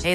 Hey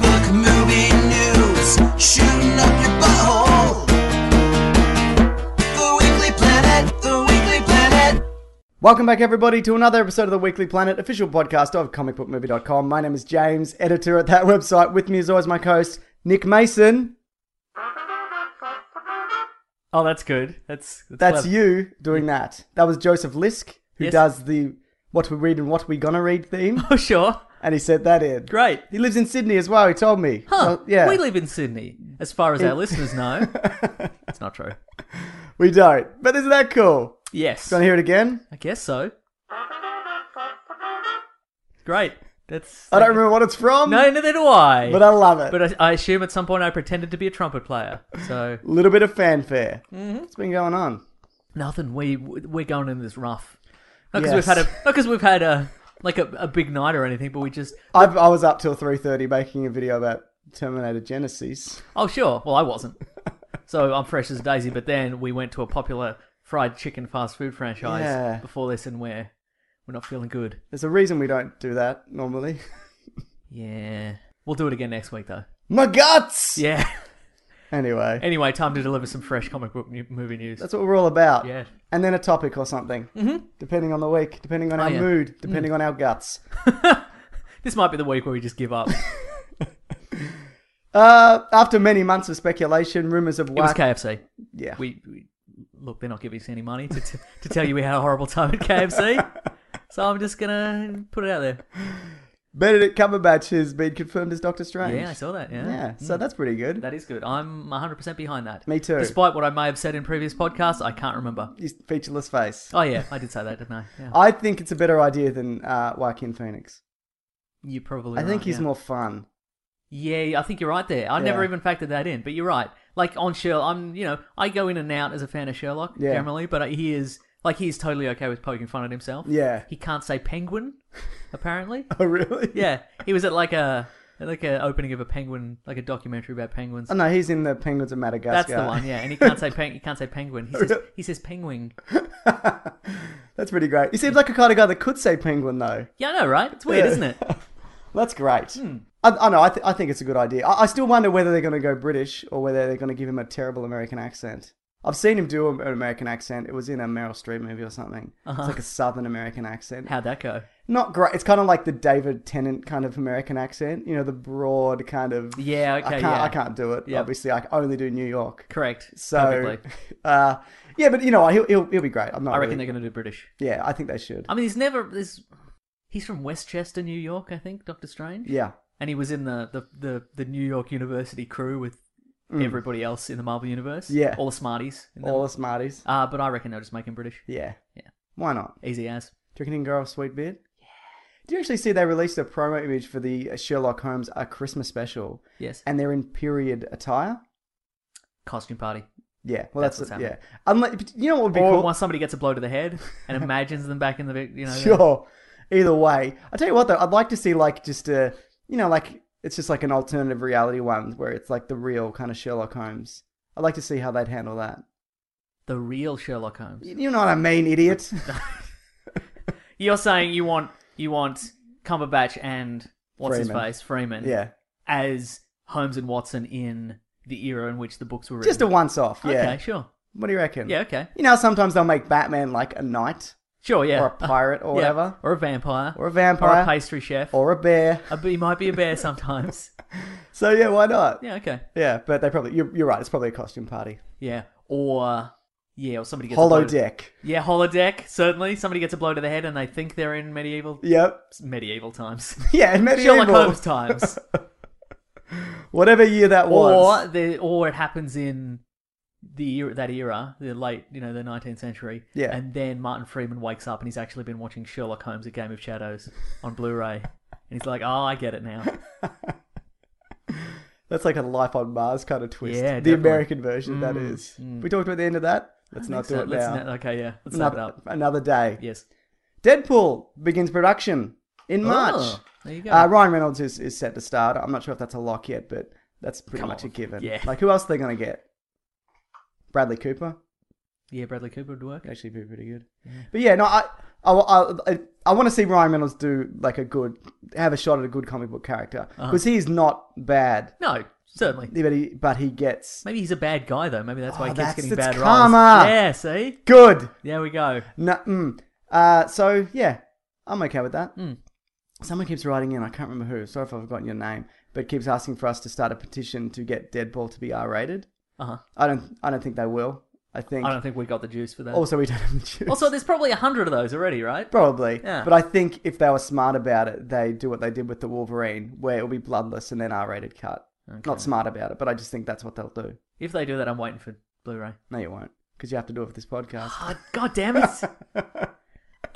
book movie news, shooting up your butthole. The Weekly Planet, the Weekly Planet. Welcome back, everybody, to another episode of the Weekly Planet, official podcast of comicbookmovie.com. My name is James, editor at that website. With me, as always, my co host, Nick Mason. Oh, that's good. That's That's clever. you doing that. That was Joseph Lisk, who Yes. does the What We Read and What We Gonna Read theme, Oh, sure. and he said that in. Great. He lives in Sydney as well, he told me. Huh? Well, yeah. We live in Sydney, as far as our listeners know. it's not true. We don't. But isn't that cool? Yes, Want to hear it again? I guess so. Great. That's. I don't remember what it's from, No, neither do I. but I love it. But uh, I, I assume at some point I pretended to be a trumpet player. So A little bit of fanfare. Mm-hmm. What's been going on? nothing. We we're going in this rough. Not because Yes. we've had a not because we've had a like a, a big night or anything, but we just I've, I was up till 3.30 making a video about Terminator Genesis. Oh, sure. Well, I wasn't. so I'm fresh as a daisy, but then we went to a popular fried chicken fast food franchise Yeah. before this, and we're, we're not feeling good. There's a reason we don't do that normally. Yeah. We'll do it again next week, though. My guts! Yeah. Anyway, anyway, time to deliver some fresh comic book mu- movie news. that's what we're all about. Yeah. And then a topic or something, mm-hmm. depending on the week, depending on Oh, our yeah. mood, depending on our guts. This might be the week where we just give up. it Uh, after many months of speculation, rumors of was whack. KFC. yeah. We, we Look, they're not giving us any money to, to, to tell you we had a horrible time at KFC. so I'm just going to put it out there. Benedict Cumberbatch has been confirmed as Doctor Strange. Yeah, I saw that. Yeah. Mm. Yeah, so that's pretty good. That is good. I'm 100% behind that. Me too. Despite what I may have said in previous podcasts, I can't remember. His featureless face. Oh, yeah, I did say that, didn't I? Yeah. I think it's a better idea than uh, Joaquin Phoenix. You're probably I think right, he's Oh, yeah. more fun. Yeah, I think you're right there. I never Yeah. even factored that in, but you're right. Like on Sherlock, I'm, you know, I go in and out as a fan of Sherlock Yeah. generally, but he is, like, he is totally okay with poking fun at himself. Yeah. He can't say penguin, apparently. Oh, really? yeah. He was at, like, a. Like a opening of a penguin, like a documentary about penguins. Oh, no, he's in the Penguins of Madagascar. That's the one, yeah. And he can't say peng- he can't say penguin. He says he says penguin. That's pretty great. He seems like a kind of guy that could say penguin, though. Yeah, I know, right? It's weird, Yeah. isn't it? That's great. Hmm. I, I know. I, th- I think it's a good idea. I, I still wonder whether they're going to go British or whether they're going to give him a terrible American accent. I've seen him do an American accent. It was in a Meryl Streep movie or something. Uh-huh. It's like a Southern American accent. How'd that go? Not great. It's kind of like the David Tennant kind of American accent. You know, the broad kind of. Yeah, I okay, can't. yeah. I can't do it. Yeah. Obviously, I only do New York. Correct. So, Perfectly. uh, yeah, but you know, what, he'll he'll, he'll be great. I'm not. I reckon really- they're going to do British. Yeah, I think they should. I mean, he's never. This, he's from Westchester, New York, I think, Doctor Strange. yeah. And he was in the, the, the, the New York University crew with everybody else in the Marvel Universe. Mm. Yeah. All the smarties. In them. All the smarties. uh, but I reckon they'll just make him British. Yeah. Yeah. Why not? Easy as. Do you reckon he can grow a sweet beard? Yeah. Did you actually see they released a promo image for the Sherlock Holmes A Christmas special, Yes. and they're in period attire? Costume party. Yeah, well, That's that's, what's yeah. Unless but you know what would be or cool. once somebody gets a blow to the head and imagines them back in the big- you know. Sure. Either way, I tell you what though, I'd like to see like just a you know like it's just like an alternative reality one where it's like the real kind of Sherlock Holmes. I'd like to see how they'd handle that. The, the real Sherlock Holmes. You you know what I mean, idiot? You're saying you want you want Cumberbatch and what's his Freeman. face Freeman. yeah. as Holmes and Watson in the era in which the books were written. Just a once off, yeah. Okay, sure. What do you reckon? Yeah, okay. You know, sometimes they'll make Batman like a knight Sure, yeah. Uh, Or a pirate or Yeah, whatever. Or a vampire. or a vampire Or a pastry chef. or a bear. a bee might be a bear sometimes. So yeah, why not? yeah, okay. Yeah, but they probably you're, you're right. It's probably a costume party. Yeah. Or yeah, or somebody gets a blow to- Holodeck. Yeah, holodeck, certainly. Somebody gets a blow to the head and they think they're in medieval Yep. medieval times. Yeah, medieval. Sherlock Holmes times. Whatever year that was. or the or it happens in the era, that era, the late, you know, the 19th century. Yeah. And then Martin Freeman wakes up and he's actually been watching Sherlock Holmes: A Game of Shadows on Blu-ray, and he's like, "Oh, I get it now." That's like a Life on Mars kind of twist. the Yeah, definitely. Mm, American version, that is. We talked about the end of that. Let's not do So it let's now. na- okay, yeah, let's wrap it another, up. another day. Yes. Deadpool begins production in March. Oh, there you go. Uh, Ryan Reynolds is, is set to start. I'm not sure if that's a lock yet, but that's pretty Come much on. a given. Yeah. Like, who else are they going to get? Bradley Cooper. yeah, Bradley Cooper would work. actually be pretty good. But yeah, no, I, I, I, I, want to see Ryan Reynolds do like a good, have a shot at a good comic book character Uh-huh. because he's not bad, No, certainly. but he, but he gets Maybe he's a bad guy though. Maybe that's why Oh, he keeps that's- getting it's bad karma. roles. Yeah, see, good. there we go. No, mm. uh, so yeah, I'm okay with that. Hmm. Someone keeps writing in. I can't remember who. Sorry if I've forgotten your name, but keeps asking for us to start a petition to get Deadpool to be R-rated. Uh huh. I don't, I don't think they will. I think. I don't think we got the juice for that. also, we don't have the choice. Also, there's probably a hundred of those already, right? Probably. Yeah. But I think if they were smart about it, they do what they did with the Wolverine, where it'll be bloodless and then R rated cut. Not smart about it, but I just think that's what they'll do. If they do that, I'm waiting for Blu-ray. No, you won't, because you have to do it for this podcast. Oh, God damn it! Ugh,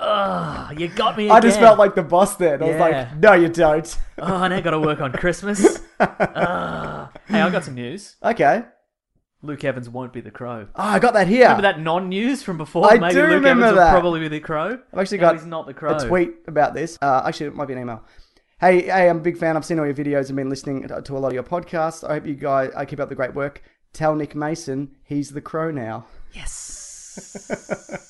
Ah, you got me. Again. I just felt like the boss then. I was Yeah. like, no, you don't. oh, I now got to work on Christmas. Ugh. Hey, I got some news. okay. Luke Evans won't be the Crow. Oh, I got that here. Remember that non-news from before? I Maybe do Luke remember Evans that. will probably be the Crow. I've actually Now got he's not the Crow. a tweet about this. Uh, actually, it might be an email. Hey, hey, I'm a big fan. I've seen all your videos and been listening to to a lot of your podcasts. I hope you guys I keep up the great work. Tell Nick Mason he's the crow now. Yes.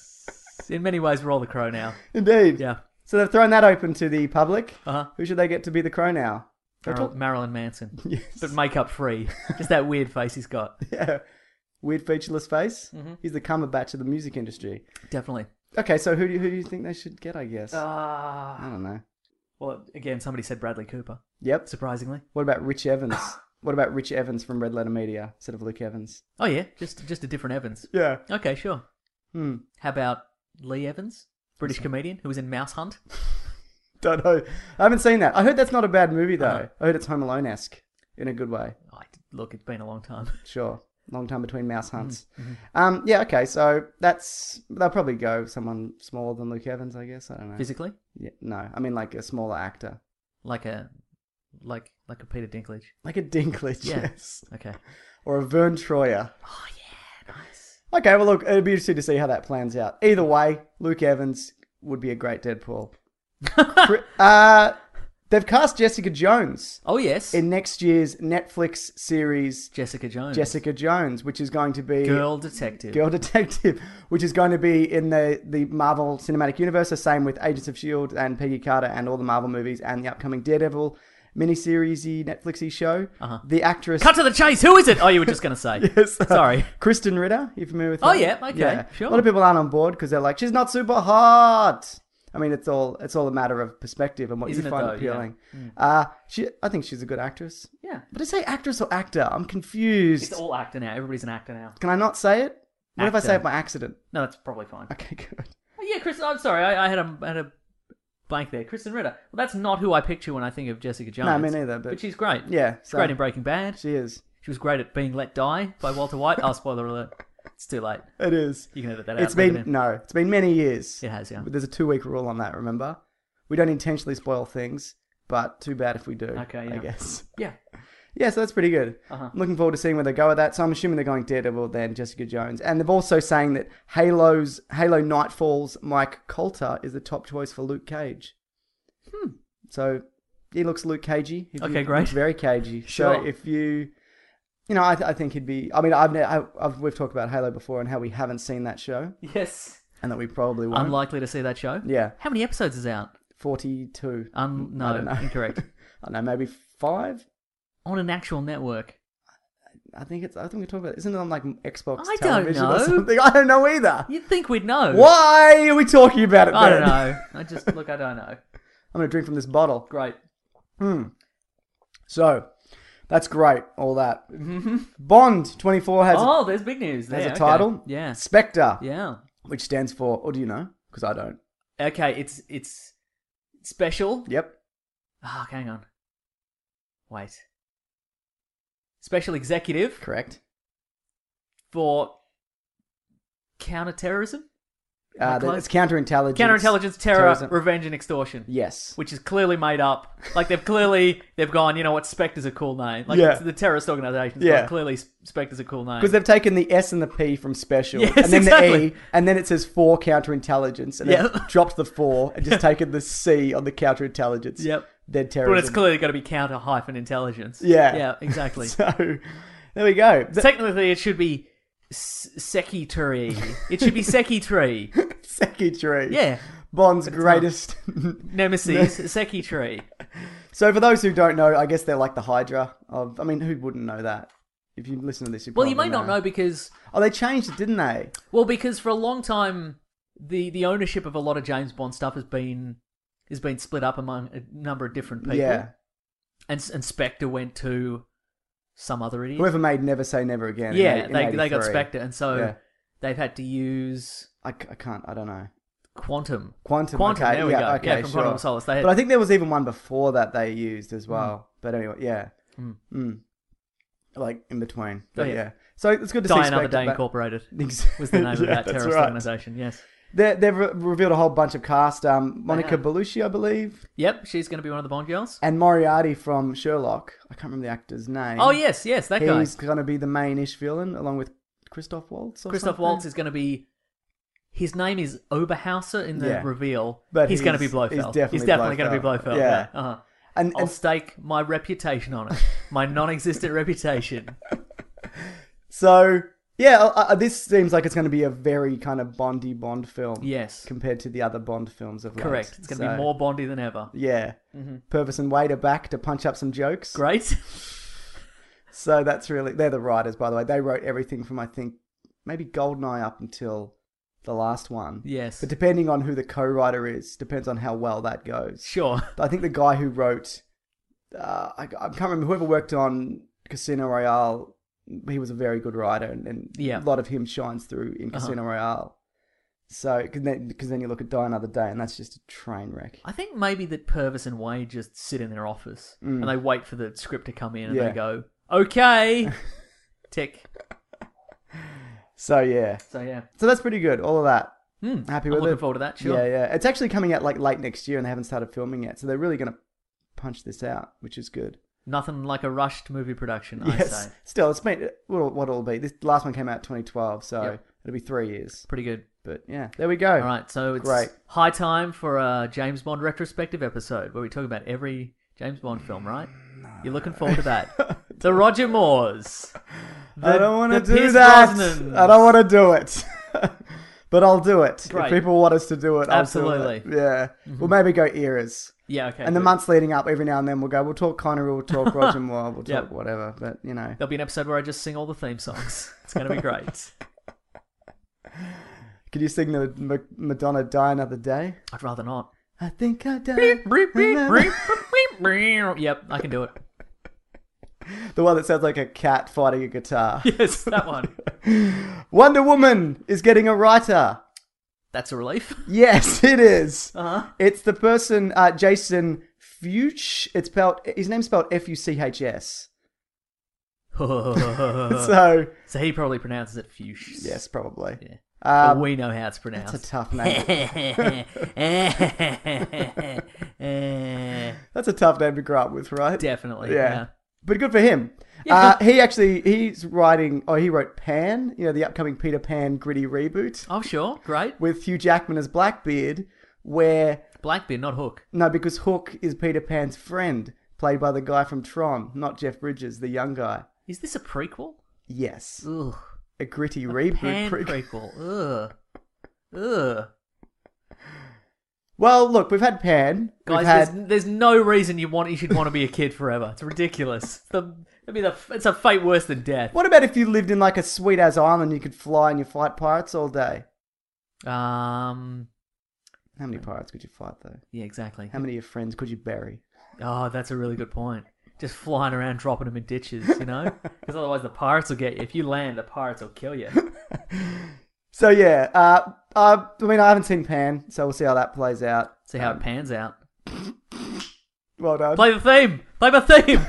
In many ways, we're all the Crow now. Indeed. Yeah. So they've thrown that open to the public. Uh-huh. Who should they get to be the crow now? They're Maril- talk- Marilyn Manson, but makeup free. Just that weird face he's got. yeah. Weird featureless face. He's the Cumberbatch of the music industry. Definitely. Okay, so who do you, who do you think they should get? I guess I don't know. Ah. Well, again, somebody said Bradley Cooper. Yep. Surprisingly. What about Rich Evans? what about Rich Evans from Red Letter Media instead of Luke Evans? Oh yeah, just just a different Evans. Yeah. Okay, sure. Hmm. How about Lee Evans, British comedian who was in Mouse Hunt? Don't know. Uh-huh. I haven't seen that. I heard that's not a bad movie though. I heard it's Home Alone esque in a good way. Oh, I- look, it's been a long time. Sure. Long time between mouse hunts. Um, yeah. Okay. So that's they'll probably go someone smaller than Luke Evans. I guess. I don't know. Physically, Yeah, no, I mean like a smaller actor, like a like like a Peter Dinklage. like a Dinklage, Yeah. yes, Okay. or a Vern Troyer. Oh yeah, nice. Okay, well look, it'd be interesting to see how that plans out. Either way, Luke Evans would be a great Deadpool. Cri- uh, they've cast Jessica Jones Oh yes, in next year's Netflix series Jessica Jones, Jessica Jones, which is going to be girl detective. Girl Detective, which is going to be in the, the Marvel Cinematic Universe, the same with Agents of S.H.I.E.L.D. E and Peggy Carter and all the Marvel movies and the upcoming Daredevil miniseries y Netflix y show. Uh-huh. The actress. Cut to the chase. Who is it? Oh, you were just going to say. Yes. Sorry. Kristen Ritter, you familiar with her? Oh, yeah, okay, sure. A lot of people aren't on board because they're like, she's not super hot. I mean, it's all it's all a matter of perspective and what Isn't you it find though? Yeah. Mm. appealing. Uh, she, I think she's a good actress. Yeah. But I say actress or actor? I'm confused. It's all actor now. Everybody's an actor now. Can I not say it? What if I Actor. say it by accident? No, that's probably fine. Okay, good. Oh, Yeah, Chris. I'm sorry. I, I had a I had a blank there. Kristen Ritter. Well, that's not who I picture when I think of Jessica Jones. No, me neither, but- she's great. Yeah, she's so- great in Breaking Bad. She is. She was great at being let die by Walter White. Oh, spoiler alert! It's too late. It is. You can edit that out. It's leave it been in. no, it's been many years. It has, yeah. There's a two week rule on that. Remember, we don't intentionally spoil things, but too bad if we do. Okay, I yeah. guess. Yeah. Yeah, so that's pretty good. Uh-huh. I'm looking forward to seeing where they go with that. So I'm assuming they're going Daredevil then Jessica Jones, and they've also saying that Halo's Halo Nightfall's Mike Coulter is the top choice for Luke Cage. Hmm. So he looks Luke Cagey. If you- Okay, great. looks very cagey. So Sure. if you you know, I, th- I think he'd be. I mean, I've, ne- I, I've we've talked about Halo before and how we haven't seen that show Yes. and that we probably won't. Unlikely to see that show. yeah, How many episodes is out? forty-two. Um, I no, don't know. incorrect. I don't know, maybe five. on an actual network. I think it's. I think we're talking about. Isn't it on like Xbox I don't television or know. something? I don't know either. You'd think we'd know. Why are we talking about it? I then? don't know. I just look. I don't know. I'm gonna drink from this bottle. Hmm. Great. So, that's great. All that. Bond 24 has oh, there's big news. has there, a okay. title. Yeah. Spectre, Yeah. which stands for. Or do you know? Because I don't. Okay. It's it's special. Yep. Oh, hang on. Wait. Special executive Correct. for counterterrorism, Uh, I the- close? it's counterintelligence. counterintelligence, terror, Terrorism. revenge, and extortion. Yes. Which is clearly made up. Like they've clearly they've gone. You know what? Spectre's a cool name. Like Yeah. it's the terrorist organization. Yeah. Like, clearly, S- Spectre's a cool name. Because they've taken the S and the P from special, Yes, and then the E, exactly. and then it says for counterintelligence, and then Yeah. dropped the four and just taken the C on the counterintelligence. Yep. Then terrorism. But it's clearly got to be counter hyphen intelligence. Yeah. Yeah. Exactly. So there we go. The- Technically, it should be s- secretary. It should be secretary. Secretary. Yeah. Bond's greatest. Nemesis, secretary. so for those who don't know, I guess they're like the Hydra of. I mean, who wouldn't know that? If you listen to this, you Well, you probably may not know because Oh, they changed it, didn't they? well, because for a long time, the the ownership of a lot of James Bond stuff has been has been split up among a number of different people. Yeah. And, S- and Spectre went to some other idiot. Whoever made Never Say Never Again. in eight- yeah, in they they got 83. Spectre, and so Yeah. they've had to use I, c- I can't. I don't know. Quantum. Quantum. Quantum. okay, There we yeah, go. Okay, yeah, from sure. Quantum of Solace. They had, Hmm. But I think there was even one before that they used as well. But anyway, yeah. Mm. Like in between. But yeah. Oh, yeah. So it's good to Die see Another Spectre Day back- Incorporated Ex- was the name of Yeah, that that's terrorist right. organization. Yes. They, they've re- revealed a whole bunch of cast. Um, Monica have. Bellucci, I believe, Yep, she's going to be one of the Bond girls. and Moriarty from Sherlock. I can't remember the actor's name. Oh yes, yes, that guy. He's going to be the main-ish villain along with Christoph Waltz. Or Christoph something? Waltz is going to be. His name is Oberhauser in the Yeah. reveal, But he's, going to be he's- Blofeld. he's definitely going to be Blofeld. Blofeld. Yeah. Yeah. Uh-huh. And, I'll and stake my reputation on it, my non-existent reputation. so, yeah, uh, uh, this seems like it's going to be a very kind of Bondy Bond film. Yes. Compared to the other Bond films of late. Correct. It's going to So- be more Bondy than ever. Yeah. Purvis and Wade are back to punch up some jokes. Great. So that's really they're the writers, by the way. They wrote everything from I think maybe Goldeneye up until the last one. Yes. But depending on who the co-writer is, depends on how well that goes. Sure. But I think the guy who wrote, uh, I, I can't remember whoever worked on Casino Royale. He was a very good writer, and, and Yeah. a Uh-huh. lot of him shines through in Casino Royale. So, because then, 'cause then you look at Die Another Day, and that's just a train wreck. I think maybe that Purvis and Wade just sit in their office and they wait for the script to come in and Mm. Yeah. they go, "Okay, tick." So yeah, So yeah, so that's pretty good. All of that. Hmm. Happy I'm with looking it? forward to that. Sure. Yeah, yeah. It's actually coming out like late next year, and they haven't started filming yet, so they're really going to punch this out, which is good. Nothing like a rushed movie production, I yes. say. Still, it's been what what it'll be. This last one came out 2012, so Yep. it'll be three years. Pretty good. But yeah, there we go. All right, so it's Great. high time for a James Bond retrospective episode where we talk about every James Bond film, right? You're looking forward to that. the Roger Moores. I don't want to the do Pierce that. Brosnans. I don't want to do it. but I'll do it. Great. If people want us to do it, I'll do Absolutely. it. Yeah. We'll maybe go eras. Yeah, okay. and the good. months leading up, every now and then we'll go, we'll talk Connery, we'll talk Roger Moore, we'll talk Yep. whatever. But, you know. There'll be an episode where I just sing all the theme songs. It's going to be great. Could you sing the Ma- Madonna Die Another Day? I'd rather not. I think I died. the yep, I can do it. one that sounds like a cat fighting a guitar. Yes, that one. Wonder Woman is getting a writer. That's a relief. Yes, it is. Uh-huh. It's the person, uh, Jason Fuchs. It's spelled, his name's spelled F U C H S. so, So, he probably pronounces it fuchsia. yes, probably. Yeah. But Um, we know how that's it's pronounced. a tough name. that's a tough name to grow up with, right? Definitely. Yeah. Yeah. But good for him. Yeah. Uh, he actually, he's writing, oh, he wrote Pan, you know, the upcoming Peter Pan gritty reboot. Oh, sure. Great. with Hugh Jackman as Blackbeard, where Blackbeard, not Hook. no, because Hook is Peter Pan's friend, played by the guy from Tron, not Jeff Bridges, the young guy. Is this a prequel? Yes, Ugh. a gritty reboot. Pan pre- prequel. Ugh. Ugh. Well, look, we've had Pan. Guys, we've had... there's, there's no reason you want you should want to be a kid forever. It's ridiculous. The, it'd be the, it's a fate worse than death. What about if you lived in like a sweet ass island, you could fly and you fight pirates all day? Um, How many pirates could you fight though? yeah, exactly. How many of your friends could you bury? Oh, that's a really good point. Just flying around, dropping them in ditches, you know, because otherwise the pirates will get you. If you land, the pirates will kill you. So yeah, uh, uh, I mean, I haven't seen Pan, so we'll see how that plays out. See how it pans out. Well done. Play the theme. Play the theme.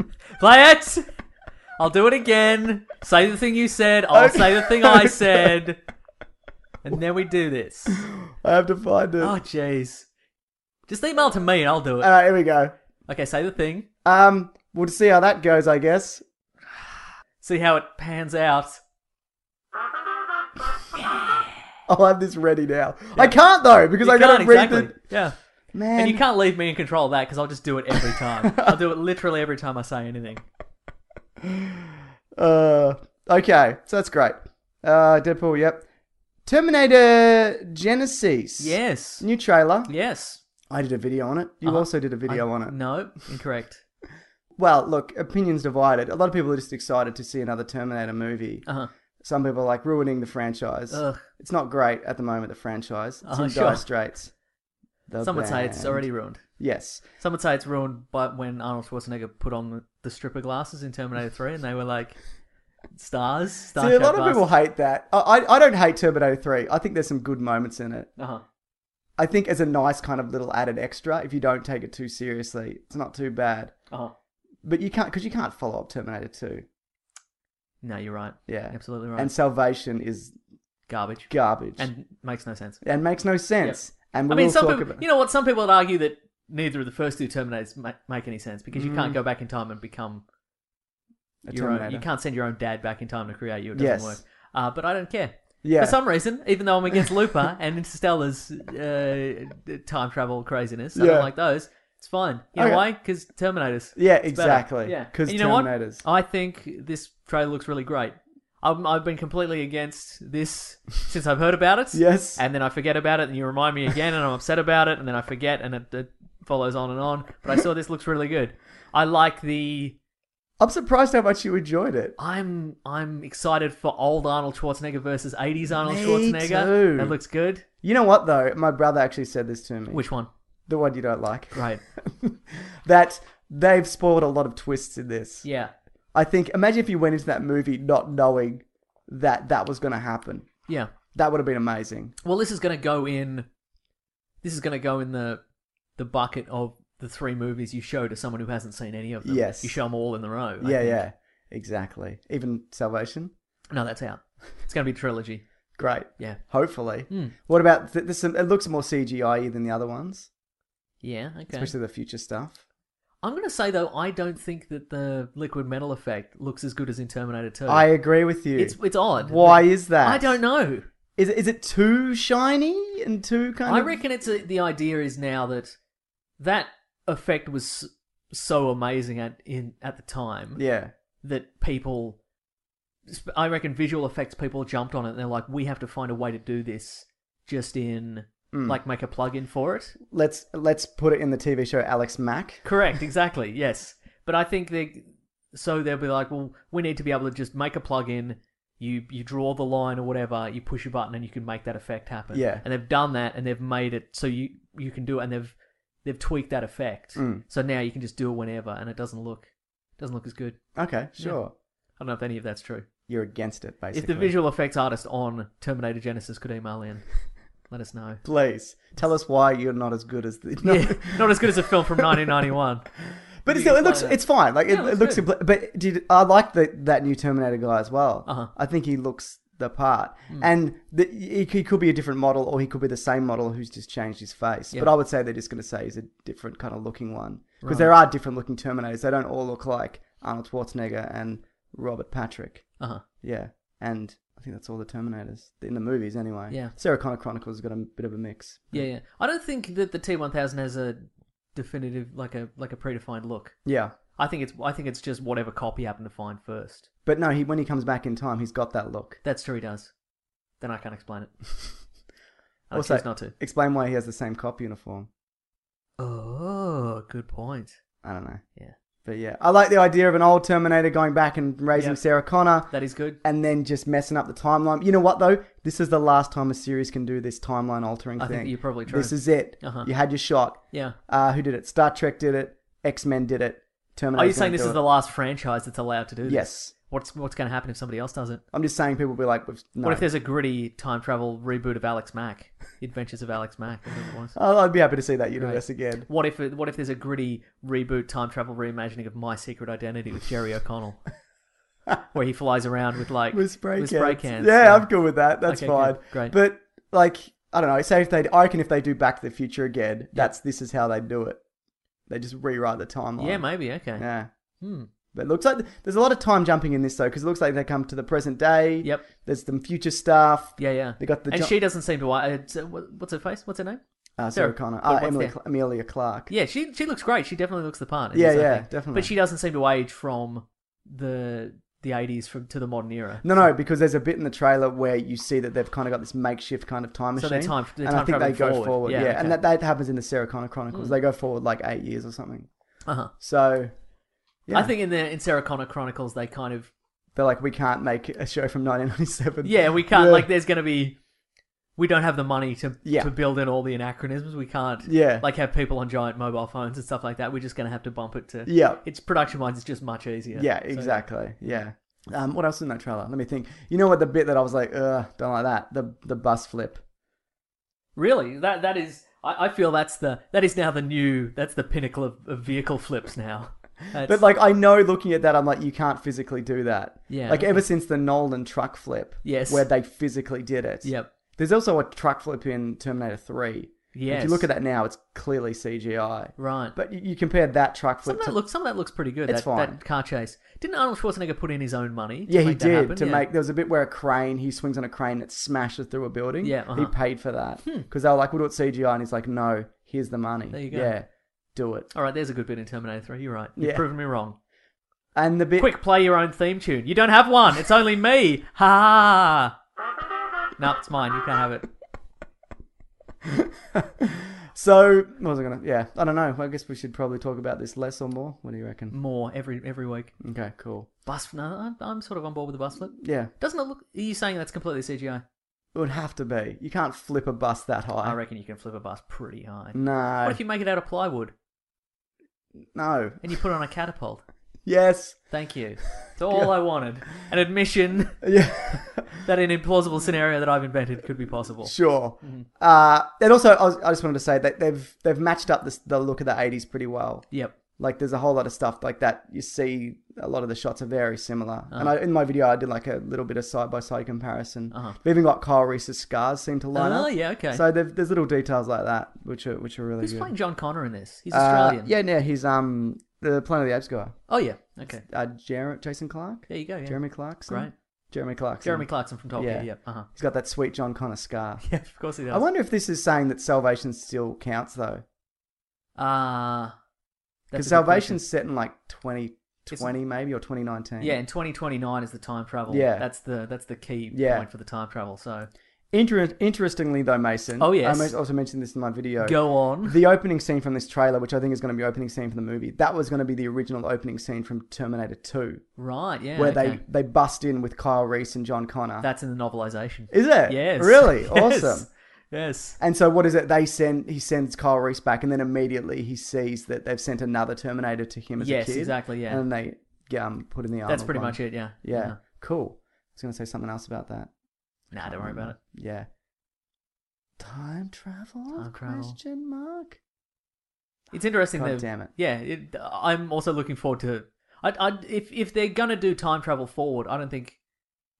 Play it. I'll do it again. Say the thing you said. I'll say the thing I said. And then we do this. I have to find it. Oh, jeez. Just email to me and I'll do All it. right, here we go. Okay, say the thing. Um, we'll see how that goes, I guess. See how it pans out. I'll have this ready now. I can't though because I gotta read exactly. Yeah. the man. And you can't leave me in control of that because I'll just do it every time. I'll do it literally every time I say anything. Uh, okay, so that's great. Uh, Deadpool. Yep. Terminator Genesis. Yes. New trailer. Yes. I did a video on it. You Uh-huh. also did a video I- on it. No, incorrect. Well, look, opinions divided. A lot of people are just excited to see another Terminator movie. Uh huh. Some people are like ruining the franchise. Ugh. It's not great at the moment. The franchise. It's Oh, in sure. dire straits. The Some would say it's band. already ruined. Yes. Some would say it's ruined by when Arnold Schwarzenegger put on the, the stripper glasses in Terminator 3 and they were like stars. Star See, a lot of people hate that. I, I, I don't hate Terminator 3. I think there's some good moments in it. Uh huh. I think as a nice kind of little added extra, if you don't take it too seriously, it's not too bad. Uh huh. But you can't, because you can't follow up Terminator 2. No, you're right. Yeah. Absolutely right. And Salvation is Garbage. garbage. and makes no sense. and makes no sense. And I we'll mean, all some talk people, about you know what? Some people would argue that neither of the first two Terminators ma- make any sense because you can't go back in time and become Mm-hmm. a your own. Terminator. You can't send your own dad back in time to create you. It doesn't Yes. work. Uh, but I don't care. Yeah. For some reason, even though I'm against Looper and Interstellar's uh, time travel craziness, I Yeah. don't like those. It's fine. You know Okay. why? Because Terminators. Yeah, It's better. exactly. Yeah. 'Cause And you know what? Terminators. I think this trailer looks really great. I'm, I've been completely against this since I've heard about it. Yes. And then I forget about it, and you remind me again, and I'm upset about it, and then I forget, and it, it follows on and on. But I saw this looks really good. I like the. I'm surprised how much you enjoyed it. I'm I'm excited for old Arnold Schwarzenegger versus 80s Arnold Me Schwarzenegger. too. That looks good. You know what though? My brother actually said this to me. Which one? the one you don't like. Great. that they've spoiled a lot of twists in this. Yeah. I think imagine if you went into that movie not knowing that that was going to happen. Yeah. That would have been amazing. Well, this is going to go in. This is going to go in the the bucket of the three movies you show to someone who hasn't seen any of them. Yes. You show them all in the row. I yeah, think. yeah. Exactly. Even Salvation. No, that's out. It's going to be a trilogy. Great. Yeah. Hmm. Hopefully. What about th- this it looks more CGI than the other ones, Yeah. Okay. especially the future stuff. I'm going to say though, I don't think that the liquid metal effect looks as good as in Terminator 2. I agree with you. It's it's odd. Why is that? I don't know. Is it, is it too shiny and too kind I of reckon it's a, the idea is now that that effect was s- so amazing at in at the time. Yeah. that people sp- i reckon visual effects people jumped on it and they're like we have to find a way to do this just in Hmm. like make a plug-in for it Let's let's put it in the TV show Alex Mack. correct exactly yes but i think they so they'll be like well we need to be able to just make a plug-in you you draw the line or whatever you push a button and you can make that effect happen Yeah. and they've done that and they've made it so you you can do it and they've they've tweaked that effect Mm. so now you can just do it whenever and it doesn't look doesn't look as good Okay, sure. i don't know if any of that's true You're against it basically. If the visual effects artist on Terminator Genesis could email in, let us know. Please tell us why you're not as good as the. Yeah, not as good as a film from 1991. but it's, You still, can it looks find out. it's fine. Like it, Yeah, it looks. looks good. impl- But did I like the, that new Terminator guy as well? Uh-huh. Hmm. I think he looks the part, and the, he, he could be a different model, or he could be the same model who's just changed his face. Yeah. But I would say they're just going to say he's a different kind of looking one because there are different looking Terminators. They don't all look like Arnold Schwarzenegger and Robert Patrick. Uh-huh. Yeah, and I think that's all the Terminators in the movies anyway. Yeah. Sarah Connor Chronicles has got a bit of a mix. Yeah, yeah. I don't think that the T1000 has a definitive, like a like a predefined look. Yeah. I think it's I think it's just whatever cop you happen to find first. But no, he when he comes back in time, he's got that look. That's true, he does. Then I can't explain it. I Also, choose not to. Explain why he has the same cop uniform. Oh, good point. I don't know. Yeah. But yeah, I like the idea of an old Terminator going back and raising Yep. Sarah Connor That is good. and then just messing up the timeline. You know what though? This is the last time a series can do this timeline altering I thing. think you're probably true. This is it. Uh-huh. You had your shot. Yeah. Uh, who did it? Star Trek did it. X Men did it. Terminator. Are you saying this is the last franchise that's allowed to do this? Yes. What's what's going to happen if somebody else does it? I'm just saying people will be like, "We've- no. What if there's a gritty time travel reboot of Alex Mack, The Adventures of Alex Mack? or whatever it was? Oh, I'd be happy to see that universe again. What if it, what if there's a gritty reboot time travel reimagining of My Secret Identity with Jerry O'Connell, where he flies around with like with spray cans. cans, Yeah, I'm cool with that. That's Okay, fine. good. Great. But like, I don't know. Say if they, I reckon if they do Back to the Future again, that's this is how they do it. They just rewrite the timeline. Yeah, maybe. Okay. Yeah. Hmm. But it looks like there's a lot of time jumping in this though, because it looks like they come to the present day. Yep. There's some future stuff. Yeah, yeah. They got the and jo- she doesn't seem to. wa- it's, uh, what- What's her face? What's her name? Uh, Sarah. Sarah Connor. But Uh, what's Emily, there? Cl- Amelia Clark. Yeah, she she looks great. She definitely looks the part. in Yeah, this, I yeah, think. definitely. But she doesn't seem to age from the the eighties from to the modern era. No, no, because there's a bit in the trailer where you see that they've kind of got this makeshift kind of time So machine. they're time- they're and I time think they traveling go forward. forward. Yeah, Yeah, and okay. Hmm. that, that happens in the Sarah Connor Chronicles. They go forward like eight years or something. Uh huh. So Yeah. I think in the in Sarah Connor Chronicles they kind of they're like, we can't make a show from 1997. yeah we can't Yeah. like there's gonna be we don't have the money to Yeah. to build in all the anachronisms we can't Yeah. like have people on giant mobile phones and stuff like that we're just gonna have to bump it to Yeah. it's production wise it's just much easier Yeah, exactly. Yeah. Um, what else is in that trailer? Let me think. You know what? The bit that I was like, ugh, don't like that. The the bus flip. really that that is I, I feel that's the that is now the new that's the pinnacle of, of vehicle flips now That's- But like, I know looking at that, I'm like, you can't physically do that. Yeah. Like ever since the Nolan truck flip. Yes. Where they physically did it. yep There's also a truck flip in Terminator Three. yes If you look at that now, it's clearly CGI. right But you, you compare that truck flip some of that to looks some of that looks pretty good It's that, fine. that car chase didn't Arnold Schwarzenegger put in his own money to Yeah, he make that did happen? to Yeah. make. There was a bit where a crane he swings on a crane that smashes through a building. Yeah, he uh-huh. paid for that because they were like, "We'll do it CGI," and he's like, "No, here's the money. There you go. Yeah, do it." all right there's a good bit in Terminator 3 you're right you've Yeah. proven me wrong And the bit Quick, play your own theme tune. You don't have one. It's only me. Ha! No, it's mine. You can't have it. So what was I gonna? Yeah, I don't know. I guess we should probably talk about this less or more. What do you reckon? More every every week. Okay, cool. Bus. No, I'm, I'm sort of on board with the bus flip. Yeah, Doesn't it look? Are you saying that's completely CGI? it would have to be. You can't flip a bus that high. I reckon you can flip a bus pretty high. no, What if you make it out of plywood no. and you put it on a catapult? Yes. Thank you. It's all I wanted. An admission Yeah. that an implausible scenario that I've invented could be possible. Sure. Mm-hmm. Uh, and also, I, was, I just wanted to say that they've they've matched up this, the look of the '80s pretty well. Yep. Like, there's a whole lot of stuff like that. You see, a lot of the shots are very similar. And I, in my video, I did like a little bit of side by side comparison. Uh-huh. We've even got Kyle Reese's scars seem to line Oh, up. yeah, okay. So there- there's little details like that, which are which are really Who's good. playing John Connor in this? He's Uh, Australian. yeah, yeah, he's um the Planet of the Apes guy. Oh yeah. Okay. Uh, Jer- Jason Clark. There you go. Yeah. Jeremy Clarkson. Great. Jeremy Clarkson. Jeremy Clarkson from Tolkien. Yeah. Yeah. Uh-huh. He's got that sweet John Connor scar. Yeah. Of course he does. I wonder if this is saying that salvation still counts though. Ah, Because that's a good Salvation's set in like 2020 Isn't- maybe or 2019. question. yeah, and twenty twenty nine is the time travel. Yeah. that's the that's the key Yeah. point for the time travel. So Inter- interestingly though, Mason. Oh, yes. I most- also mentioned this in my video. go on. The opening scene from this trailer, which I think is going to be opening scene from the movie, that was going to be the original opening scene from Terminator 2, right, yeah, where okay. they they bust in with Kyle Reese and John Connor. that's in the novelization. Is it? Yes, Really? Yes. Awesome. Yes. And so what is it? They send he sends Kyle Reese back, and then immediately he sees that they've sent another Terminator to him as Yes, a kid. exactly, yeah. And they get um, put in the That's Arnold pretty one. much it. Uh-huh. Yeah. Yeah, cool. I was going to say something else about that. Um, Nah, don't worry about it. Yeah. Time travel? Time travel. Question mark. It's interesting. God that, damn it. Yeah, it, I'm also looking forward to. I, I, if if they're gonna do time travel forward, I don't think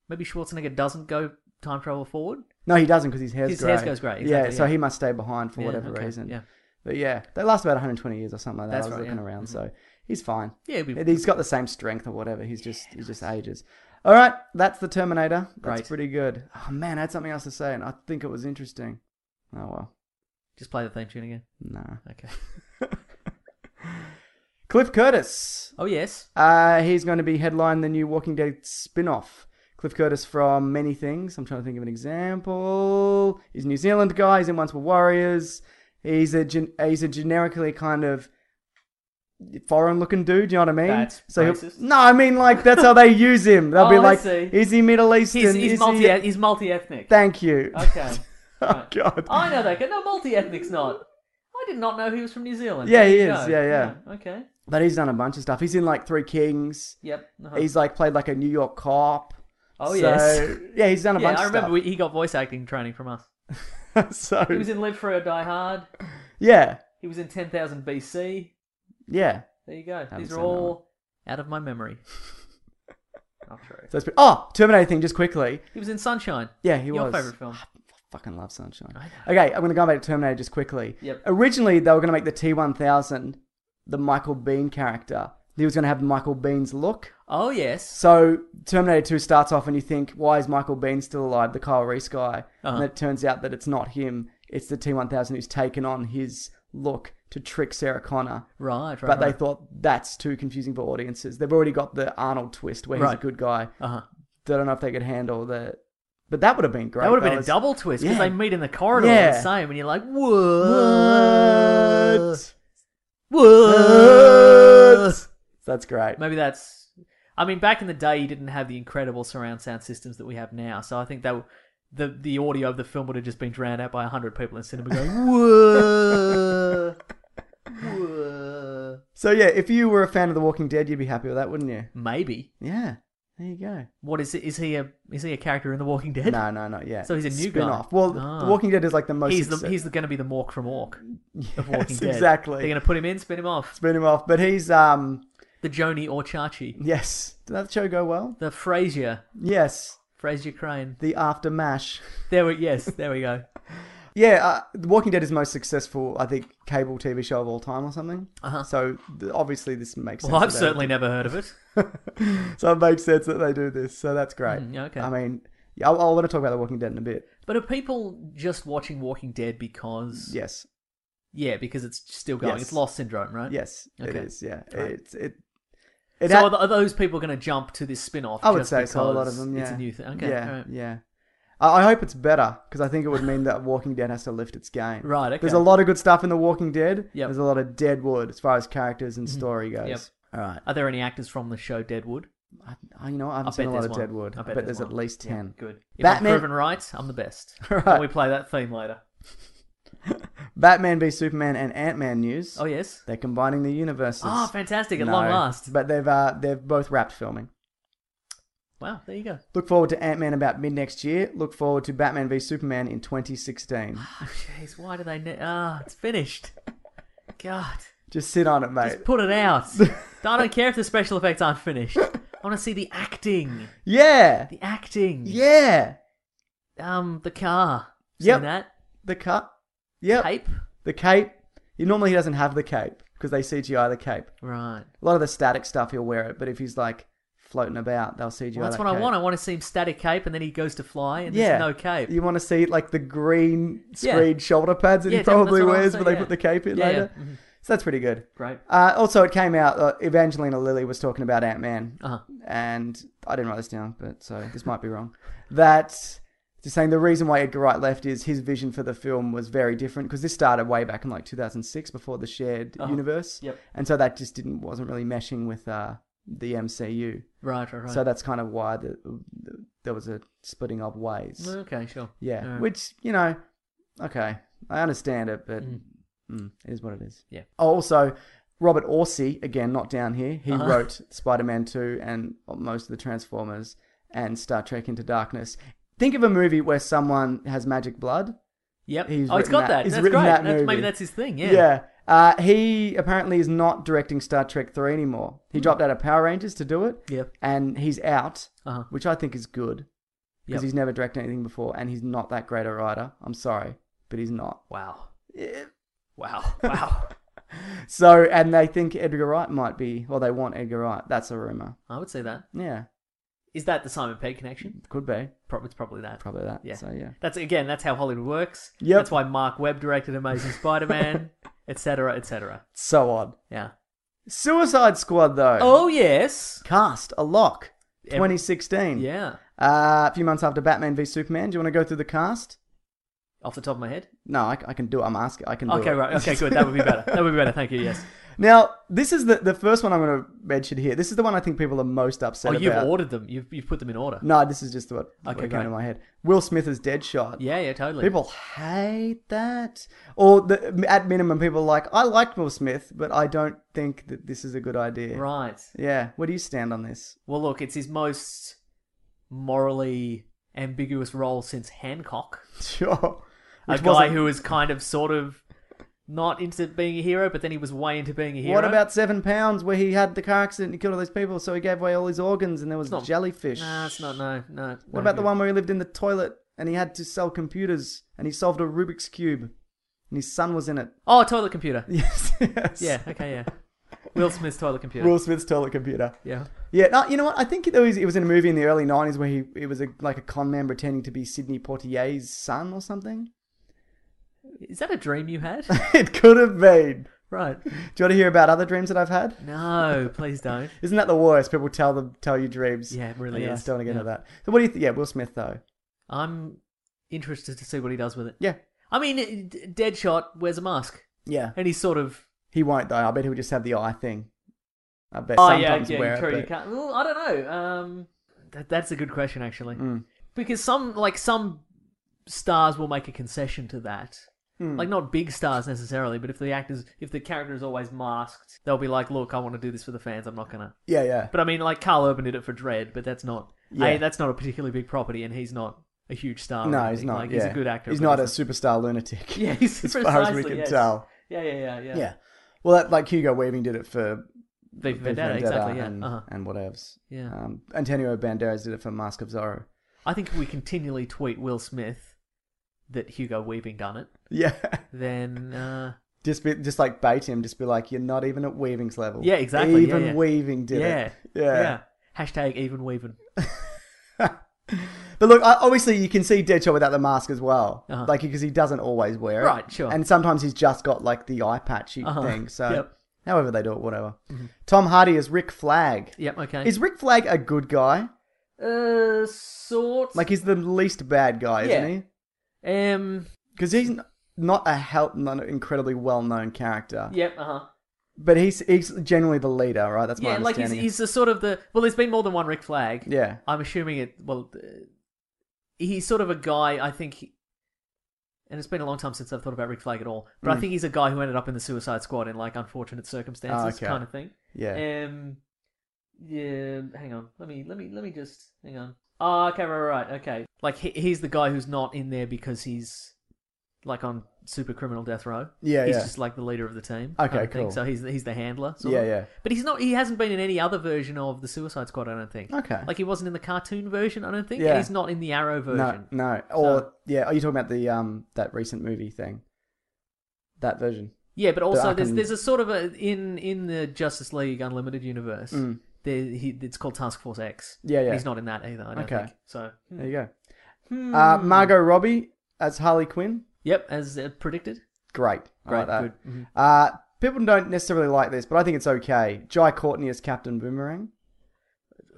maybe Schwarzenegger doesn't go time travel forward. No, he doesn't because his hair's His grey. hair's goes grey, yeah, exactly, so yeah. he must stay behind for Yeah, whatever okay, reason. Yeah. But yeah, they last about 120 years or something like that. That's I was right, looking yeah. Mm. around, so he's fine. Yeah, it'd be- And he's got the same strength or whatever. He's just he's just ages. All right, that's the Terminator. That's Great. pretty good. Oh man, I had something else to say, and I think it was interesting. Oh well, Just play the theme tune again. nah. Okay. Cliff Curtis. Oh yes. Oh, Uh, he's going to be headline the new Walking Dead spin-off. Cliff Curtis from many things. I'm trying to think of an example. He's a New Zealand guy. He's in Once Were Warriors. He's a gen- he's a generically kind of foreign looking dude. You know what I mean? That's he'll- racist. no, I mean like that's how they use him. They'll be Oh, I like, see. is he Middle Eastern? He's, he's Is multi He- he's multi ethnic. Thank you. Okay. oh God. I know that. guy. No, multi ethnic's not. I did not know he was from New Zealand. Yeah, There he you is. go. Yeah, yeah. Okay. But he's done a bunch of stuff. He's in like Three Kings. Yep. uh-huh. He's like played like a New York cop. oh So- yes. Yeah, he's done a Yeah, bunch. I of remember we, he got voice acting training from us. stuff. He so was in Live Free or Die Hard. yeah, He was in 10,000 BC. yeah. There you go. These seen are that all out of my memory. Not true. So it's pretty- oh Terminator thing just quickly. He was in Sunshine. Yeah, he Your was. Ah, favorite film. Fucking love Sunshine. I Okay, I'm gonna go back to Terminator just quickly. Yep. Originally, they were gonna make the T1000 the Michael Bean character. He was gonna have Michael Bean's look. Oh yes. So Terminator 2 starts off and you think, why is Michael Bean still alive? The Kyle Reese guy. Uh-huh. And it turns out that it's not him. It's the T1000 who's taken on his look to trick Sarah Connor. Right, right. But they right. thought that's too confusing for audiences. They've already got the Arnold twist where he's Right. a good guy. Uh-huh. They don't know if they could handle that. But that would have been great. That would have been a was- double twist because Yeah. they meet in the corridor and Yeah. the same, and you're like, What? what? What? So that's great. Maybe that's. I mean, back in the day, you didn't have the incredible surround sound systems that we have now. So I think that the the audio of the film would have just been drowned out by hundred people in cinema going, "Whoa, whoa." So yeah, if you were a fan of The Walking Dead, you'd be happy with that, wouldn't you? Maybe. Yeah. There you go. What is it? Is he a is he a character in The Walking Dead? No, no, not yet. So he's a new guy. Spin-off. Well, Ah. The Walking Dead is like the most. He's the success- he's going to be the Mork from Ork of Yes, Walking Dead. Exactly. They're going to put him in, spin him off. spin him off, but he's um The Joni Orchachi, yes. Did that show go well? the Frasier, Yes. Frasier Crane. The After Mash. There we yes, there we go. Yeah, uh, The Walking Dead is the most successful, I think, cable TV show of all time or something. Uh-huh. So th- obviously this makes sense. Well, I've that they- certainly never heard of it. So it makes sense that they do this. So that's great. Mm, okay. I mean, yeah, I, I want to talk about The Walking Dead in a bit. But are people just watching Walking Dead because Yes. yeah, because it's still going. Yes. It's Lost Syndrome, right? Yes, it Okay. is. Yeah, Right. it's it. It so ha- are, th- are those people going to jump to this spin-off? I would just say so. A lot of because them. Yeah, It's a new thing. Okay. Yeah, all right. yeah. I I hope it's better because I think it would mean that Walking Dead has to lift its game. Right, There's okay. a lot of good stuff in The Walking Dead. Yep. Mm-hmm. There's a lot of dead wood as far as characters and story goes. Yep. All right. Are there any actors from the show Deadwood? I, I, you know, what? I I haven't bet seen a lot there's of one. dead wood. I bet, there's at one. least Yeah, ten. good. If Batman- I'm proven right, I'm the best. Right. And we play that theme later. Batman v Superman and Ant Man news. Oh yes. They're combining the universes. Ah, fantastic! At No, long last. But they've uh, they've both wrapped filming. Wow, there you go. Look forward to Ant Man about mid next year. Look forward to Batman v Superman in 2016. Oh, Jeez, why do they? Ne- ah, it's finished. God, Just sit on it, mate. just put it out. I don't care if the special effects aren't finished. I want to see the acting. Yeah, The acting. yeah. Um, the car. Seen Yep. that The cut. Yep. cape. The cape. He normally he doesn't have the cape because they CGI the cape. Right. A lot of the static stuff he'll wear it, but if he's like floating about, they'll CGI. Well, that's that what I cape. want. I want to see him static cape, and then he goes to fly, and yeah, there's no cape. You want to see like the green Yeah. screen shoulder pads that Yeah, he that's what probably I wanna wears, say, but they yeah. put the cape in Yeah, later. yeah. Mhm. So that's pretty good. Great. Uh, also, it came out uh, Evangelina Lilly was talking about Ant Man, Uh-huh. and I didn't write this down, but so this might be wrong. That just saying the reason why Edgar Wright left is his vision for the film was very different because this started way back in like 2006 before the shared universe, Uh-huh. Yep. and so that just didn't wasn't really meshing with uh, the MCU. Right. Right. Right. So that's kind of why the, there was a splitting of ways. okay. Sure. Yeah, All right. which you know, okay, I understand it, but mm, it is what it is. Yeah. Also, Robert Orsi, again, not down here. He Uh-huh. wrote Spider-Man Two and most of the Transformers and Star Trek Into Darkness. Think of a movie where someone has magic blood. Yep. He's oh, it's written got that- that. he's That's written great. that that's, maybe movie. that's his thing. Yeah. Uh, he apparently is not directing Star Trek Three anymore. He dropped out of Power Rangers to do it. Hmm. Yep. And he's out, Uh-huh. which I think is good Yep. because he's never directed anything before, and he's not that great a writer. I'm sorry, but he's not. Wow. Wow. Wow. So, and they think Edgar Wright might be, well, they want Edgar Wright. That's a rumor. I would say that. Yeah, Is that the Simon Pegg connection? could be. Prob- It's probably that. Probably that. Yeah. So, yeah. That's again. That's how Hollywood works. Yep. That's why Mark Webb directed Amazing Spider-Man, etc., etc. So odd. Yeah. Suicide Squad, though. Oh yes. Cast a lock. Oh. ev- 2016. Yeah, Uh, a few months after Batman v Superman. Do you want to go through the cast? off the top of my head. No, I, I can do it. I'm asking. I can do Okay, it. right. Okay, good. That would be better. That would be better. Thank you. Yes. Now, this is the, the first one I'm going to mention here. This is the one I think people are most Oh, upset you've about. ordered them. You've you've put them in order. No, this is just what, what Okay, came great. to my head. Will Smith is Deadshot. Yeah, yeah, totally. People hate that. Or the, at minimum, people are like, I liked Will Smith, but I don't think that this is a good idea. Right. Yeah. Where do you stand on this? Well, look, it's his most morally ambiguous role since Hancock, Sure. a Which guy wasn't- who is kind of sort of not into being a hero, but then he was way into being a hero. What about Seven Pounds, where he had the car accident and he killed all those people, so he gave away all his organs and there was not- jellyfish? Nah, it's not. No, no. What about the one where he lived in the toilet and he had to sell computers and he solved a Rubik's Cube and his son was in it? Oh, toilet computer. Yes, yes. Yeah. Okay. Yeah. Will Smith's toilet computer. Will Smith's toilet computer. Yeah. Yeah, no, you know what? I think it was, it was in a movie in the early 90s where he it was a, like a con man pretending to be Sidney Poitier's son or something. Is that a dream you had? it could have been. right. Do you want to hear about other dreams that I've had? No, please don't. Isn't that the worst? People tell them tell you dreams. Yeah, it really Anyway, I is. don't want to get into Yeah. that. So what do you think? Yeah, Will Smith though. I'm interested to see what he does with it. Yeah, I mean, it- D- Deadshot wears a mask, yeah. and he's sort of. He won't though. I bet he'll just have the eye thing. I bet Oh yeah, sometimes yeah, wear true. it. you but- can't. Well, I don't know. Um, that, that's a good question actually, Mm. because some like some stars will make a concession to that. Hmm. Like not big stars necessarily, but if the actors, if the character is always masked, they'll be like, "Look, I want to do this for the fans. I'm not gonna." Yeah, yeah. But I mean, like Carl Urban did it for Dread, but that's not. Yeah. A, that's not a particularly big property, and he's not a huge star. or no, he's anything. not. Oh, Like, yeah. he's a good actor. He's but not a superstar lunatic. Yeah, he's as far as we precisely, can yes. tell. Yeah, yeah, yeah, yeah. Yeah. Well, that, like Hugo Weaving did it for V for V for Vendetta, exactly. Yeah. and, uh-huh. and whatevs. Yeah. Um, Antonio Banderas did it for Mask of Zorro. I think if we continually tweet Will Smith that Hugo Weaving done it, Yeah. then uh, Just be, just like bait him. Just be like, you're not even at Weaving's level. Yeah, exactly. Yeah, Even yeah. Weaving did yeah, it. Yeah. Hashtag even Weaving. But look, I, obviously you can see Deadshot without the mask as well, Uh-huh. like because he doesn't always wear it. Right, sure. And sometimes he's just got like the eye patchy Uh-huh. thing. So, Yep. however they do it, whatever. Tom Hardy is Rick Flag. Yep. Okay. Is Rick Flag a good guy? uh sort Like he's the least bad guy, Yeah. isn't he? um. Because he's n- not a help, not an incredibly well-known character. Yep. Uh huh. But he's he's generally the leader, right? That's my Yeah, like he's understanding. he's the sort of the well. There's been more than one Rick Flag. Yeah. I'm assuming it. Well, uh, he's sort of a guy. I think, he- and it's been a long time since I've thought about Rick Flag at all. But Hmm. I think he's a guy who ended up in the Suicide Squad in like unfortunate circumstances, Oh, okay. kind of thing. Yeah. Um. Yeah. Hang on. Let me. Let me. Let me just. Hang on. Ah. okay. Right. Right. right, Okay. Like he, he's the guy who's not in there because he's like on super criminal death row. Yeah, He's yeah. just like the leader of the team. Okay, kind of thing. cool. So he's he's the handler. Sort Yeah, of. yeah. But he's not. He hasn't been in any other version of the Suicide Squad. I don't think. Okay. Like he wasn't in the cartoon version. I don't think. Yeah. And he's not in the No, Arrow version. no. Or So- yeah, are you talking about the um that recent movie thing? That version. Yeah, but also Arkham- there's there's a sort of a in in the Justice League Unlimited universe. There, he, it's called Task Force X. Mm. Yeah, And yeah. he's not in that either. I don't Okay. think. So There you go. Hmm. Uh, Margot Robbie as Harley Quinn. Yep, as uh, predicted. Great. I like Great, that. good. Mhm. Uh, people don't necessarily like this, but I think it's okay. Jai Courtney as Captain Boomerang.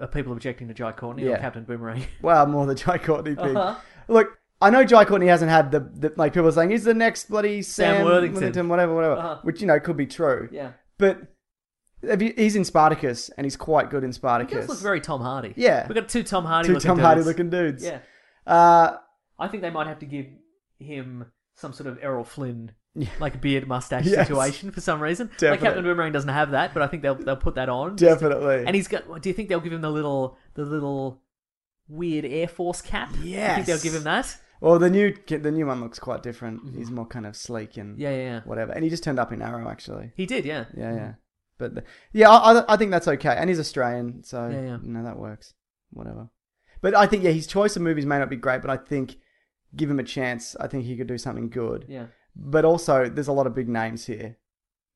Are people objecting to Jai Courtney or Yeah. Captain Boomerang? Well, more the Jai Courtney thing. Uh-huh. Look, I know Jai Courtney hasn't had the, the like people are saying he's the next bloody Sam, Worthington." Worthington. whatever, whatever, Uh-huh. which you know could be true. yeah. But if you, he's in Spartacus, and he's quite good in He Spartacus. does look very Tom Hardy. Yeah. We've got two Tom Hardy two looking Tom Hardy dudes. looking dudes. Yeah. Uh, I think they might have to give him some sort of Errol Flynn like beard mustache Yes. situation for some reason. Like Definitely. Captain Boomerang doesn't have that, but I think they'll they'll put that on. definitely. And he's got do you think they'll give him the little the little weird Air Force cap? I think Yes. they'll give him that. well, the new the new one looks quite different. He's more kind of sleek and Mm-hmm. Yeah, yeah, yeah. whatever. And he just turned up in Arrow actually. He did, yeah. Yeah, yeah. But the, yeah, I, I- I think that's okay. And he's Australian, so Yeah, yeah. you know that works. Whatever. But I think yeah, his choice of movies may not be great, but I think give him a chance. I think he could do something good. Yeah. But also, there's a lot of big names here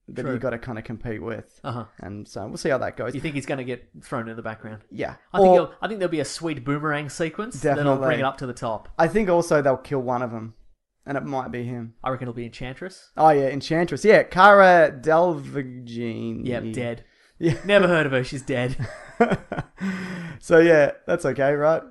that True. you got to kind of compete with, Uh huh. and so we'll see how that goes. You think he's going to get thrown in the background? yeah, I think Or- he'll, I think there'll be a sweet boomerang sequence that'll bring Definitely. it up to the top. I think also they'll kill one of them, and it might be him. I reckon it'll be Enchantress. Oh yeah, Enchantress. Yeah, Cara Delvingene. Yep, dead. Yeah. Never heard of her. She's dead. So yeah, that's okay, right?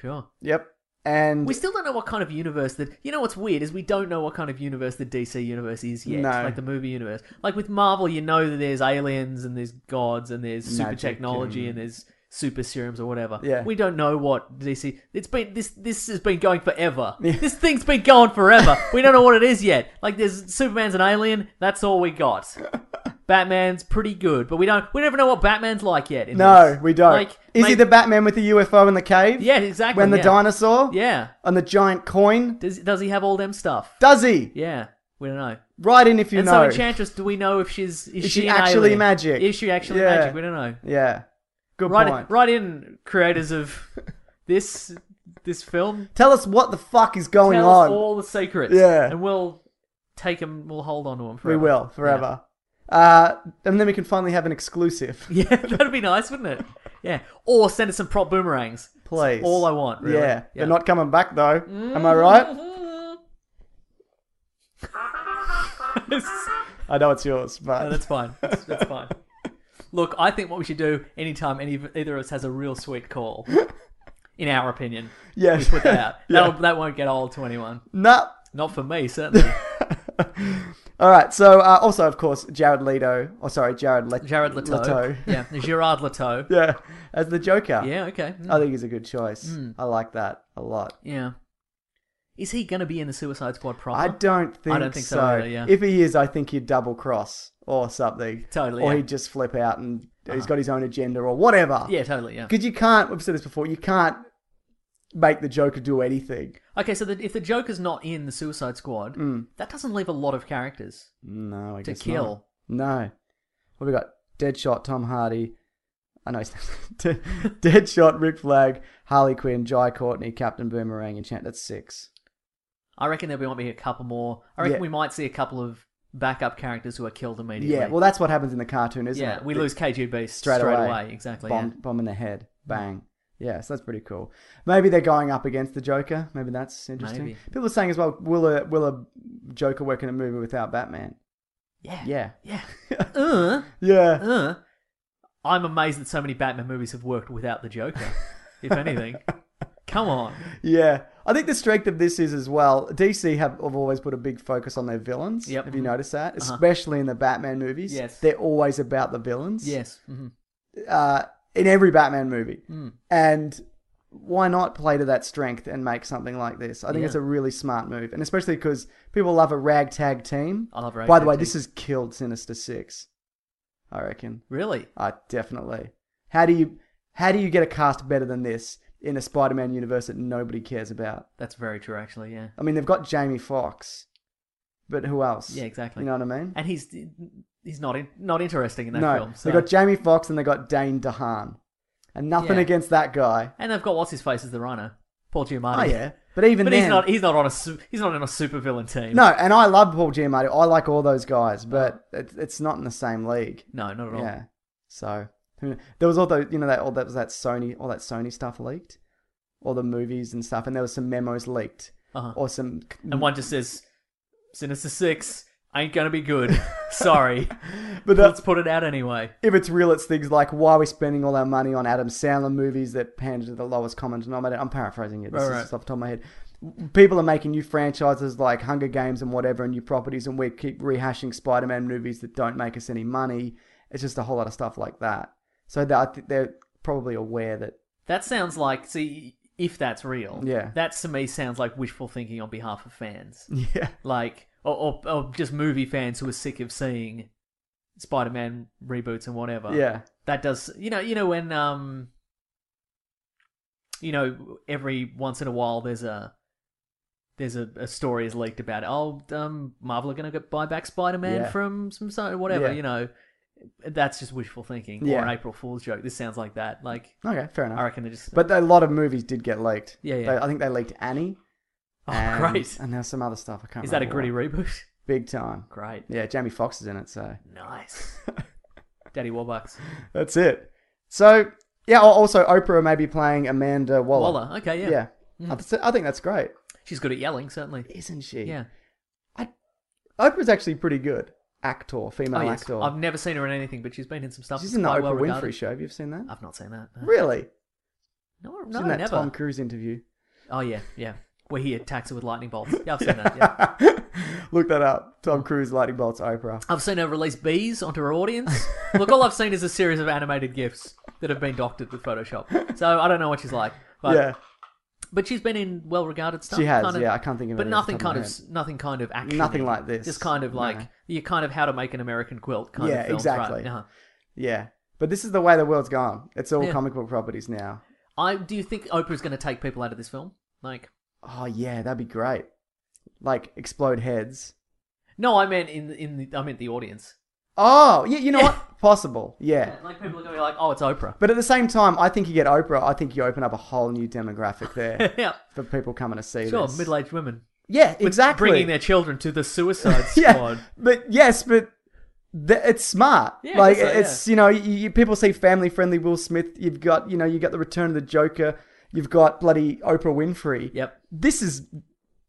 Sure. Yep. And We still don't know what kind of universe that. You know what's weird is we don't know what kind of universe the DC universe is yet. No. Like the movie universe. Like with Marvel, you know that there's aliens and there's gods and there's super Magic technology and- and there's super serums or whatever. Yeah. We don't know what DC. It's been this. This has been going forever. This thing's been going forever. we don't know what it is yet. Like there's Superman's an alien. That's all we got. Batman's pretty good, but we don't. We never know what Batman's like yet. in no, this. we don't. Like, Is he like- the Batman with the UFO in the cave? Yeah, exactly. When the yeah. dinosaur? Yeah. On the giant coin? Does does he have all them stuff? Does he? Yeah, we don't know. Write in if you and know. so Enchantress, do we know if she's is, Is she, she an actually alien? magic? Is she actually Yeah. magic? We don't know. yeah. Good Right, point. right in creators of this this film. Tell us what the fuck is going Tell on. us all the secrets. Yeah. and we'll take them. We'll hold on to them. we Forever. will forever. Uh, and then we can finally have an exclusive. Yeah, that'd be nice, wouldn't it? Yeah, or send us some prop boomerangs. That's Please. all I want. Really. Mm. Yeah. They're not coming back though. Am I right? I know it's yours, but No, that's fine. That's, that's fine. Look, I think what we should do anytime any either of us has a real sweet call, in our opinion, yeah. we put that out. Yeah. That'll, that won't get old to anyone. Nah. Not for me, certainly. All right. So uh, also, of course, Jared Leto. Oh, sorry, Jared Leto. Jared Leto. Yeah, Gerard Leto. yeah, as the Joker. Yeah, okay. Mm, I think he's a good choice. I like that a lot. Yeah. Is he going to be in the Suicide Squad proper? I don't think, I don't think so either, yeah. If he is, I think he'd double cross or something. Totally, Or yeah. Uh-huh. he'd just flip out and he's got his own agenda or whatever. Yeah, totally, yeah. Because you can't, we've said this before, you can't make the Joker do anything. Okay, so the, if the Joker's not in the Suicide Squad, that doesn't leave a lot of characters. No, Mm. I To guess kill. Not. No. What we got? Deadshot, Tom Hardy. I know. it's- De- Deadshot, Rick Flag, Harley Quinn, Jai Courtney, Captain Boomerang, and Chant. That's six. I reckon there might be a couple more. I reckon Yeah. we might see a couple of backup characters who are killed immediately. Yeah. Well, that's what happens in the cartoon, isn't yeah, it? we The lose KGB straight, away. Exactly. Bomb, yeah. Mm. bomb in the head. Bang. Yeah, so that's pretty cool. Maybe they're going up against the Joker. Maybe that's interesting. Maybe. People are saying as well, will a will a Joker work in a movie without Batman? Yeah. Yeah. Yeah. uh, Yeah. uh. I'm amazed that so many Batman movies have worked without the Joker, if anything. Come on. Yeah. I think the strength of this is as well. DC have, have always put a big focus on their villains. Yep. Mm-hmm. Uh-huh. Have you noticed that? Especially in the Batman movies. Yes. They're always about the villains. Yes. Mm-hmm. mhm. Uh, in every Batman movie. Hmm. And why not play to that strength and make something like this? I think Yeah. it's a really smart move. And especially because people love a ragtag team. I love By the ragtag way, team. this has killed Sinister Six. I reckon. Really? Uh, definitely. How do you how do you get a cast better than this in a Spider-Man universe that nobody cares about? That's very true, actually. Yeah. I mean, they've got Jamie Fox, but who else? Yeah, exactly. You know what I mean? And he's he's not in, not interesting in that no, film. So. they got Jamie Fox and they got Dane DeHaan, and nothing Yeah. against that guy. and they've got what's his face as the Rhino, Paul Giamatti. Oh yeah, but even But then, he's not he's not on a su- he's not in a supervillain team. no. And I love Paul Giamatti. I like all those guys, but it's it's not in the same league. No, not at all. Yeah. So who kn- there was all those, you know, that all that was that Sony, all that Sony stuff leaked, all the movies and stuff, and there was some memos leaked, Uh-huh. or some And one just says, "Sinister Six ain't gonna be good. Sorry, But that- let's put it out anyway." if it's real, it's things like why are we spending all our money on Adam Sandler movies that pander to the lowest common denominator? I'm paraphrasing it. This Right, is right. just off the top of my head. People are making new franchises like Hunger Games and whatever, and new properties, and we keep rehashing Spider-Man movies that don't make us any money. It's just a whole lot of stuff like that. So that I think they're probably aware that That sounds like see if that's real. Yeah. that to me sounds like wishful thinking on behalf of fans, yeah, like or, or, or just movie fans who are sick of seeing Spider-Man reboots and whatever. yeah, that does you know you know when um you know every once in a while there's a there's a, a story is leaked about oh um Marvel are gonna get buy back Spider Man Yeah. from some so- whatever Yeah. you know that's just wishful thinking or Yeah. an April Fool's joke. This sounds like that. Like okay, fair enough. I reckon they just But a lot of movies did get leaked. Yeah, yeah. They- I think they leaked Annie. oh and, great And there's some other stuff. I can't. is that a remember gritty what. reboot? Big time. great Yeah, Jamie Foxx is in it, so. nice. Daddy Warbucks. That's it. So yeah. al- Also, Oprah may be playing Amanda Waller. Waller. Okay, yeah. Mm-hmm. Yeah. I th- I think that's great, She's good at yelling, certainly. isn't she? Yeah. Oprah's actually pretty good actor, female Oh, yes. actor. I've never seen her in anything, but she's been in some stuff. She's that's in the quite Oprah Winfrey well regarded. Show. Have you seen that? I've not seen that. no. Really? No, It's no, in that never. Tom Cruise interview. Oh yeah, yeah. Where he attacks it with lightning bolts. Yeah, I've seen that. Yeah. Look that up. Mm. Tom Cruise lightning bolts Oprah. I've seen her release bees onto her audience. Look, all I've seen is a series of animated gifs that have been doctored with Photoshop. So I don't know what she's like. But, yeah, but she's been in well-regarded stuff. She has, Kind of, yeah, I can't think of But any off the nothing top kind of of, my nothing kind of action. Nothing like this. Just kind of like No. you kind of how to make an American quilt kind Yeah, of films, exactly. Right? Uh-huh. yeah. But this is the way the world's gone. It's all Yeah. comic book properties now. I do you think Oprah's going to take people out of this film? Like, Oh yeah, that'd be great. Like explode heads. no, I meant in in the, I meant the audience. Oh yeah, you know what? Possible. Yeah. Like people are going to be like, oh, it's Oprah. But at the same time, I think you get Oprah. I think you open up a whole new demographic there yeah, for people coming to see sure, this. middle-aged women Yeah, With exactly. bringing their children to the Suicide yeah, Squad. but yes, but th- it's smart. Yeah, I like guess so, it's you know you, you, people see family friendly Will Smith. You've got you know you got the Return of the Joker. You've got bloody Oprah Winfrey. Yep. This is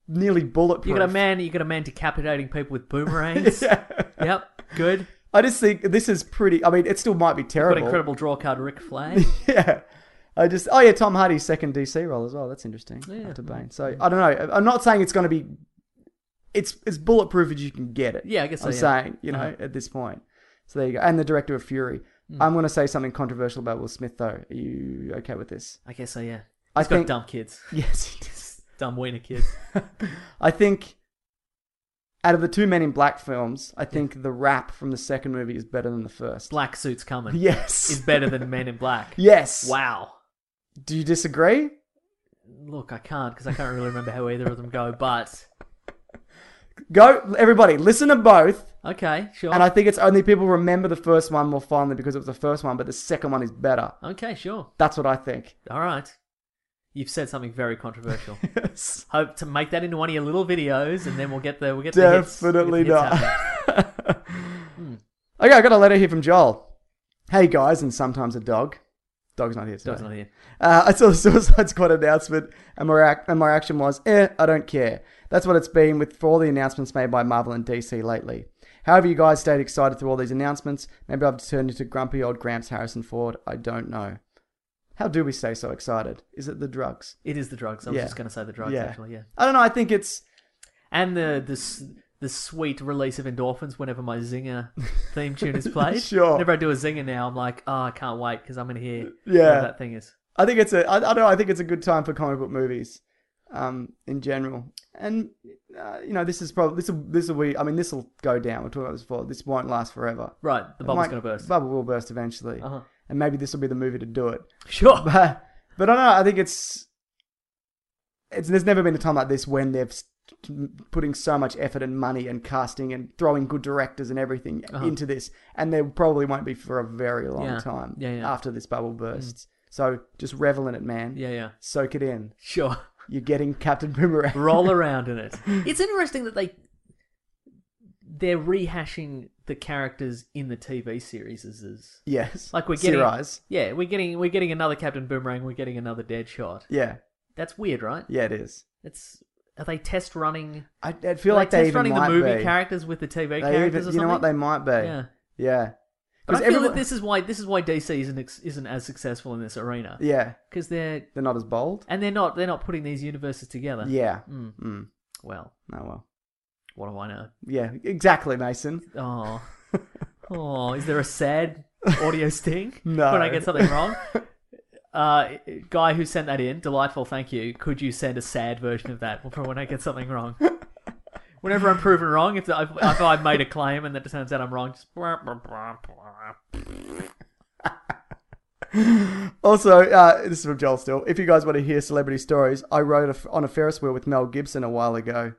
nearly bulletproof. You got a man. You got a man decapitating people with boomerangs. Yep. Good. I just think this is pretty. I mean, it still might be Got terrible. incredible draw card, Rick Flag. yeah. I just oh yeah, Tom Hardy's second DC role as well. That's interesting. After Bane. So I don't know. I'm not saying it's going to be. It's it's bulletproof as you can get it. Yeah, Uh-huh. I guess so, I'm yeah. saying you know at this point. So there you go. And the director of Fury. Hmm. I'm going to say something controversial about Will Smith though. Are you okay with this? I guess so. Yeah. I He's got think- dumb kids. Yes, it is. Dumb wiener kids. I think out of the two Men in Black films, I think the rap from the second movie is better than the first. Black suits coming. Yes. Is better than Men in Black. Yes. Wow. Do you disagree? Look, I can't because I can't really remember how either of them go. But Go everybody, listen to both. okay, sure. And I think it's only people remember the first one more fondly because it was the first one, but the second one is better. Okay, sure. That's what I think. All right. You've said something very controversial. Yes. Hope to make that into one of your little videos, and then we'll get the we'll get the hits- we'll get the Definitely hits not. out there. Okay, I got a letter here from Joel. Hey guys, and sometimes a dog. Dog's not here. Today. Dog's not here. Uh, I saw the Suicide Squad announcement, and my, reac- and my reaction was, eh, I don't care. That's what it's been with for all the announcements made by Marvel and DC lately. However, you guys stayed excited through all these announcements. Maybe I've turned into grumpy old Gramps Harrison Ford. I don't know. How do we stay so excited? Is it the drugs? It is the drugs. I was Yeah. just going to say the drugs actually. Yeah. I don't know. I think it's and the the s- the sweet release of endorphins whenever my Zinger theme tune is played. Sure. Whenever I do a Zinger now, I'm like, oh, I can't wait because I'm gonna hear Yeah. whatever that thing is. I think it's a I, I don't know, I think it's a good time for comic book movies, um, in general. And uh, you know, this is probably this will this will be. I mean, this will go down. We talked about this before. This won't last forever. Right, the It bubble's might- gonna burst. Bubble will burst eventually, Uh-huh. and maybe this will be the movie to do it. Sure. But but I don't know. I think it's it's there's never been a time like this when they've s- putting so much effort and money and casting and throwing good directors and everything into this, and there probably won't be for a very long Uh-huh. Yeah. time Yeah, yeah. Mm. after this bubble bursts. So just revel in it, man. yeah, yeah. Soak it in. Sure. You're getting Captain Boomerang. Roll around in it. It's interesting that they they're rehashing the characters in the TV series. Is, is yes. like we're getting Sirius. yeah, we're getting we're getting another Captain Boomerang. We're getting another Deadshot. Yeah. That's weird, right? Yeah, it is. It's are they test running? I, I feel are like they test even running the might movie be. characters with the TV They characters even- or something. you know what? They might be. Yeah. Yeah. But 'Cause I feel everyone- that this is why this is why DC isn't ex- isn't as successful in this arena Yeah. because they're They're not as bold. and they're not they're not putting these universes together. Yeah. Mm. Mm. Well, Oh well. what do I know? Yeah, exactly, Mason. Oh, oh, is there a sad audio sting No. when I get something wrong? Uh, guy who sent that in, delightful. Thank you. Could you send a sad version of that for when I get something wrong? Whenever I'm proven wrong, if I if I made a claim and it turns out I'm wrong, just Also, uh, this is from Joel still. If you guys want to hear celebrity stories, I rode a, on a Ferris wheel with Mel Gibson a while ago.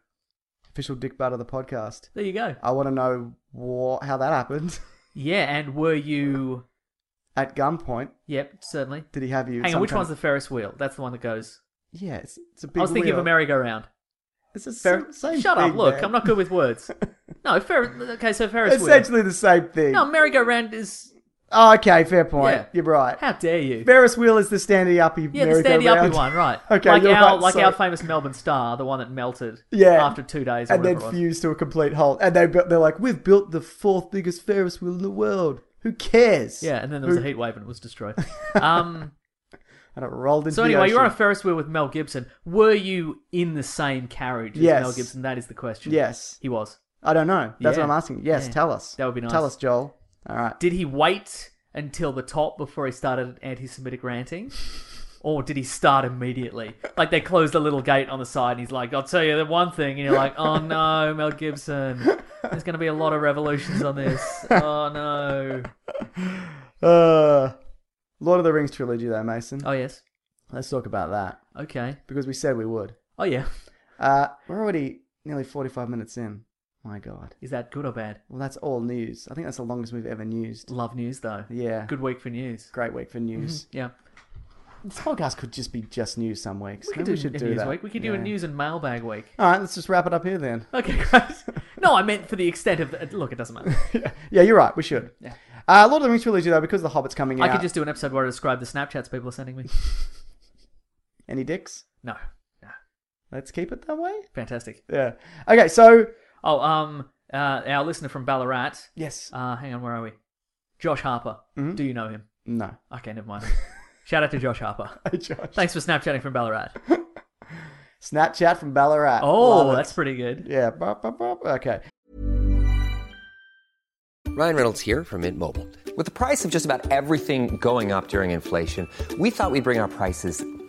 Official dick butt of the podcast. there you go. I want to know what, how that happened Yeah, and were you? at gunpoint. Yep, certainly. Did he have you? Hang on, which one's the? the Ferris wheel? That's the one that goes. Yeah, it's, it's a big. I was thinking wheel. of a merry-go-round. It's the Fer- same, same Shut up! thing, Look, man. I'm not good with words. No, Ferris. Okay, so Ferris wheel. Essentially the same thing. No, merry-go-round is. Oh, okay, fair point. Yeah. You're right. How dare you? Ferris wheel is the standy uppy. yeah, the standy uppy one, right? Okay, like you're our right, like sorry. our famous Melbourne Star, the one that melted. Yeah. After two days, or and then whatever it was. fused to a complete halt. And they bu- they're like, we've built the fourth biggest Ferris wheel in the world. Who cares? Yeah, and then there was a heat wave and it was destroyed. Um, and it rolled into So the anyway, you're on a ocean. Ferris wheel with Mel Gibson. Were you in the same carriage as Yes. Mel Gibson? That is the question. Yes. He was. I don't know. That's Yeah. what I'm asking. Yes, Yeah. tell us. That would be nice. Tell us, Joel. All right. Did he wait until the top before he started anti-Semitic ranting? Or did he start immediately? Like they closed a little gate on the side and he's like, I'll tell you the one thing. And you're like, oh no, Mel Gibson. There's going to be a lot of revolutions on this. Oh no. Uh, Lord of the Rings trilogy, though, Mason. Oh yes. Let's talk about that Okay. because we said we would. Oh yeah. Uh, we're already nearly 45 minutes in. My God. Is that good or bad? Well, that's all news. I think that's the longest we've ever newsed. Love news though. Yeah. Good week for news. Great week for news. Yeah. This podcast could just be just news some weeks. Mm-hmm. We could Maybe do, we should a do news that. week. We could do a Yeah. news and mailbag week. All right, let's just wrap it up here then. Okay, great. No, I meant for the extent of the, look. It doesn't matter. yeah, you're right. We should. Yeah. Uh, Lord of the Rings trilogy though, because the Hobbit's coming I out. could just do an episode where I describe the Snapchats people are sending me. Any dicks? No, Let's keep it that way. fantastic. Yeah. Okay. So Oh, um, uh, our listener from Ballarat. yes. Uh, hang on, where are we? Josh Harper. Mm-hmm. Do you know him? No. Okay, never mind. Shout out to Josh Harper. Hey, Josh. Thanks for Snapchatting from Ballarat. Snapchat from Ballarat. Oh, Love it. that's pretty good. yeah. Bop, bop, bop. Okay. Ryan Reynolds here from Mint Mobile. With the price of just about everything going up during inflation, we thought we'd bring our prices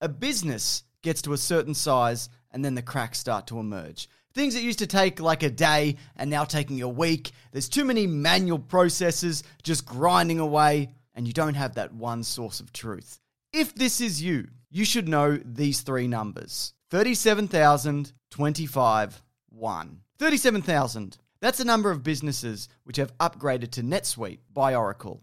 A business gets to a certain size, and then the cracks start to emerge. Things that used to take like a day are now taking a week. There's too many manual processes just grinding away, and you don't have that one source of truth. If this is you, you should know these three numbers 37,025 one. 37,000. That's the number of businesses which have upgraded to NetSuite by Oracle.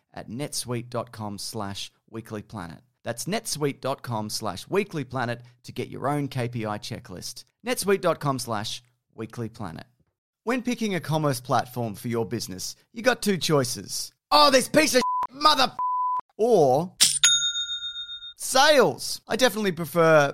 at netsuite.com slash weeklyplanet. That's netsuite.com slash weeklyplanet to get your own KPI checklist. netsuite.com slash weeklyplanet. When picking a commerce platform for your business, you got two choices. Oh, this piece of mother or sales. I definitely prefer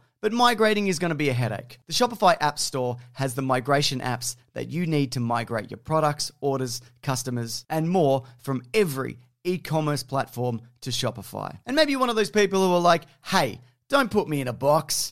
But migrating is going to be a headache. The Shopify App Store has the migration apps that you need to migrate your products, orders, customers, and more from every e commerce platform to Shopify. And maybe you're one of those people who are like, hey, don't put me in a box.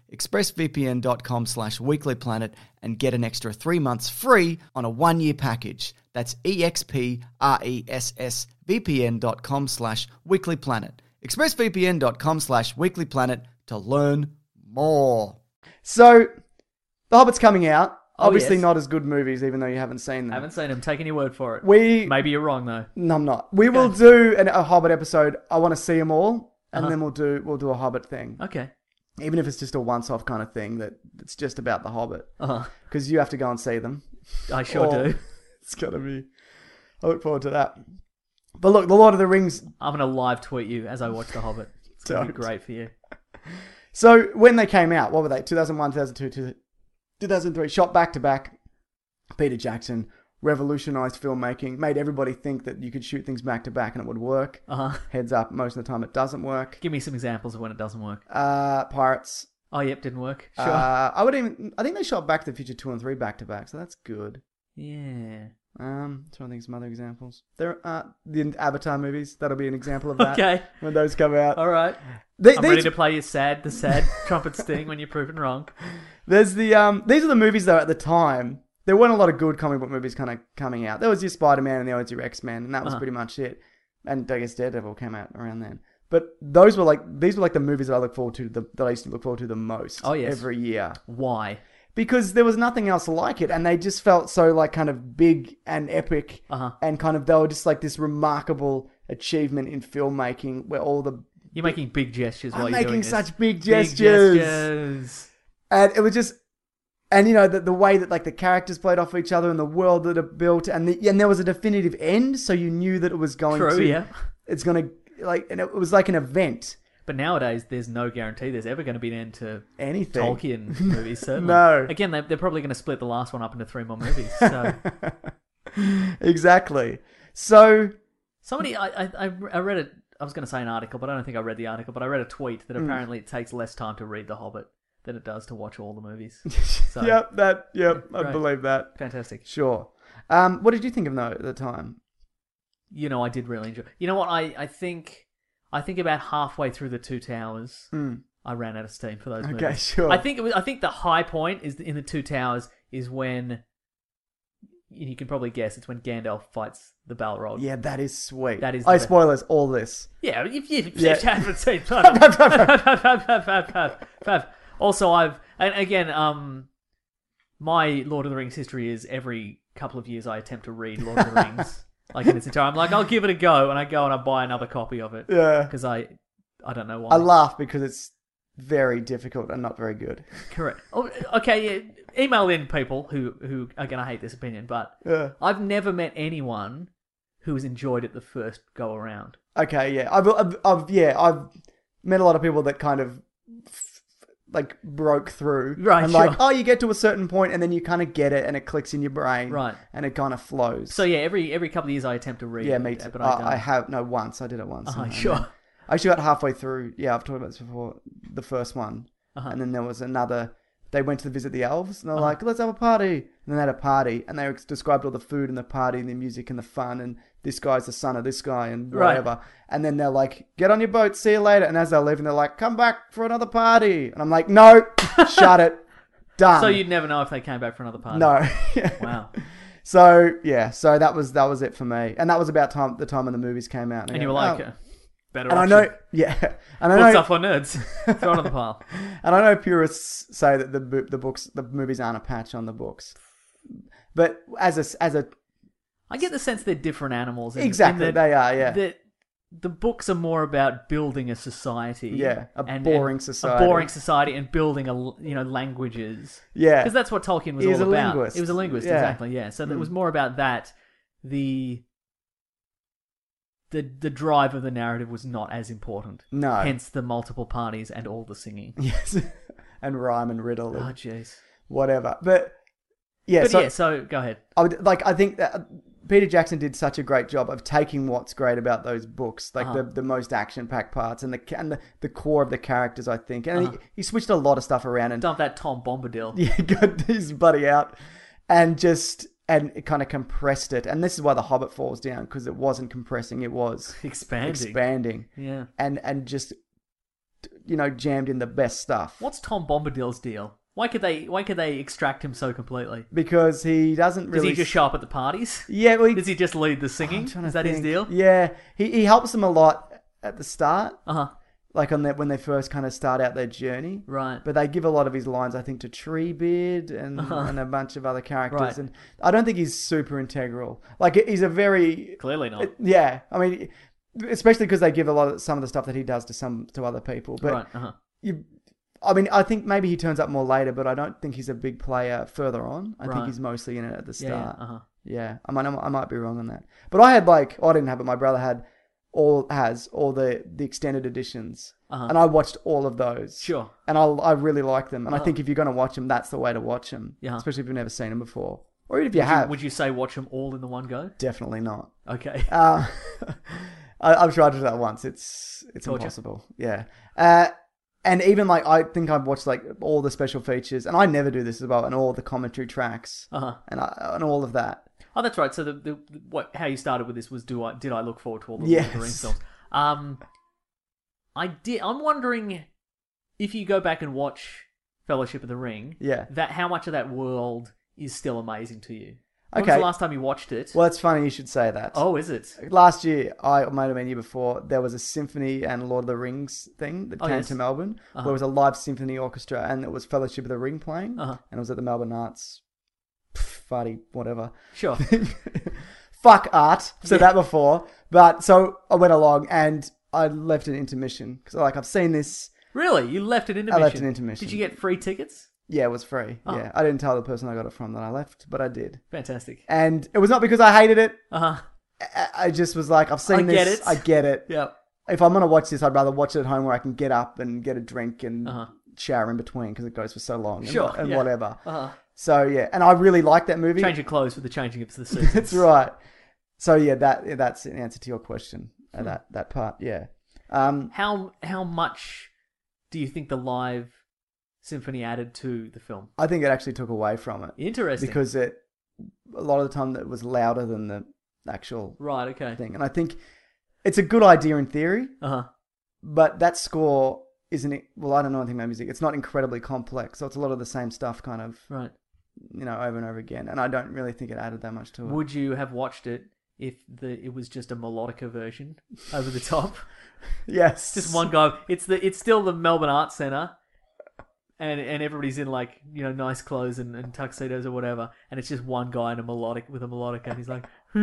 expressvpn.com slash weeklyplanet, and get an extra three months free on a one-year package. That's E expressvpn.com slash weeklyplanet. expressvpn.com slash weeklyplanet to learn more. So, The Hobbit's coming out. Oh, Obviously, yes. not as good movies, even though you haven't seen them. I haven't seen him. Taking your word for it. We- Maybe you're wrong though. No, I'm not. We will do an, a Hobbit episode. I want to see them all, and Uh-huh. then we'll do we'll do a Hobbit thing, Okay. even if it's just a once-off kind of thing that it's just about the Hobbit, Uh-huh. because you have to go and see them. I sure Oh. do. It's gonna be. I look forward to that. But look, the Lord of the Rings. I'm gonna live tweet you as I watch The Hobbit. It's gonna be Don't. great for you. So when they came out, what were they? 2001, 2002, 2003. Shot back to back. Peter Jackson revolutionized filmmaking, made everybody think that you could shoot things back to back and it would work. Uh huh. Heads up, most of the time it doesn't work. Give me some examples of when it doesn't work. Uh, Pirates, Oh, yep, didn't work. Sure. Uh, I would even. I think they shot Back to the Future two and three back to back, so that's good. yeah. Um, trying to think of some other examples. There are the Avatar movies. That'll be an example of that. Okay. When those come out, All right. They- I'm these- ready to play your sad, the sad trumpet sting when you're proven wrong. there's the um. These are the movies though. At the time, there weren't a lot of good comic book movies kind of coming out. There was your Spider Man and there was your X Men, and that was Uh-huh. pretty much it. And I guess Daredevil came out around then. But those were like these were like the movies that I look forward to the, that I used to look forward to the most. Oh, yes. every year. Why? because there was nothing else like it and they just felt so like kind of big and epic Uh-huh. and kind of they were just like this remarkable achievement in filmmaking where all the You're making big gestures while I'm you're doing making this. such big Big gestures. gestures. and it was just and you know the, the way that like the characters played off each other and the world that it built and the, and there was a definitive end so you knew that it was going True, to yeah. it's going to like and it was like an event But nowadays, there's no guarantee there's ever going to be an end to anything Tolkien movies, certainly. No. Again, they, they're probably going to split the last one up into three more movies. So exactly so somebody, I, I, I I read it. I was going to say an article, but I don't think I read the article. But I read a tweet Hmm. that apparently it takes less time to read The Hobbit than it does to watch all the movies. So, yep that yep i Right. believe that fantastic. Sure. Um, what did you think of them, though at the time? you know, I did really enjoy. You know what? I, I think I think about halfway through the Two Towers, I ran out of steam for those. Hmm. Okay, movies. sure. I think it was, I think the high point is in the Two Towers is when you can probably guess it's when Gandalf fights the Balrog. Yeah, that is sweet. That is I the best. spoilers all this. yeah. If you, if Yeah. you haven't seen, also I've and again um my Lord of the Rings history is every couple of years I attempt to read Lord of the Rings. Like in its entire, I'm like, I'll give it a go, and I go and I buy another copy of it Yeah. because I, I don't know why. I laugh because it's very difficult and not very good. Correct. Oh, okay, yeah. email in people who who are going to hate this opinion, but Yeah. I've never met anyone who has enjoyed it the first go around. Okay, yeah, I've, I've, I've yeah, I've met a lot of people that kind of f- like broke through, Right, And sure. like, oh, you get to a certain point, and then you kind of get it, and it clicks in your brain, Right. And it kind of flows. So yeah, every every couple of years I attempt to read. yeah, it, me too. But I, I don't. I have no once. I did it once. Uh-huh, and- and sure. then- I actually got halfway through. Yeah, I've talked about this before. The first one, Uh-huh. and then there was another. They went to visit the elves, and they're like, "Let's have a party." And then they had a party, and they ex- described all the food and the party and the music and the fun, and this guy's the son of this guy and Right. whatever. And then they're like, "Get on your boat, see you later." And as they're leaving, they're like, "Come back for another party," and I'm like, "No, shut it, done." So you'd never know if they came back for another party. Um, no. Wow. So yeah, so that was that was it for me, and that was about time the time when the movies came out. I And go, you were like, "Oh." uh, better. and I option. know, yeah, and I know What's up for nerds? Throw it on the pile. And I know purists say that the bo- the books the movies aren't a patch on the books, but as a as a I get the sense they're different animals. in- in exactly that- they are yeah the the books are more about building a society. Yeah, a boring society. A boring society and building a l- you know languages. yeah Because that's what Tolkien was He was all a about. linguist. He was a linguist, Yeah. Mm. exactly. Yeah. So it was more about that. The the the drive of the narrative was not as important. No. Hence the multiple parties and all the singing. yes and rhyme and riddle Oh and jeez. whatever. But yeah, but so yeah, so go ahead. I would, like I think that uh, Peter Jackson did such a great job of taking what's great about those books, like the, the most action packed parts and the ca- and the, the core of the characters. I think, and he, he switched a lot of stuff around and Dump that Tom Bombadil. yeah, got his buddy out and just and it kind of compressed it. And this is why the Hobbit falls down because it wasn't compressing; it was Expanding. expanding Yeah. and and just you know jammed in the best stuff. What's Tom Bombadil's deal? Why could they why could they extract him so completely? Because he doesn't Does really. he just show up at the parties? Yeah, well, he, Does he just lead the singing? I'm trying to Is that his think. deal? Yeah, he he helps them a lot at the start, Uh huh. like on their when they first kind of start out their journey. Right. But they give a lot of his lines, I think, to Treebeard and and a bunch of other characters. Right. And I don't think he's super integral. Like he's a very Clearly not. yeah. I mean, especially because they give a lot of some of the stuff that he does to some to other people. But right. Uh huh. you, I mean, I think maybe he turns up more later, but I don't think he's a big player further on. I Right. think he's mostly in it at the Yeah. start. yeah uh huh. Yeah, I might, I might be wrong on that. But I had like, oh, I didn't have it. My brother had all has all the the extended editions, Uh-huh. and I watched all of those. Sure. Oh. And I I really like them, and I think if you're gonna watch them, that's the way to watch them. Yeah. Especially if you've never seen them before, or even if you Would you- have. would you say watch them all in the one go? Definitely not. Okay. Uh, I, I've tried to do that once. It's it's Torture. impossible. Yeah. Uh, and even like I think I've watched like all the special features, and I never do this as well, and all the commentary tracks, Uh-huh. and I, and all of that. Oh, that's right. So the, the what how you started with this was do I did I look forward to all the Lord of the Rings Yes. films? Um, I did. I'm wondering if you go back and watch Fellowship of the Ring, Yeah. that how much of that world is still amazing to you? When was Okay. the last time you watched it? Well, it's funny you should say that. Oh, is it? Last year, I or might have been the year before, there was a symphony and Lord of the Rings thing that Oh, came yes. to Melbourne. Where it was a live symphony orchestra, and it was Fellowship of the Ring playing, Uh-huh. and it was at the Melbourne Arts, pff, farty whatever. Sure. fuck art. I've said that before. But so I went along and I left an intermission because like I've seen this. really? You left an intermission. left an intermission. Did you get free tickets? Yeah, it was free. Oh. Yeah, I didn't tell the person I got it from that I left, but I did. Fantastic. And it was not because I hated it. Uh huh. I- I just was like, I've seen I this. get it. I get it. Yeah. If I'm gonna watch this, I'd rather watch it at home where I can get up and get a drink and Uh-huh. shower in between because it goes for so long. and- Sure, And, yeah. whatever. Uh-huh. So yeah, and I really like that movie. Change your clothes for the changing of the seasons. That's right. So yeah, that yeah, that's an answer to your question. uh, Hmm. That that part, yeah. Um, How how much do you think the live symphony added to the film? I think it actually took away from it Interesting. because it a lot of the time it was louder than the actual right, okay. thing, and I think it's a good idea in theory, Uh huh. but that score isn't. Well, I don't know anything about music. It's not incredibly complex, so it's a lot of the same stuff, kind of Right. you know over and over again. And I don't really think it added that much to it. Would you have watched it if the it was just a melodica version over the top? yes, just one guy. It's the it's still the Melbourne Arts Centre. and and everybody's in like you know nice clothes and, and tuxedos or whatever, and it's just one guy in a melodic with a melodic, and he's like,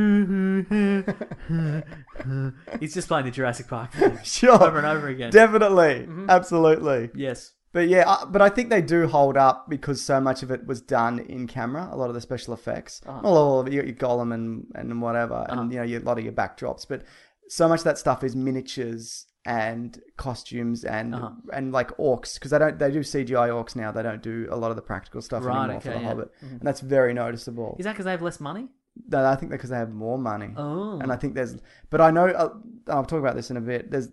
he's just playing the Jurassic Park theme Sure. over and over again. Mm-hmm. Definitely. Absolutely. yes, But yeah, I, but I think they do hold up because so much of it was done in camera. A lot of the special effects, Uh-huh. not all of it, you got your golem and and whatever, and you know your, a lot of your backdrops. But so much of that stuff is miniatures and costumes and Uh-huh. and like orcs because they don't they do CGI orcs now. They don't do a lot of the practical stuff Right, anymore for okay, the yeah. Mm-hmm. Hobbit, and that's very noticeable. is that because they have less money? No, I think because they have more money. Oh. And I think there's, but I know uh, I'll talk about this in a bit. There's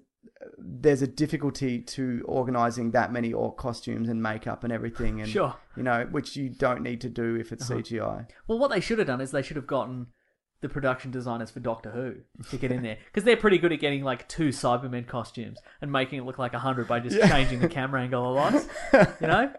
there's a difficulty to organizing that many orc costumes and makeup and everything, and Sure. Uh-huh. you know, which you don't need to do if it's CGI. Well, what they should have done is they should have gotten the production designers for Doctor Who to get in there because they're pretty good at getting like two Cybermen costumes and making it look like a hundred by just changing the camera angle a lot. You know,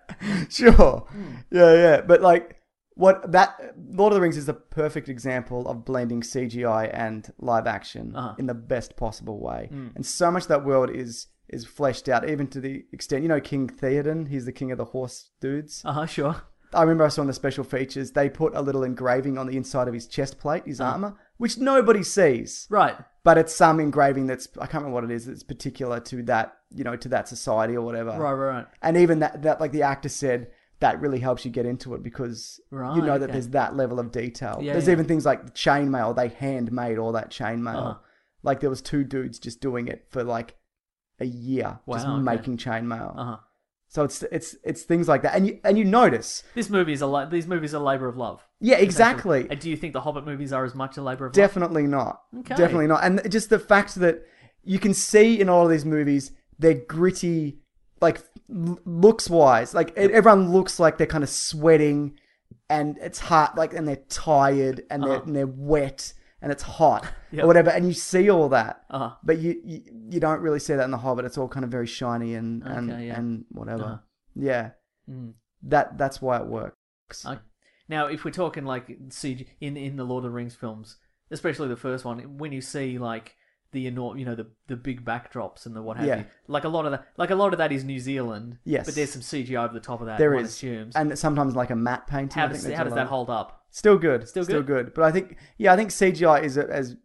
Sure, Hmm. yeah, yeah, but like what that Lord of the Rings is the perfect example of blending CGI and live action Uh-huh. in the best possible way, Hmm. and so much of that world is. Is fleshed out even to the extent you know King Theoden. He's the king of the horse dudes. uh huh, sure. I remember I saw in the special features they put a little engraving on the inside of his chest plate, Mm. his armor, which nobody sees. Right. But it's some engraving that's I can't remember what it is. It's particular to that you know to that society or whatever. Right, right, right. And even that that like the actor said that really helps you get into it because Right, you know that okay. there's that level of detail. Yeah, there's yeah. even things like chainmail. They handmade all that chainmail. Uh-huh. Like there was two dudes just doing it for like a year, just Wow, okay. making chainmail. Uh-huh. So it's it's it's things like that, and you and you notice This movie is a li- these movies are labor of love. Yeah, essentially. exactly. And do you think the Hobbit movies are as much a labor of Definitely not. Okay. Definitely not. And just the fact that you can see in all of these movies, they're gritty, like l- looks wise. Like e- everyone looks like they're kind of sweating, and it's hot. Like and they're tired, and Uh-huh. they're and they're wet, and it's hot or whatever. And you see all that, Uh-huh. but you, you you don't really see that in the Hobbit. It's all kind of very shiny and and Okay, yeah. and whatever. Uh-huh. Yeah. Mm. That that's why it works. love? I- now, if we're talking like CG in in the Lord of the Rings films, especially the first one, when you see like the enor- you know the the big backdrops and the what have Yeah. you, like a lot of that, like a lot of that is New Zealand. Yes. but there's some CGI over the top of that. there one is, assumes. and sometimes like a matte painting. I how think does they how do a does lot that of- hold up? Still good. Still Still good. But I think, yeah, I think CGI is at- as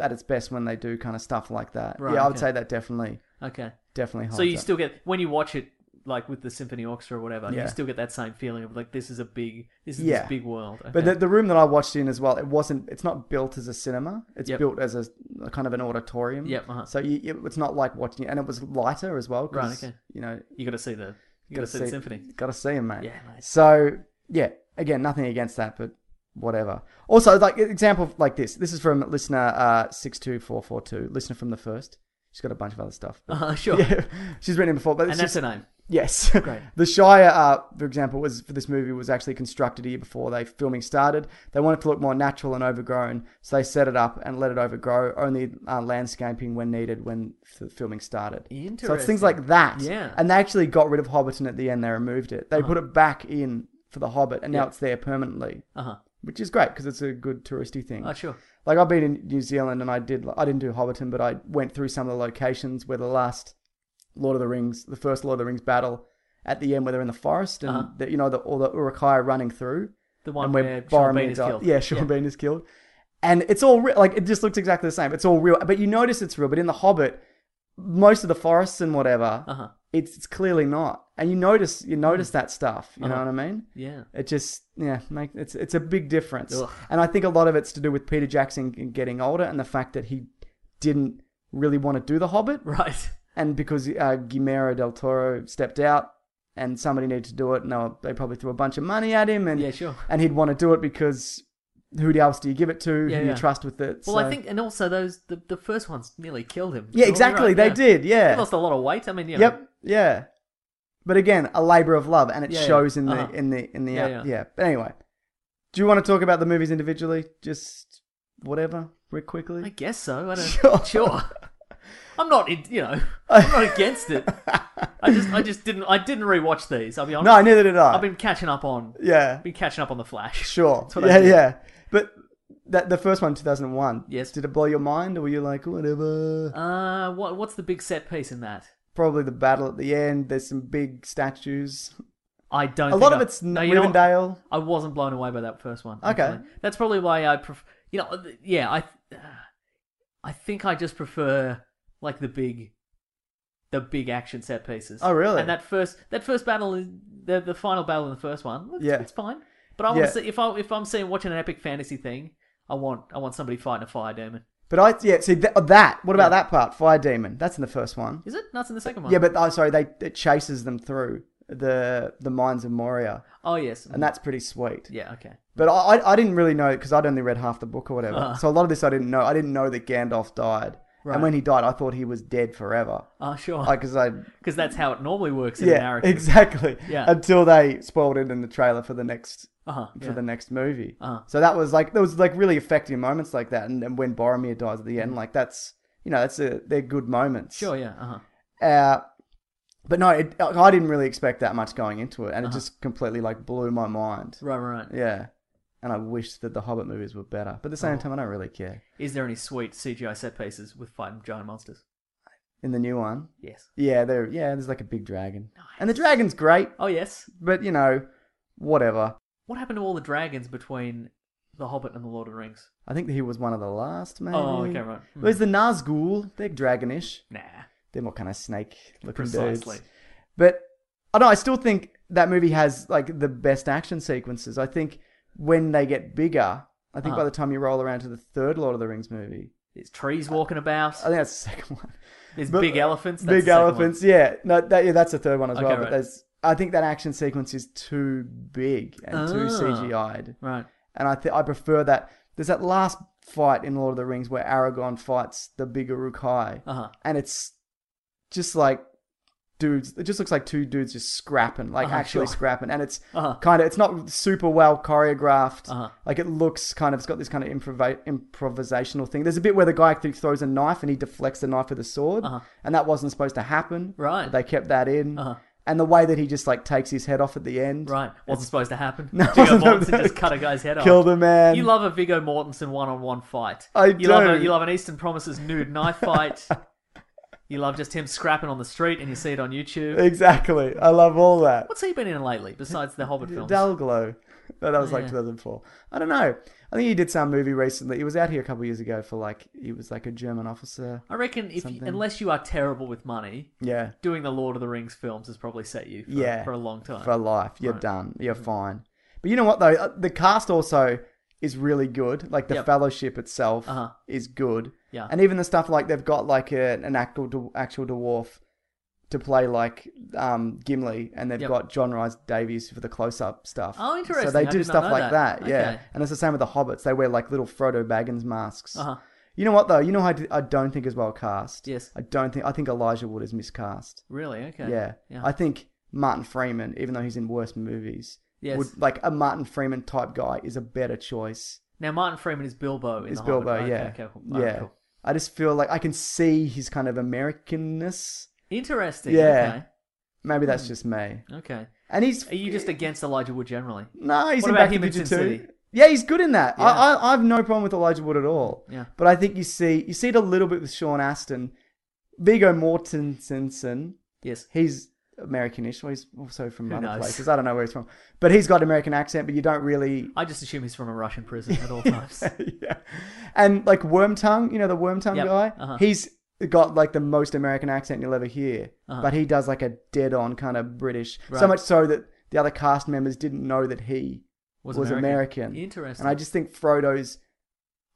at its best when they do kind of stuff like that. Right, yeah, I would okay. say that definitely, Okay, definitely holds so you up. still get when you watch it like with the symphony orchestra or whatever, Yeah. you still get that same feeling of like this is a big this is Yeah. this big world. But Okay. the, the room that I watched in as well, it wasn't. It's not built as a cinema. It's Yep. built as a, a kind of an auditorium. Yep, uh-huh. So you, you, it's not like watching it, and it was lighter as well. 'cause, Right, okay. You know, you got to see the you got to see the symphony. Got to see him, mate. Yeah, mate. So yeah, again, nothing against that, but whatever. Also, like example like this. This is from listener uh, six two four four two, listener from the first. She's got a bunch of other stuff. but- Uh, sure. Yeah, she's written it before, but it's And just- that's her name. Yes. Great. the Shire, uh, for example, was for this movie was actually constructed a year before they filming started. They wanted it to look more natural and overgrown, so they set it up and let it overgrow, only uh, landscaping when needed when f- filming started. So it's things Interesting. like that. Yeah. And they actually got rid of Hobbiton at the end. They removed it. They put it back in for the Hobbit, and now it's there permanently, Uh huh. which is great because it's a good touristy thing. Oh, sure. Like I've been in New Zealand and I did I didn't do Hobbiton, but I went through some of the locations where the last Lord of the Rings, the first Lord of the Rings battle at the end where they're in the forest and Uh-huh. the, you know the, all the Urukai are running through The one and where where Sean Boromir Bean is died. killed. Yeah, Sean Bean is killed. And it's all real. Like it just looks exactly the same. It's all real, but you notice it's real. But in the Hobbit, most of the forests and whatever, Uh huh. it's, it's clearly not. And you notice you Hmm. notice that stuff. You Uh-huh. know what I mean? Yeah. It just yeah, make, it's it's a big difference, Ugh. and I think a lot of it's to do with Peter Jackson g- getting older and the fact that he didn't really want to do The Hobbit, Right. and because uh, Guillermo del Toro stepped out, and somebody needed to do it, and they, were- they probably threw a bunch of money at him, and Yeah, sure. and he'd want to do it because who else do you give it to? Yeah, who do yeah. you trust with it? Well, So- I think, and also those the, the first ones nearly killed him. yeah, You're exactly, right, they yeah. did, yeah, He lost a lot of weight. I mean, you know, Yep. Yeah. But again, a labor of love, and it Yeah, yeah. shows in the Uh-huh. in the in the Yeah, yeah, yeah. yeah. But anyway, do you want to talk about the movies individually? Just whatever, real quickly. I guess so. I don't. Sure. Sure. I'm not, in, you know, I'm not against it. I just, I just didn't, I didn't rewatch these. I'll be honest. no, neither did I. I've been catching up on, yeah. I've been catching up on the Flash. Sure. That's what I yeah, do. yeah. But that the first one, two thousand one. Yes. Did it blow your mind, or were you like whatever? Uh, what, what's the big set piece in that? Probably the battle at the end. There's some big statues. I don't. A think lot I- of it's no, No, you know what? Rivendale. I wasn't blown away by that first one. Okay. actually. that's probably why I pref- You know, th- yeah, I, th- I think I just prefer like the big, the big action set pieces. Oh, really? And that first, that first battle is the the final battle in the first one. It's, Yeah. it's fine. But I want Yeah. to see if I if I'm seeing watching an epic fantasy thing, I want I want somebody fighting a fire demon. But I yeah. See th- that. What Yeah. about that part? Fire demon. That's in the first one. Is it? That's in the second one. Yeah, but oh, sorry. They it chases them through the the mines of Moria, oh yes, and that's pretty sweet. yeah okay. But I I- I didn't really know because I'd only read half the book or whatever. So a lot of this I didn't know. I didn't know that Gandalf died. Uh. Right. And when he died, I thought he was dead forever. Oh sure, Because I because that's how it normally works in a yeah narrative. exactly Yeah. until they spoiled it in the trailer for the next Uh-huh, for yeah. the next movie. Uh-huh. So that was like there was like really effective moments like that, and, and when Boromir dies at the end, like that's you know that's a, they're good moments. Mm. Sure, yeah, uh-huh. Uh, but no, it, I didn't really expect that much going into it, and it just completely like blew my mind. Uh-huh. right, right. right. Yeah, and I wish that the Hobbit movies were better, but at the Oh. same time, I don't really care. Is there any sweet CGI set pieces with fighting giant monsters? In the new one, Yes. yeah, there, yeah, there's like a big dragon, and the dragon's great, Oh yes. but you know, whatever. What happened to all the dragons between The Hobbit and The Lord of the Rings? I think he was one of the last, maybe. Oh, okay, right. Hmm. Where's the Nazgul? They're dragonish. Nah. They're more kind of snake-looking Precisely. dudes. But oh, I don't know. I still think that movie has like the best action sequences. I think when they get bigger, I think Uh-huh. by the time you roll around to the third Lord of the Rings movie, There's trees walking about. I think that's the second one. There's But- big elephants. That's big the second one. elephants. Yeah, no, that, yeah, that's the third one as Okay, well. right. But there's, I think that action sequence is too big and too Ah. CGI'd. Right. and I th- I prefer that. There's that last fight in Lord of the Rings where Aragorn fights the bigger Urukai, Uh-huh. and it's just like dudes. It just looks like two dudes just scrapping, like Uh-huh, actually sure. scrapping, and it's Uh-huh. kind of it's not super well choreographed. Uh-huh. Like it looks kind of it's got this kind of improv- improvisational thing. There's a bit where the guy actually throws a knife and he deflects the knife with a sword, Uh-huh. and that wasn't supposed to happen. Right. but they kept that in. Uh-huh. And the way that he just like takes his head off at the end, Right. Wasn't supposed to happen. No, Viggo wasn't supposed Mortensen to- just cut a guy's head off. Kill the man. You love a Viggo Mortensen one-on-one fight. I you Love a, do. you love an Eastern Promises nude knife fight. you love just him scrapping on the street, and you see it on YouTube. Exactly. I love all that. What's he been in lately besides the Hobbit films? Oh, Dalglow. No, that was like yeah. 2004. I don't know. I think he did some movie recently. He was out here a couple of years ago for like he was like a German officer. I reckon if Something. unless you are terrible with money, Yeah, doing the Lord of the Rings films has probably set you for, yeah. for a long time. For life, you're Right. Mm. done. You're fine. But you know what though? Uh, The cast also is really good. Like the Yep. Fellowship itself Uh-huh. is good. Yeah. and even the stuff like they've got like a, an actual d- actual dwarf to play like um, Gimli, and they've Yep. got John Rhys Davies for the close up stuff. Oh, interesting. So they I do did not stuff know like that. that, yeah. Okay. And it's the same with the hobbits. They wear like little Frodo Baggins masks. Uh-huh. You know what though? You know how I, d- I don't think is well cast. Yes. I don't think I think Elijah Wood is miscast. Really? Okay. Yeah. Yeah. I think Martin Freeman, even though he's in worse movies, Yes. would like a Martin Freeman type guy is a better choice. now Martin Freeman is Bilbo. In Is the Bilbo, Hobbit. Okay, yeah. Okay, cool. Alright, yeah. cool. I just feel like I can see his kind of Americanness. Interesting. Yeah. Maybe that's just me. Okay. Okay. And he's Hmm. Are you just against Elijah Wood generally? no, he's What in about Back him to in the Sin Future City? too. Yeah, he's good in that. Yeah. I, I I have no problem with Elijah Wood at all. Yeah. But I think you see you see it a little bit with Sean Astin, Vigo Mortensen. Yes. He's Americanish. Well, he's also from Who other knows? places. I don't know where he's from, but he's got an American accent. But you don't really. I just assume he's from a Russian prison at all times. yeah. And like Wormtongue, you know the Wormtongue Yep. guy. Uh-huh. He's got like the most American accent you'll ever hear, Uh-huh. but he does like a dead-on kind of British. So Right. much so that the other cast members didn't know that he was, American. Interesting. And I just think Frodo's.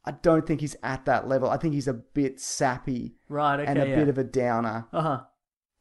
I don't think he's at that level. I think he's a bit sappy right. Okay. and a yeah. bit of a downer. Uh huh.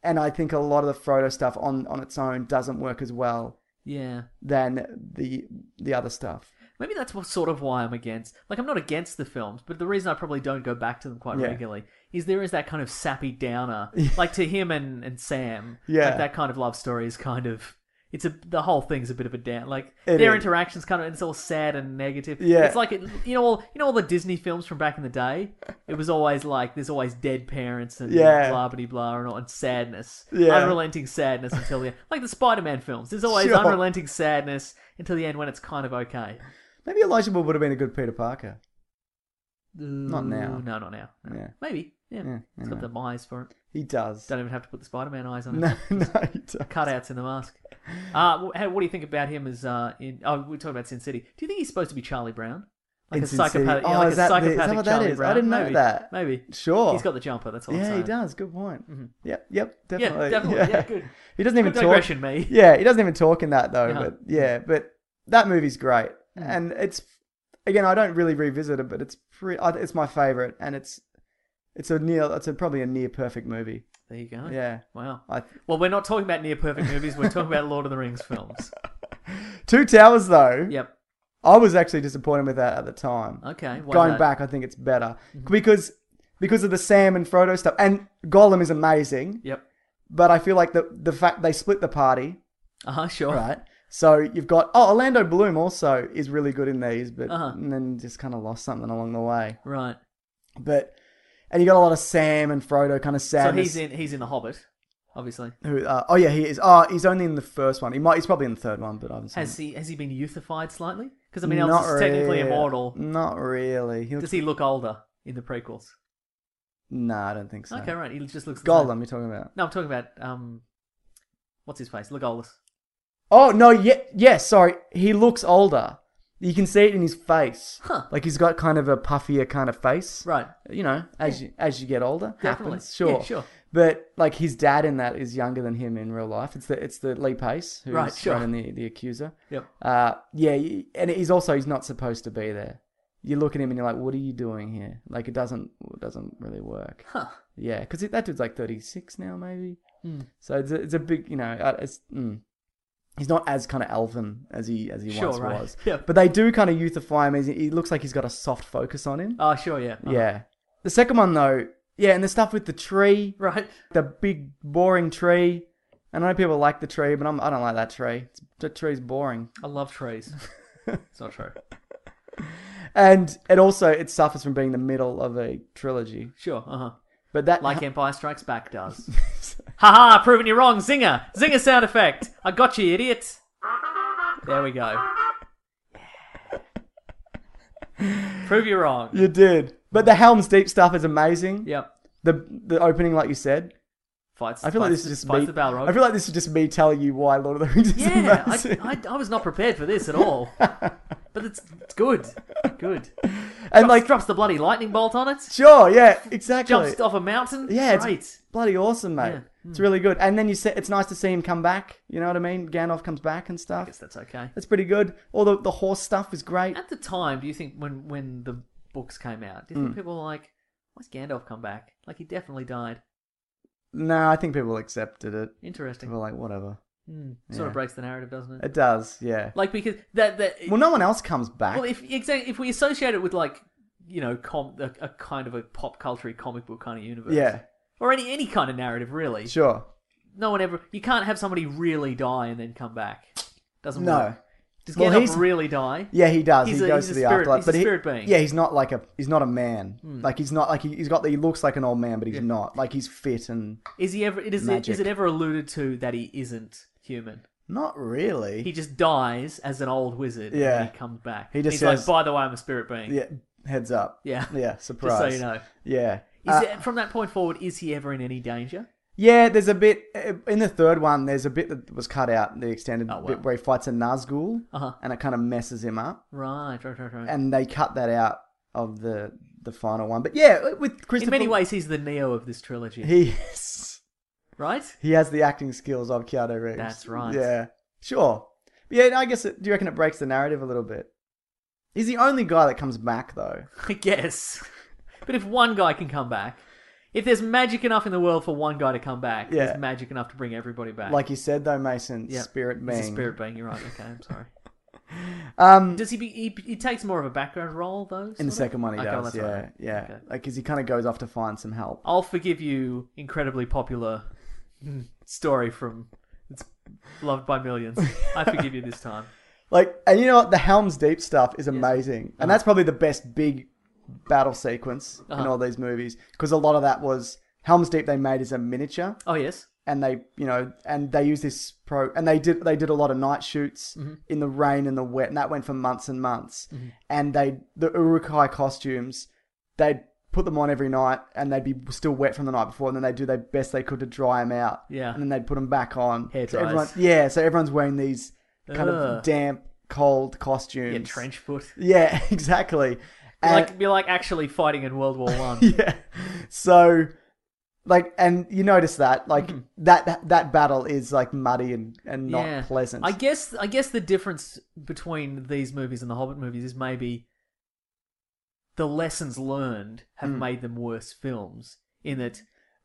And I think a lot of the Frodo stuff on, on its own doesn't work as well Yeah. than the the other stuff. Maybe that's what sort of why I'm against. Like, I'm not against the films, but the reason I probably don't go back to them quite Yeah. regularly is there is that kind of sappy downer, like to him and and Sam. Yeah. like that kind of love story is kind of. It's a the whole thing's a bit of a down like It their is. interactions kind of it's all sad and negative. Yeah. it's like it, you know all you know all the Disney films from back in the day. It was always like there's always dead parents and Yeah. blah blah blah and, all, and sadness, Yeah. unrelenting sadness until the end. like the Spider-Man films. There's always Sure. unrelenting sadness until the end when it's kind of okay. Maybe Elijah Wood would have been a good Peter Parker. Not now. No, not now. No. Yeah. Maybe. Yeah, Yeah, it's got the eyes for it. He does. Don't even have to put the Spider-Man eyes on it. No, no, he does. Cutouts in the mask. Uh, wh- hey, what do you think about him as uh, in? Oh, we we're talking about Sin City. Do you think he's supposed to be Charlie Brown? Like In a Sin City. psychopathic, Oh, yeah, like is a that the- is that psychopathic what that Charlie is? I Brown. didn't know Maybe. that. Maybe Sure. He's got the jumper. That's all. I'm Yeah, he saying. does. Good point. Yep, yep, definitely. definitely. Yeah, good- Uh-huh. He doesn't even good talk. digression, mate. Yeah, he doesn't even talk in that though. No. But yeah, but that movie's great, Mm. and it's again I don't really revisit it, but it's pre- I- it's my favorite, and it's it's a near it's a, probably a near perfect movie. There you go. Yeah, Wow. I, Well, we're not talking about near perfect movies. We're talking about Lord of the Rings films. Two Towers though. Yep. I was actually disappointed with that at the time. Okay. why Mm-hmm. Going not? back, I think it's better because because of the Sam and Frodo stuff, and Gollum is amazing. Yep. But I feel like the the fact they split the party, Uh huh. Sure. right? So you've got oh Orlando Bloom also is really good in these, but Uh-huh. and then just kind of lost something along the way. Right. But and you got a lot of Sam and Frodo kind of So sadness. he's in. He's in the Hobbit, obviously. Who, uh, oh yeah, he is. Oh, he's only in the first one. He might. He's probably in the third one, but I haven't seen. Has it. he? Has he been youthified slightly? Because I mean, Elvis is technically really- Mm, immortal. Not really. He looks, Does he look older in the prequels? No, I don't think so. Okay, right. He just looks. the same. Gollum, you're talking about? No, I'm talking about um, what's his face? Legolas. Oh no, yeah, yeah, sorry. He looks older. You can see it in his face. Huh. Like he's got kind of a puffier kind of face. Right. You know, as you as you get older, Definitely. happens. Sure. Yeah, sure. But like his dad in that is younger than him in real life. It's the it's the Lee Pace who's Right, sure. running the the accuser. Yep. Uh, yeah, y- and he's also he's not supposed to be there. You look at him and you're like, what are you doing here? Like it doesn't it doesn't really work. Huh. Yeah, because that dude's like 36 now, maybe. Hmm. So it's a, it's a big, you know, uh, it's mm. he's not as kind of elven as he as he Sure, once right. was. Yeah. But they do kind of youthify him. He's, he looks like he's got a soft focus on him. Oh, sure. Yeah. Uh-huh. Yeah. The second one though, yeah, and the stuff with the tree, Right. the big boring tree. I know people like the tree, but I'm, I don't like that tree. It's, the tree's boring. I love trees. it's not true. And it also it suffers from being the middle of a trilogy. Sure. Uh huh. But that Like Empire Strikes Back does. Haha, proving you wrong. Zinger. Zinger sound effect. I got you, idiot. There we go. Prove you wrong. you did. But the Helm's Deep stuff is amazing. Yep. The the opening, like you said, Fights. I feel like fights- this is just fights me. the Balrog. I feel like this is just me telling you why Lord of the Rings is yeah, amazing. I, I, I was not prepared for this at all. but it's, it's good. Good. and Drops- like, drops the bloody lightning bolt on it. sure, yeah, exactly. Jumps off a mountain. yeah, it's Great. Hmm. bloody awesome, mate. It's really good. And then you see, it's nice to see him come back. You know what I mean? Gandalf comes back and I guess stuff. that's okay. That's pretty good. All the the horse stuff is great. At the time, do you think when when the books came out, do you Mm. think people were like, "Why's Gandalf come back? Like he definitely died." No, I think people accepted it. Interesting. People were like, whatever. Mm. Sort of Yeah. breaks the narrative, doesn't it? It does, yeah. Like because that that Well, no one else comes back. well, if exactly if we associate it with like you know com a, a kind of a pop culture comic book kind of universe, yeah, or any any kind of narrative really. sure. No one ever you can't have somebody really die and then come back. Doesn't No. work. Does Well, Gandalf he's- really die? Yeah, he does. He's he a- goes he's to a the spirit- afterlife, he's a but he, spirit being. Hmm. yeah, he's not like a he's not a man. Like he's not like he, he's got the, he looks like an old man, but he's not. Like he's fit and Is he ever? It is, it, Magic. is it ever alluded to that he isn't human? not really. He just dies as an old wizard. Yeah. and he comes back. He just He's says- like, by the way, I'm a spirit being. yeah, heads up. Yeah. yeah, just surprise. so you know. Yeah, Is Uh, it, from that point forward, is he ever in any danger? yeah. There's a bit uh, in the third one. There's a bit that was cut out, the extended Oh, wow. bit where he fights a Nazgul, Uh-huh. and it kind of messes him up, Right, right, right, right. and they cut that out of the the final one. But yeah, with Christopher, in many ways, he's the Neo of this trilogy, he right? he has the acting skills of Keanu Reeves. That's right. Yeah, sure. But yeah, I guess it, do you reckon it breaks the narrative a little bit? He's the only guy that comes back though. I guess. But if one guy can come back, if there's magic enough in the world for one guy to come back, Yeah. there's magic enough to bring everybody back. Like you said though, Mason, Yeah. spirit He's being. a spirit being. You're right. Okay, I'm sorry. Um, Does he be? He, he takes more of a background role in though. sort the of? second one he Okay, well, does. that's all yeah, right. yeah. Okay. Like, cause he kind of goes off to find some help. I'll forgive you, incredibly popular story from it's loved by millions. I forgive you this time. Like, and you know what? The Helm's Deep stuff is amazing, and that's probably the best big battle sequence in Uh-huh. all these movies because a lot of that was Helm's Deep. They made as a miniature. Oh yes, and they you know and they use this pro and they did they did a lot of night shoots Mm-hmm. in the rain and the wet and that went for months and months and they the urukai costumes they put them on every night, and they'd be still wet from the night before, and then they'd do their best they could to dry them out. Yeah. And then they'd put them back on. Hair so dries. everyone, Yeah, so everyone's wearing these kind Ugh. of damp, cold costumes. Yeah, trench foot. Yeah, exactly. And- Like be like actually fighting in World War One. Uh, yeah. So, like, and you notice that, like, Mm-hmm. that, that that battle is like muddy and and not Yeah. pleasant. I guess I guess the difference between these movies and the Hobbit movies is maybe the lessons learned have made them worse films. In that,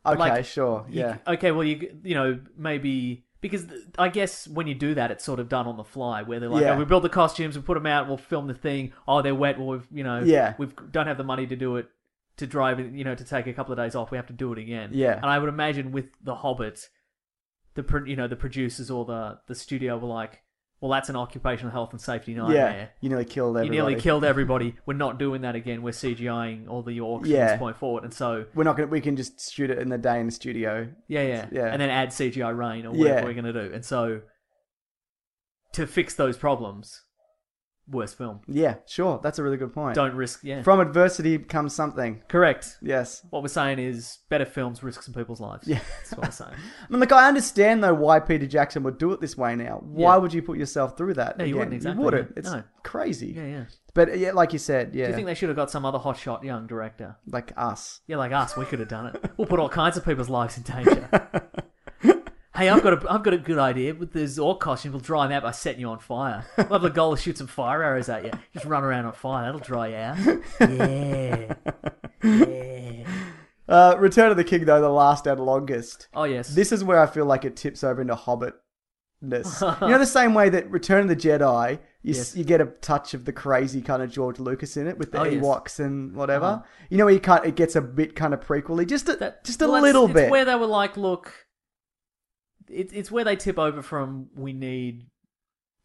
Hmm. okay, like, sure, you- yeah, okay, well, you you know maybe because th- I guess when you do that, it's sort of done on the fly, where they're like, Yeah. oh, we build the costumes, we put them out, we'll film the thing. Oh, they're wet. Well, we've you know, Yeah. we don't have the money to do it to drive it. You know, to take a couple of days off, we have to do it again. Yeah. and I would imagine with the Hobbit, the pro- you know the producers or the the studio were like, well, that's an occupational health and safety yeah. nightmare. You nearly killed everybody. You nearly killed everybody. We're not doing that again. We're CGIing all the orcs from Yeah. this point forward, and so We're not gonna. We can just shoot it in the day in the studio. yeah, yeah, Yeah. And then add CGI rain or whatever Yeah. we're gonna do. And so to fix those problems, worse film. Yeah, sure. That's a really good point. Don't risk. Yeah, From adversity comes something. correct. Yes. What we're saying is better films risk some people's lives. Yeah. that's what I'm saying. I mean, like, I understand though why Peter Jackson would do it this way now. Why Yeah. would you put yourself through that? No, you again? wouldn't, exactly, You wouldn't. no. It's No. crazy. Yeah, yeah. But yeah, like you said, yeah, Do you think they should have got some other hotshot young director? like us. Yeah, like us, we could have done it. We'll put all kinds of people's lives in danger. hey, I've got a, I've got a good idea. With the Zork costume, we'll dry them out by setting you on fire. We'll have the goal to shoot some fire arrows at you. Just run around on fire. That'll dry you out. Yeah. yeah. Uh, Return of the King, though, the last and longest. Oh, yes. This is where I feel like it tips over into Hobbitness. you know, the same way that Return of the Jedi, you, s Yes. you get a touch of the crazy kind of George Lucas in it with the Oh, yes. Uh-huh. Ewoks and whatever. You know, where you can't, it gets a bit kind of prequely, just a, That- just a well, that's- little it's bit. where they were like, look, it, it's where they tip over from we need.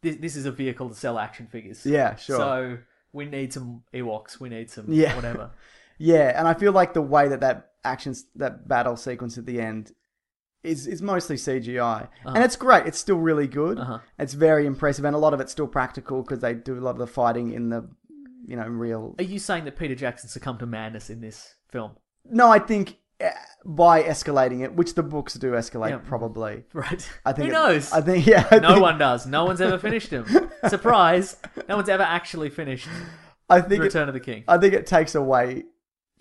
This, this is a vehicle to sell action figures. Yeah, sure. So we need some Ewoks. We need some Yeah. whatever. Yeah, and I feel like the way that that actions that battle sequence at the end is is mostly CGI, and it's great. It's still really good. Uh-huh. It's very impressive, and a lot of it's still practical because they do a lot of the fighting in the you know real. Are you saying that Peter Jackson succumbed to madness in this film? No, I think eh, by escalating it, which the books do escalate Yeah. probably. Right. I think Who it- knows? I think yeah. I no think- one does. No one's ever finished him. Surprise! No one's ever actually finished I The think it, Return of the King. I think it takes away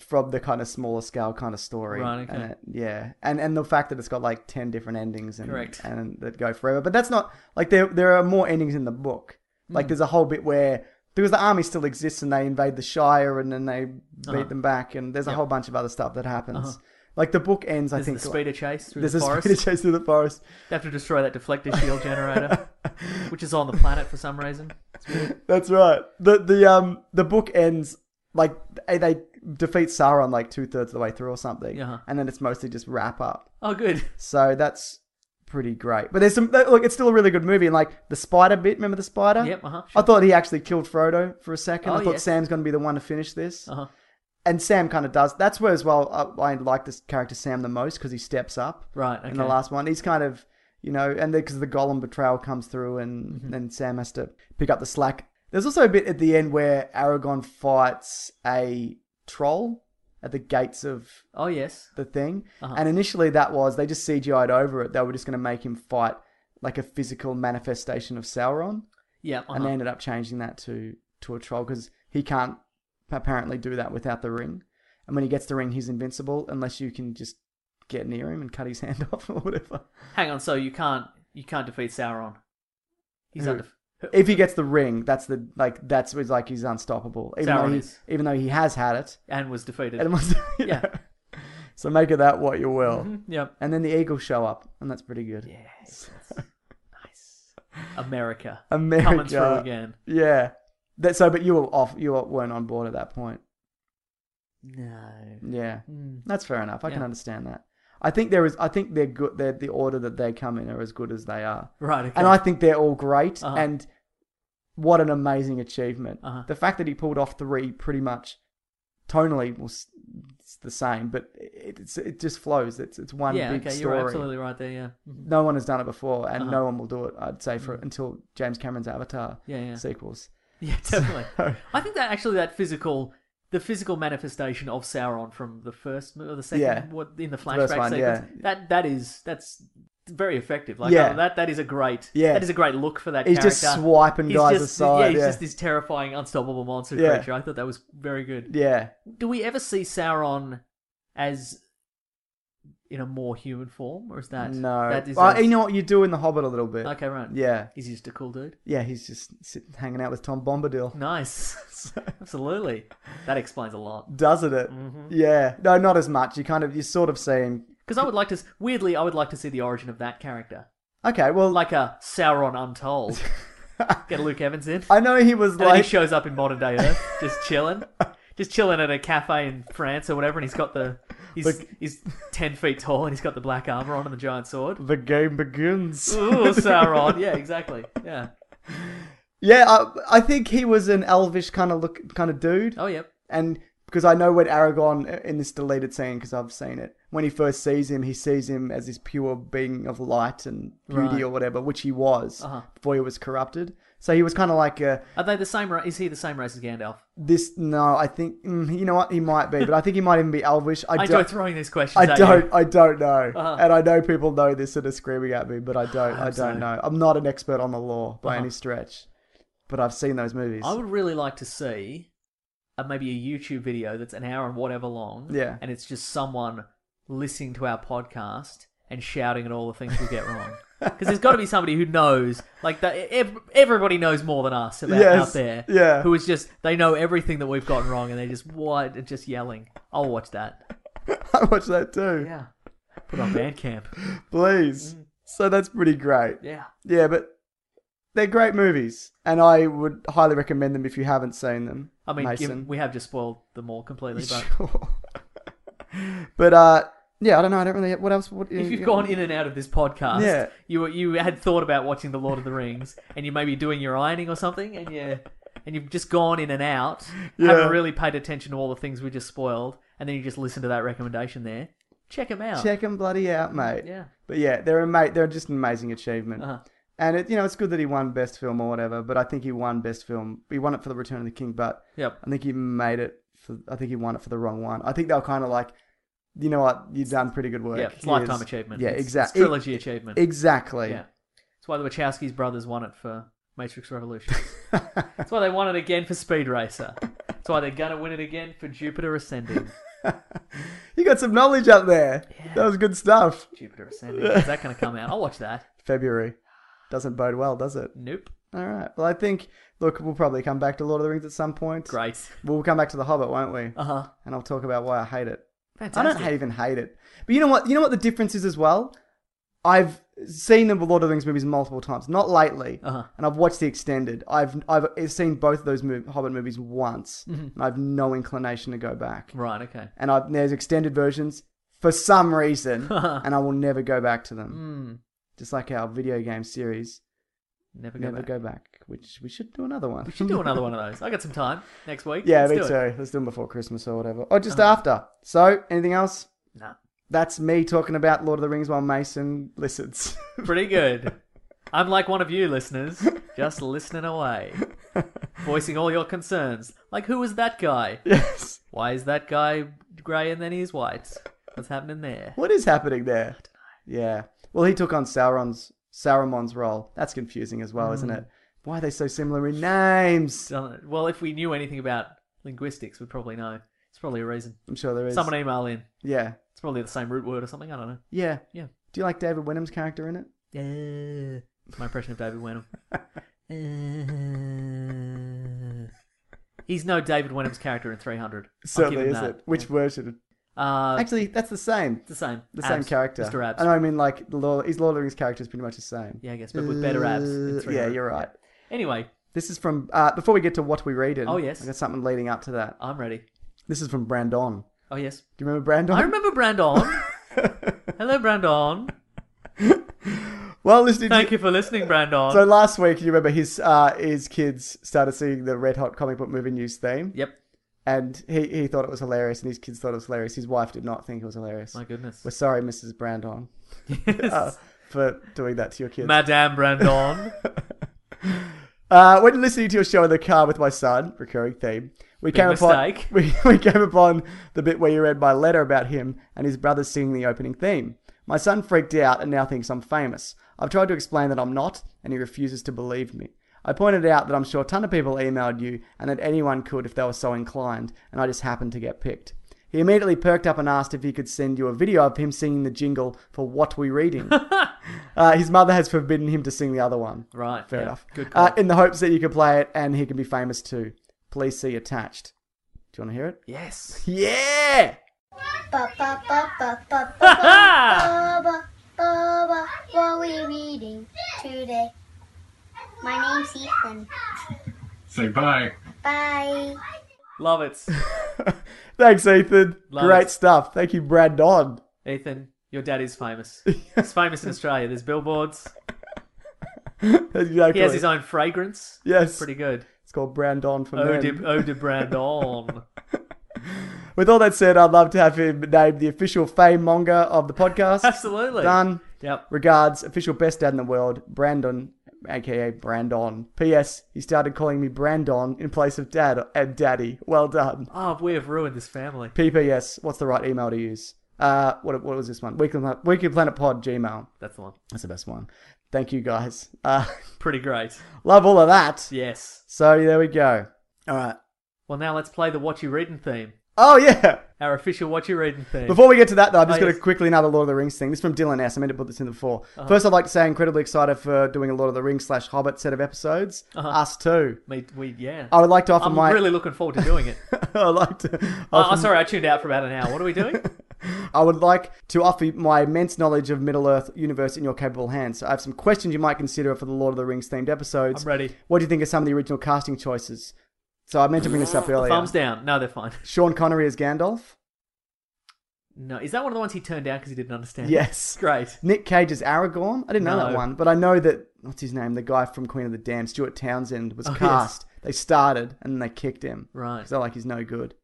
from the kind of smaller scale kind of story. Right, okay. And it- yeah. And and the fact that it's got like ten different endings and Correct. and that go forever. But that's not like there there are more endings in the book. Hmm. Like there's a whole bit where because the army still exists and they invade the Shire and then they beat Uh-huh. them back and there's a whole bunch of other stuff that happens. Like the book ends, I There's think the speeder chase through there's the a forest. speeder chase through the forest. They have to destroy that deflector shield generator, which is on the planet for some reason. That's right. The the um the book ends like they- they defeat Sauron like two thirds of the way through or something, Yeah. and then it's mostly just wrap up. Oh, good. So that's pretty great. But there's some look. It's still a really good movie. And like the spider bit. Remember the spider? Yep, uh-huh, I thought he actually killed Frodo for a second. Oh, I thought yes. Sam's going to be the one to finish this. Uh-huh. And Sam kind of does. That's where as well uh, I, I like this character Sam the most because he steps up. Right, In the okay. last one, he's kind of you know, and because the Gollum betrayal comes through, and Mm-hmm. then Sam has to pick up the slack. There's also a bit at the end where Aragon fights a troll at the gates of Oh, yes. the thing. Uh-huh. And initially, that was they just CGI'd over it. They were just going to make him fight like a physical manifestation of Sauron, Yeah. Uh-huh. and they ended up changing that to to a troll because he can't apparently do that without the ring. And when he gets the ring, he's invincible unless you can just get near him and cut his hand off or whatever. Hang on. So you can't you can't defeat Sauron. He's Who? under. If he gets the ring, that's the like that's it's like he's unstoppable. Even Sauron though he, is. even though he has had it, and was defeated. and was, Yeah. Mm-hmm. So make of that what you will. Yep. And then the eagles show up, and that's pretty good. Yes. nice. America. America Coming through again. Yeah. That so, but you were off. You weren't on board at that point. No. Hmm. Yeah, that's fair enough. I can Yeah. understand that. I think there is. I think they're good. They're, the order that they come in are as good as they are, Right. Okay. and I think they're all great. Uh-huh. And what an amazing achievement! Uh-huh. The fact that he pulled off three pretty much tonally was it's the same, but it, it's, it just flows. It's it's one yeah. big okay. story. You're absolutely Uh-huh. right there. Yeah. Mhm. No one has done it before, and no one will do it. I'd say for until James Cameron's Avatar Hmm. Yeah, yeah. sequels. Yeah. Definitely. I think that actually that physical the physical manifestation of Sauron from the first mo- or the second Yeah. what in the first flashback one, sequence. yeah. That that is that's very effective. Like Yeah. uh, that that is a great Yeah. that is a great look for that He's character. just swiping He's guys just- aside, Yeah, he's yeah. just this terrifying, unstoppable monster Yeah. creature. I thought that was very good. Yeah. Do we ever see Sauron as in a more human form, or is that no. That is well, a- you know what? You do in The Hobbit a little bit. okay, right? Yeah. he's just a cool dude. Yeah, he's just sitting, hanging out with Tom Mm-hmm. Bombadil. Nice, absolutely. That explains a lot. Doesn't it? Mm-hmm. Yeah. No, not as much. You kind of, you sort of see him. Because I would like to, s- weirdly, I would like to see the origin of that character, Okay, well, like, like a Sauron Untold. Get Luke Evans in, I know he was and then he like, shows up in modern day Earth, just chilling, just chilling at a cafe in France or whatever, and he's got the. He's, Look- he's ten feet tall and he's got the black armor on and the giant sword. the game begins. Ooh, Sauron! Yeah, exactly. Yeah. yeah, I, I think he was an elvish kind of look, kind of dude. Oh, yep. and because I know when Aragon in this deleted scene, because I've seen it, when he first sees him, he sees him as this pure being of light and beauty Right. or whatever, which he was Uh-huh. before he was corrupted. So he was kind of like a, Are they the same? ra- Is he the same race as Gandalf? this. No, I think mm, you know what he might be, but I think he might even be elvish. I I don't. don't throwing these questions. I at don't. You. I don't know, Uh-huh. and I know people know this and are screaming at me, but I don't. I don't so. know. I'm not an expert on the law by any stretch, but I've seen those movies. Uh-huh. I would really like to see uh, maybe a YouTube video that's an hour and whatever long. Yeah. And it's just someone listening to our podcast and shouting at all the things we get wrong. Because there's got to be somebody who knows, like that. e-, ev- Everybody knows more than us about Yes, out there. yeah. Who is just they know everything that we've gotten wrong, and they're just what and just yelling. I'll watch that. I watch that too. Yeah. Put on Bandcamp. Please. So that's pretty great. Yeah. Yeah, but they're great movies, and I would highly recommend them if you haven't seen them. I mean, Mason. given, we have just spoiled them all completely, but. Sure. but uh, yeah, I don't know. I don't really. What else? What, If you've gone in and out of this podcast, Mm, Yeah. you were- you had thought about watching The Lord of the Rings, and you may be doing your ironing or something, and you and you've just gone in and out, Yeah. haven't really paid attention to all the things we just spoiled, and then you just listen to that recommendation there. Check them out. check them bloody out, mate. Yeah. But yeah, they're ama- They're just an amazing achievement. Uh-huh. And it, you know, it's good that he won best film or whatever. But I think he won best film. He won it for the Return of the King, but Yep. I think he made it. For, I think he won it for the wrong one. I think they were kind of like, you know what, you've done pretty good work. Yeah. It's Here's- lifetime achievement. Yeah, It's- it's exactly. trilogy achievement. Exactly. yeah. That's why the Wachowskis brothers won it for Matrix Revolution. That's why they won it again for Speed Racer. That's why they're gonna win it again for Jupiter Ascending. You got some knowledge up there. That was good stuff. Jupiter Ascending. Is that gonna come out? I'll watch that. February. Doesn't bode well, does it? Nope. All right. Well, I think, look, we'll probably come back to Lord of the Rings at some point. Great. We'll come back to The Hobbit, won't we? Uh huh. And I'll talk about why I hate it. Fantastic. I don't hate, even hate it. But you know what? You know what the difference is as well? I've seen the Lord of the Rings movies multiple times, not lately, Uh-huh. and I've watched the extended. I've I've seen both of those mov- Hobbit movies once, Mm-hmm. and I've no inclination to go back. Right. Okay. and I, there's extended versions for some reason, and I will never go back to them. Hmm. Just like our video game series, Never go never back. go back. Which we should do another one. We should do another one of those. I got some time next week. yeah, Let's me do it. Uh-huh. too. Let's do them before Christmas or whatever, or just after. So, anything else? Nah. That's me talking about Lord of the Rings while Mason listens. Pretty good. I'm like one of you listeners, just listening away, voicing all your concerns. Like, who is that guy? yes. Why is that guy grey and then he's white? What's happening there? What is happening there? Yeah. Well, he took on Sauron's Saruman's role. That's confusing as well, isn't it? Hmm. Why are they so similar in names? Don't- Well, if we knew anything about linguistics, we'd probably know. It's probably a reason. I'm sure there is. Someone email in. Yeah. It's probably the same root word or something. I don't know. Yeah. Yeah. Do you like David Wenham's character in it? Yeah. It's Uh, my impression of David Wenham. Uh, he's no David Wenham's character in 300. I'll give Certainly him is that. it. Which version? Uh, Actually, that's the same. the same. The Abs. same character. Mr. Abs. I know. I mean, like, the Lord, his Lord of the Rings character is pretty much the same. Yeah, I guess, but with better abs. in Uh, yeah, 300. you're right. Anyway, This is from uh, before we get to what we read in. Oh, yes. I got something leading up to that. I'm ready. This is from Brandon. Oh, yes. Do you remember Brandon? I remember Brandon. Hello, Brandon. Well, listening. Thank to... you for listening, Brandon. So last week, you remember his uh, his kids started singing the Red Hot comic book movie news theme, yep. and he, he thought it was hilarious, and his kids thought it was hilarious. His wife did not think it was hilarious. My goodness. We're sorry, Mrs. Brandon. uh, Yes. for doing that to your kids. Madame Brandon. Uh, when listening to your show in the car with my son, recurring theme, We Big came mistake. upon we, we came upon the bit where you read my letter about him and his brother singing the opening theme. My son freaked out and now thinks I'm famous. I've tried to explain that I'm not, and he refuses to believe me. I pointed out that I'm sure a ton of people emailed you and that anyone could if they were so inclined, and I just happened to get picked. He immediately perked up and asked if he could send you a video of him singing the jingle for What We Reading. uh, his mother has forbidden him to sing the other one. Right, Fair yeah, enough. good Uh, call. in the hopes that you could play it and he can be famous too. Please see attached. Do you want to hear it? Yes. Yeah! Bubba, Bubba, what are we reading today? My name's Ethan. Say bye. Bye. Love it. Thanks, Ethan. Love Great it. stuff. Thank you, Brad Dodd. Ethan, your dad is famous. He's famous in Australia. There's billboards. exactly. He has his own fragrance. Yes. Pretty good. Oh, It's called Brandon from Eau them. de, Eau de Brandon. With all that said, I'd love to have him named the official fame monger of the podcast. Absolutely. Done. Yep. Regards, official best dad in the world, Brandon, aka Brandon. P.S. He started calling me Brandon in place of dad and daddy. Well done. Oh, we have ruined this family. PPS, what's the right email to use? Uh, what, what was this one? Weekly, Planet- Weekly Planet Pod Gmail. That's the one. That's the best one. Thank you guys. Uh, Pretty great. love all of that. Yes. So there we go. All right. Well, now let's play the What You Reading theme. Oh yeah. Our official What You Reading theme. Before we get to that though, I've just Oh, got to yes. Uh-huh. quickly another Lord of the Rings thing. This is from Dylan S. I meant to put this in before. First, I'd like to say I'm incredibly excited for doing a Lord of the Rings slash Hobbit set of episodes. Us too. Me, we, yeah. I would like to offer Uh-huh. I'm my. really looking forward to doing it. I would like to. oh, offer- sorry, I tuned out for about an hour. What are we doing? I would like to offer my immense knowledge of Middle Earth universe in your capable hands. So I have some questions you might consider for the Lord of the Rings themed episodes. I'm ready. What do you think of some of the original casting choices? So I meant to bring this up earlier. Thumbs down. No, they're fine. Sean Connery as Gandalf. No, is that one of the ones he turned down because he didn't understand? Yes. Great. Nick Cage as Aragorn. I didn't know that No. one, but I know that what's his name, the guy from Queen of the Dam, Stuart Townsend, was Oh, yes. cast. They started and then they kicked him Right. because they're like he's no good.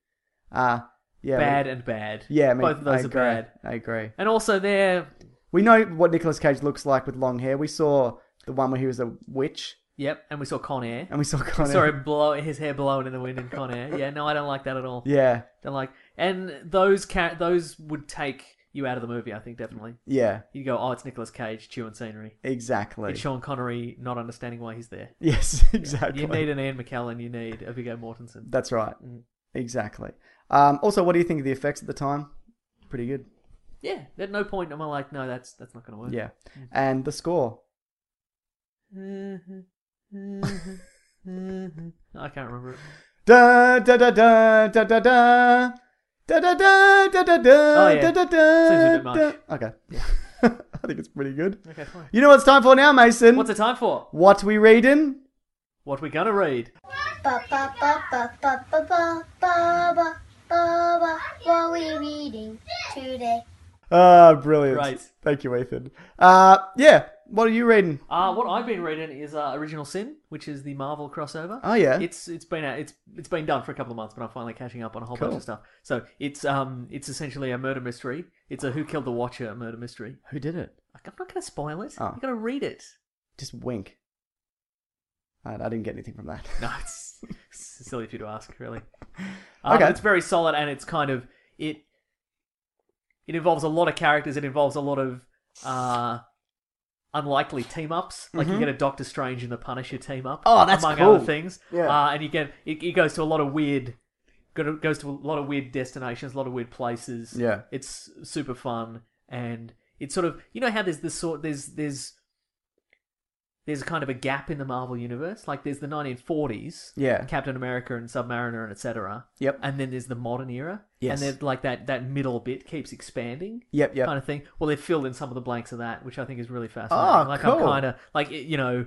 Uh yeah, we- bad and bad. Yeah, I mean, both of I those are agree. bad. I agree. And also, they're We know what Nicolas Cage looks like with long hair. We saw the one where he was a witch, yep. And we saw Con Air. and we saw Connery. Sorry, blow his hair blowing in the wind in Con Air. Yeah, no, I don't like that at all. Yeah, Don't like. And those ca- those would take you out of the movie. I think definitely. yeah, You go, oh, it's Nicolas Cage chewing scenery. exactly. It's Sean Connery not understanding why he's there. Yes, exactly. You need an Ian McKellen. You need a Viggo Mortensen. That's right. Mm-hmm. Exactly. Um, also, what do you think of the effects at the time? Pretty good. Yeah. At no point am I like, no, that's that's not going to work. Yeah. And the score. Mm-hmm. I can't remember it. Da da da da da da da. Da da da da da da Oh, da yeah. da da. Seems a bit much. da. Okay. I think it's pretty good. Okay, fine. You know what it's time for now, Mason? What's it time for? What we reading? What we gonna read? Bubba, Bubba, Bubba, Bubba, Bubba, Bubba, what are we reading today? Ah, brilliant. Right. Thank you, Ethan. Uh, yeah. What are you reading? Uh, what I've been reading is uh, Original Sin, which is the Marvel crossover. Oh, yeah. It's it's been out, it's it's been done for a couple of months, but I'm finally catching up on a whole bunch Cool. of stuff. So it's um it's essentially a murder mystery. It's a Who Killed the Watcher murder mystery. Who did it? I'm not going to spoil it. Oh. You're going to read it. Just wink. I, I didn't get anything from that. No, it's, it's silly of you to ask, really. Um, Okay. It's very solid, and it's kind of it. It involves a lot of characters. It involves a lot of uh, unlikely team ups. Like you get a Doctor Strange and the Punisher team up. Mm-hmm. Oh, that's among cool. other things. Yeah. Uh, and you get it, it goes to a lot of weird. go- Goes to a lot of weird destinations, a lot of weird places. Yeah. it's super fun, and it's sort of you know how there's this sort there's there's there's kind of a gap in the Marvel universe. Like there's the 1940s, Yeah. Captain America and Submariner and etc. Yep. And then there's the modern era. Yes. And then like that that middle bit keeps expanding. Yep, yep. Kind of thing. Well, they've filled in some of the blanks of that, which I think is really fascinating. Ah, like cool. I'm kind of like you know,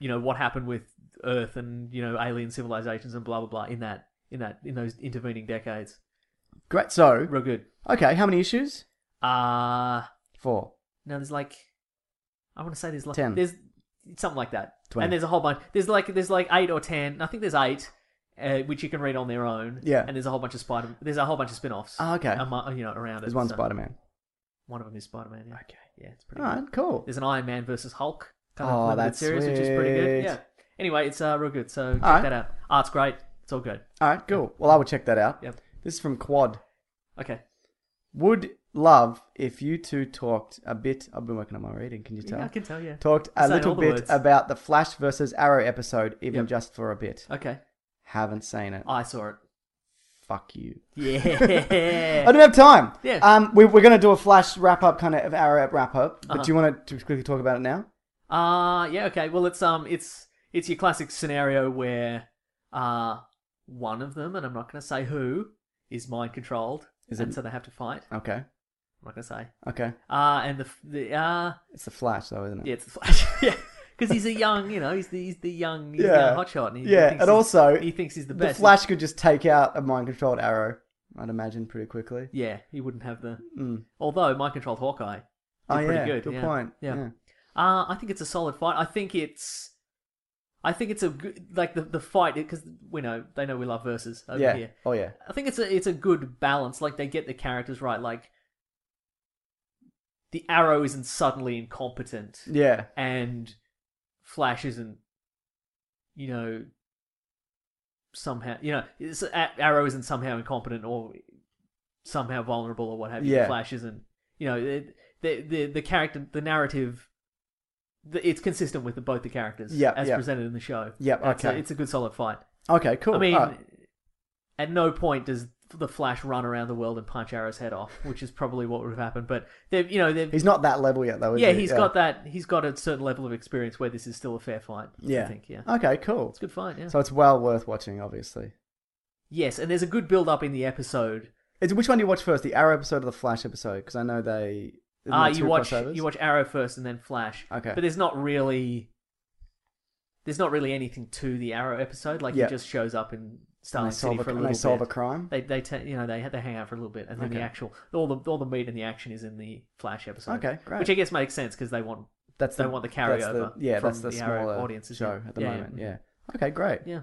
you know what happened with Earth and you know alien civilizations and blah blah blah in that in that in those intervening decades. Great. So, Real good. okay, how many issues? Uh Four. no, there's like, I want to say there's like Ten. There's something like that. 20. And there's a whole bunch. There's like there's like eight or ten. I think there's eight, uh, which you can read on their own. Yeah. And there's a whole bunch of spider. There's a whole bunch of spin-offs. Ah, okay. amo- you know, around There's it. one so- Spider Man. One of them is Spider Man. Yeah. Okay. Yeah, it's pretty. All good. right, cool. There's an Iron Man versus Hulk kind Oh, of limited that's series, which is pretty good. sweet. Yeah. Anyway, it's uh, real good. So check right. that out. Art's great. It's all good. All right, cool. Well, I will check that out. Yep. This is from Quad. Okay. Would love if you two talked a bit. I've been working on my reading. Can you tell? Yeah, I can tell you. Talked a Saying little all the bit words. about the Flash versus Arrow episode, even Yep. just for a bit. Okay. Haven't seen it. I saw it. Fuck you. I Yeah. don't have time. Yeah. Um, we, we're going to do a Flash wrap up, kind of Arrow wrap up. But Uh-huh. do you want to quickly talk about it now? Uh yeah, okay. Well, it's um it's it's your classic scenario where uh one of them and I'm not going to say who is mind controlled Is and it- so they have to fight. Okay. I'm not going to say. Okay. Uh and the f- the uh It's the Flash, though, isn't it? yeah, it's the Flash. yeah. Cuz he's a young, you know, he's the he's the young he's Yeah. yeah. hotshot and he Yeah, thinks and he's- also, he thinks he's the The best. Flash could just take out a mind controlled Arrow, I'd imagine, pretty quickly. Yeah, he wouldn't have the Mm. although mind controlled Hawkeye Oh, pretty yeah. good, Good yeah. point. Yeah. Uh, I think it's a solid fight. I think it's, I think it's a good like the the fight because we know they know we love verses over Yeah. here. Oh, yeah. I think it's a it's a good balance. Like they get the characters right. Like the Arrow isn't suddenly incompetent, Yeah. and Flash isn't, you know, somehow you know it's, A- Arrow isn't somehow incompetent or somehow vulnerable or what have you. Yeah. Flash isn't, you know, it- the the the character the narrative. the- It's consistent with the, both the characters Yeah, as yeah. presented in the show. Yep, It's a- okay. it's a good solid fight. Okay, cool. I mean, Alright. at no point does the Flash run around the world and punch Arrow's head off, which is probably what would have happened. But they've, you know, they've, He's not that level yet, though. Is yeah, he? he's got that. He's got a certain level of experience where this is still a fair fight. Yeah. I think. Yeah, Okay, cool. it's a good fight. Yeah. So it's well worth watching, obviously. yes, and there's a good build up in the episode. It's, which one do you watch first, the Arrow episode or the Flash episode? Because I know they. isn't Ah, there you two watch crossovers? you watch Arrow first and then Flash. Okay. But there's not really there's not really anything to the Arrow episode. Like Yeah. he just shows up in and they Starling City solve, a, for a and little they bit. solve a crime. They they te- you know they they hang out for a little bit, and then the Okay. actual all the all the meat and the action is in the Flash episode. Okay, great. Which I guess makes sense because they want that's they want the that's carryover yeah, from that's the, the Arrow smaller audience, isn't show it? at the Yeah, yeah, moment. mhm. Yeah. Okay, great. yeah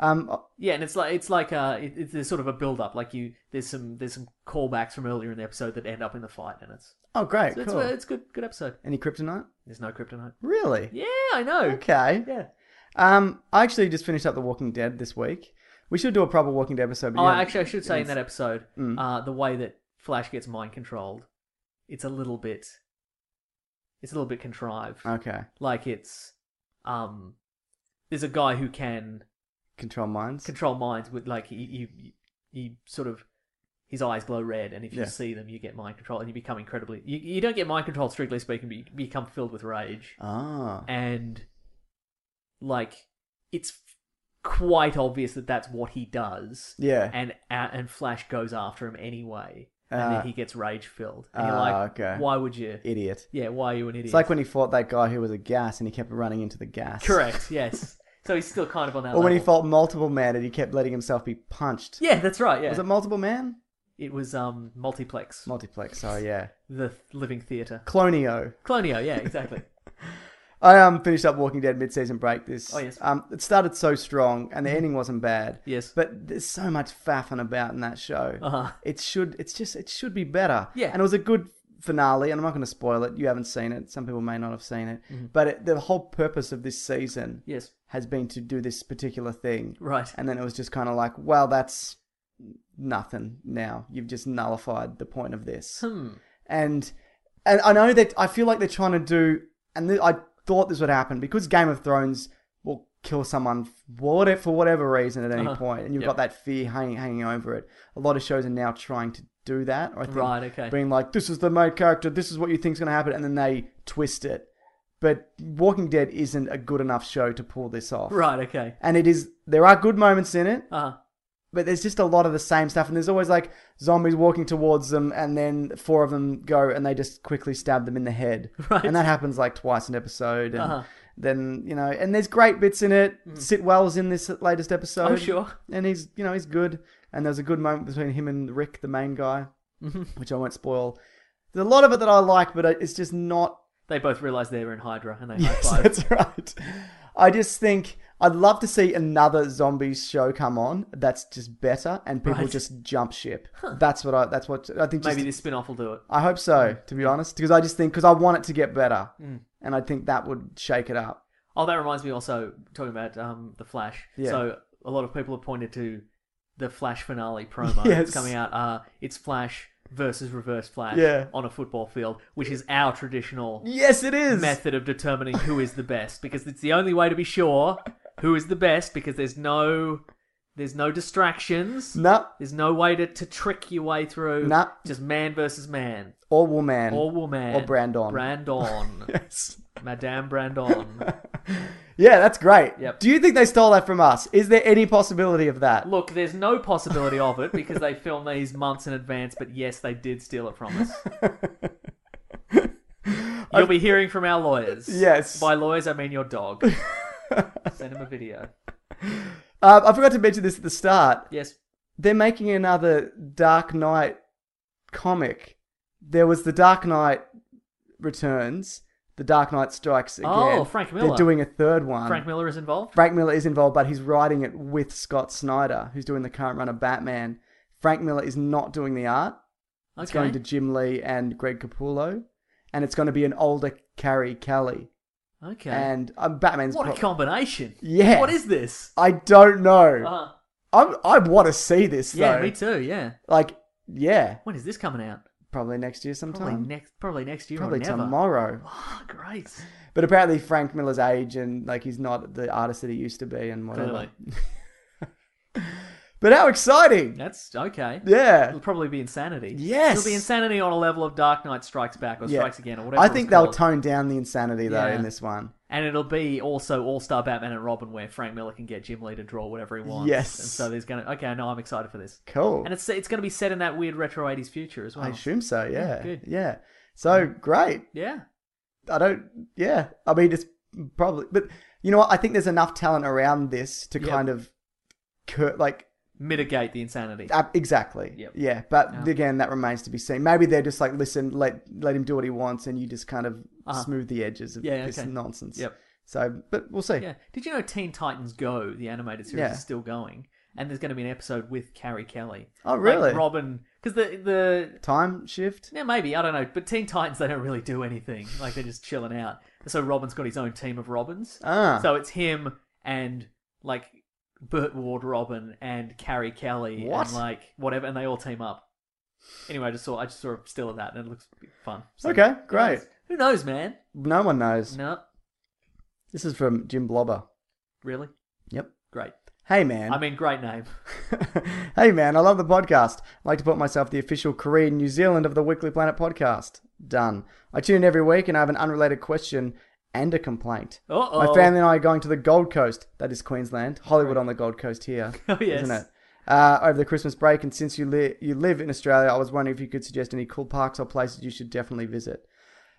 Um, yeah, and it's like it's like uh it, it's there's sort of a build up. Like you there's some there's some callbacks from earlier in the episode that end up in the fight, and it's oh, great, so it's, cool. it's good good episode. Any kryptonite? There's no kryptonite. Really? Yeah, I know. Okay. Yeah. Um, I actually just finished up The Walking Dead this week. We should do a proper Walking Dead episode. but Oh, you haven't- actually, I should say in that episode, Mm. uh, the way that Flash gets mind controlled, it's a little bit, it's a little bit contrived. Okay. Like it's, um, there's a guy who can Control minds. control minds with like you, you, you sort of, his eyes glow red, and if you Yeah. see them, you get mind control, and you become incredibly. You, you don't get mind control strictly speaking, but you become filled with rage Ah. and like it's quite obvious that that's what he does. Yeah. And uh, and Flash goes after him anyway, and then Ah. he gets rage filled, and you're Ah, like, okay. why would you? Idiot. Yeah, why are you an idiot? It's like when he fought that guy who was a gas and he kept running into the gas. correct, yes. So he's still kind of on that. Or when he level. fought multiple man and he kept letting himself be punched. Yeah, that's right. Yeah, Was it multiple man? it was um multiplex, Multiplex. Sorry, yeah. the th- living theater. Clonio. Clonio, yeah, exactly. I um finished up Walking Dead mid-season break. This. Oh, yes. Mm-hmm. Um, it started so strong and the ending wasn't bad. Yes. But there's so much faffing about in that show. Uh-huh. It should. It's just. It should be better. Yeah. And it was a good finale, and I'm not going to spoil it. You haven't seen it. Some people may not have seen it. Mm-hmm. But it, the whole purpose of this season Yes, has been to do this particular thing. right. And then it was just kind of like, well, that's nothing now. You've just nullified the point of this. Hmm. And and I know that I feel like they're trying to do, and th- I thought this would happen because Game of Thrones will kill someone for what- for whatever reason at any Uh-huh. point, and you've Yep. got that fear hanging hanging over it. A lot of shows are now trying to do that, or I think Right, okay. being like, this is the main character, this is what you think's going to happen, and then they twist it. But Walking Dead isn't a good enough show to pull this off Right. Okay. and it is there are good moments in it Uh huh. but there's just a lot of the same stuff and there's always like zombies walking towards them and then four of them go and they just quickly stab them in the head Right. and that happens like twice an episode and Uh-huh. Mm. then you know and there's great bits in it sitwell's in this latest episode Oh, sure. and he's you know he's good and there's a good moment between him and rick the main guy Mm-hmm. which i won't spoil there's a lot of it that i like but it's just not They both realize they were in Hydra and they Yes, high five. that's right. I just think I'd love to see another zombies show come on that's just better and people Right. just jump ship. That's what I. That's what I think. Just, Maybe this Hmm. spin off will do it. I hope so, to be honest, because I just think because I want it to get better, Hmm. and I think that would shake it up. Oh, that reminds me also talking about um, the Flash. Yeah. So a lot of people have pointed to the Flash finale promo Yes. that's coming out. Uh, it's Flash versus Reverse Flash Yeah. on a football field, which is our traditional Yes, it is. method of determining who is the best because it's the only way to be sure who is the best because there's no there's no distractions. No, There's no way to, to trick your way through. Nah. Just man versus man. or woman. Or woman. Or Brandon. Brandon. Yes. Madame Brandon. Yeah, that's great. Yep. Do you think they stole that from us? Is there any possibility of that? Look, there's no possibility of it because they film these months in advance, but yes, they did steal it from us. You'll be hearing from our lawyers. Yes. By lawyers, I mean your dog. Send him a video. Uh, I forgot to mention this at the start. Yes. They're making another Dark Knight comic. There was the Dark Knight Returns, the Dark Knight Strikes Again. Oh, Frank Miller. They're doing a third one. Frank Miller is involved. Frank Miller is involved, but he's writing it with Scott Snyder, who's doing the current run of Batman. Frank Miller is not doing the art. Okay. It's going to Jim Lee and Greg Capullo, and it's going to be an older Carrie Kelly. Okay. And um, Batman's. what a pro- combination. Yeah. What is this? I don't know. Uh, I'm, I want to see this yeah, though. me too. Yeah. Like, yeah, When is this coming out? probably next year sometime. Probably next. Probably next year Probably or never. tomorrow. Ah, great. But apparently Frank Miller's age and like he's not the artist that he used to be and whatever. Clearly, But how exciting! that's okay. Yeah. It'll probably be insanity. Yes. It'll be insanity on a level of Dark Knight Strikes Back or Yeah. Strikes Again or whatever. I it's think they'll called. tone down the insanity though Yeah. in this one. And it'll be also All Star Batman and Robin, where Frank Miller can get Jim Lee to draw whatever he wants. Yes. And so there's gonna. Okay, no, I'm excited for this. Cool. And it's it's gonna be set in that weird retro '80s future as well. I assume so. Yeah. Yeah. good. So great. Yeah. I don't. Yeah. I mean, it's probably. But you know what? I think there's enough talent around this to Yep. kind of, cur- like, Mitigate the insanity. Uh, exactly. Yep. Yeah, but Yeah. again, that remains to be seen. Maybe they're just like, listen, let let him do what he wants, and you just kind of Uh-huh. smooth the edges of Yeah, this okay. nonsense. Yep. So, but we'll see. Yeah. Did you know Teen Titans Go, the animated series, Yeah. is still going, and there's going to be an episode with Carrie Kelly. Oh, Like, really? Robin, because the the Time shift. yeah maybe I don't know, but Teen Titans they don't really do anything. Like they're just chilling out. So Robin's got his own team of Robins. Ah. So it's him and like Burt Ward Robin and Carrie Kelly What? and like whatever, and they all team up. Anyway, I just saw I just saw a still of that, and it looks fun. So, Okay, who great. knows? Who knows, man? No one knows. No, This is from Jim Blobber. really, Yep. great. Hey man. I mean, great name. hey man, I love the podcast. I like to put myself the official career in New Zealand of the Weekly Planet podcast. Done. I tune in every week, and I have an unrelated question and a complaint. Uh-oh. My family and I are going to the Gold Coast. That is Queensland, Hollywood on the Gold Coast here, Oh, yes. not it? Uh, over the Christmas break, and since you li- you live in Australia, I was wondering if you could suggest any cool parks or places you should definitely visit.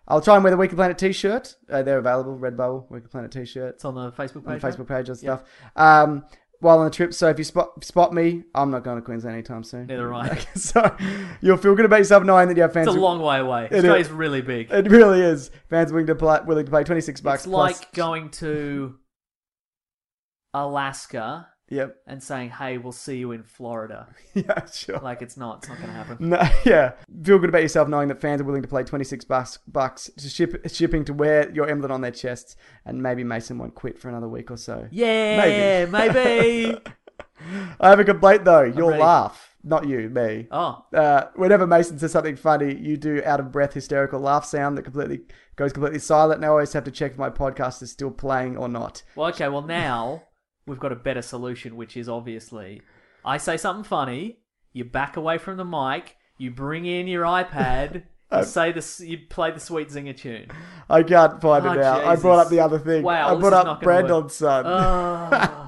I'll try and wear the Weekly Planet T-shirt. Uh, they're available, Redbubble, Weekly Planet T-shirts It's on the Facebook page. on the right? Facebook page and stuff. Um, while on the trip, so if you spot spot me, I'm not going to Queensland anytime soon. Neither am I. so you'll feel good about yourself knowing that you have fans. It's a who- long way away. is. Australia's really big. It really is. Fans willing to play, willing to pay 26 bucks It's plus. like going to Alaska Yep. and saying, "Hey, we'll see you in Florida." Yeah. Sure. Like it's not. It's not going to happen. No, yeah. Feel good about yourself knowing that fans are willing to play 26 bucks, bucks to ship shipping to wear your emblem on their chests and maybe Mason won't quit for another week or so. Yeah, maybe. I have a complaint though. You'll ready. laugh. Not you, me. oh, Uh, whenever Mason says something funny, you do out of breath hysterical laugh sound that completely goes completely silent and I always have to check if my podcast is still playing or not. well, okay. Well, now we've got a better solution, which is obviously I say something funny, you back away from the mic, you bring in your iPad, Um, you say this, you play the sweet zinger tune. I can't find Oh, it out. I Jesus. brought up the other thing. Wow, I this brought is up not gonna work. Brandon's son. Oh.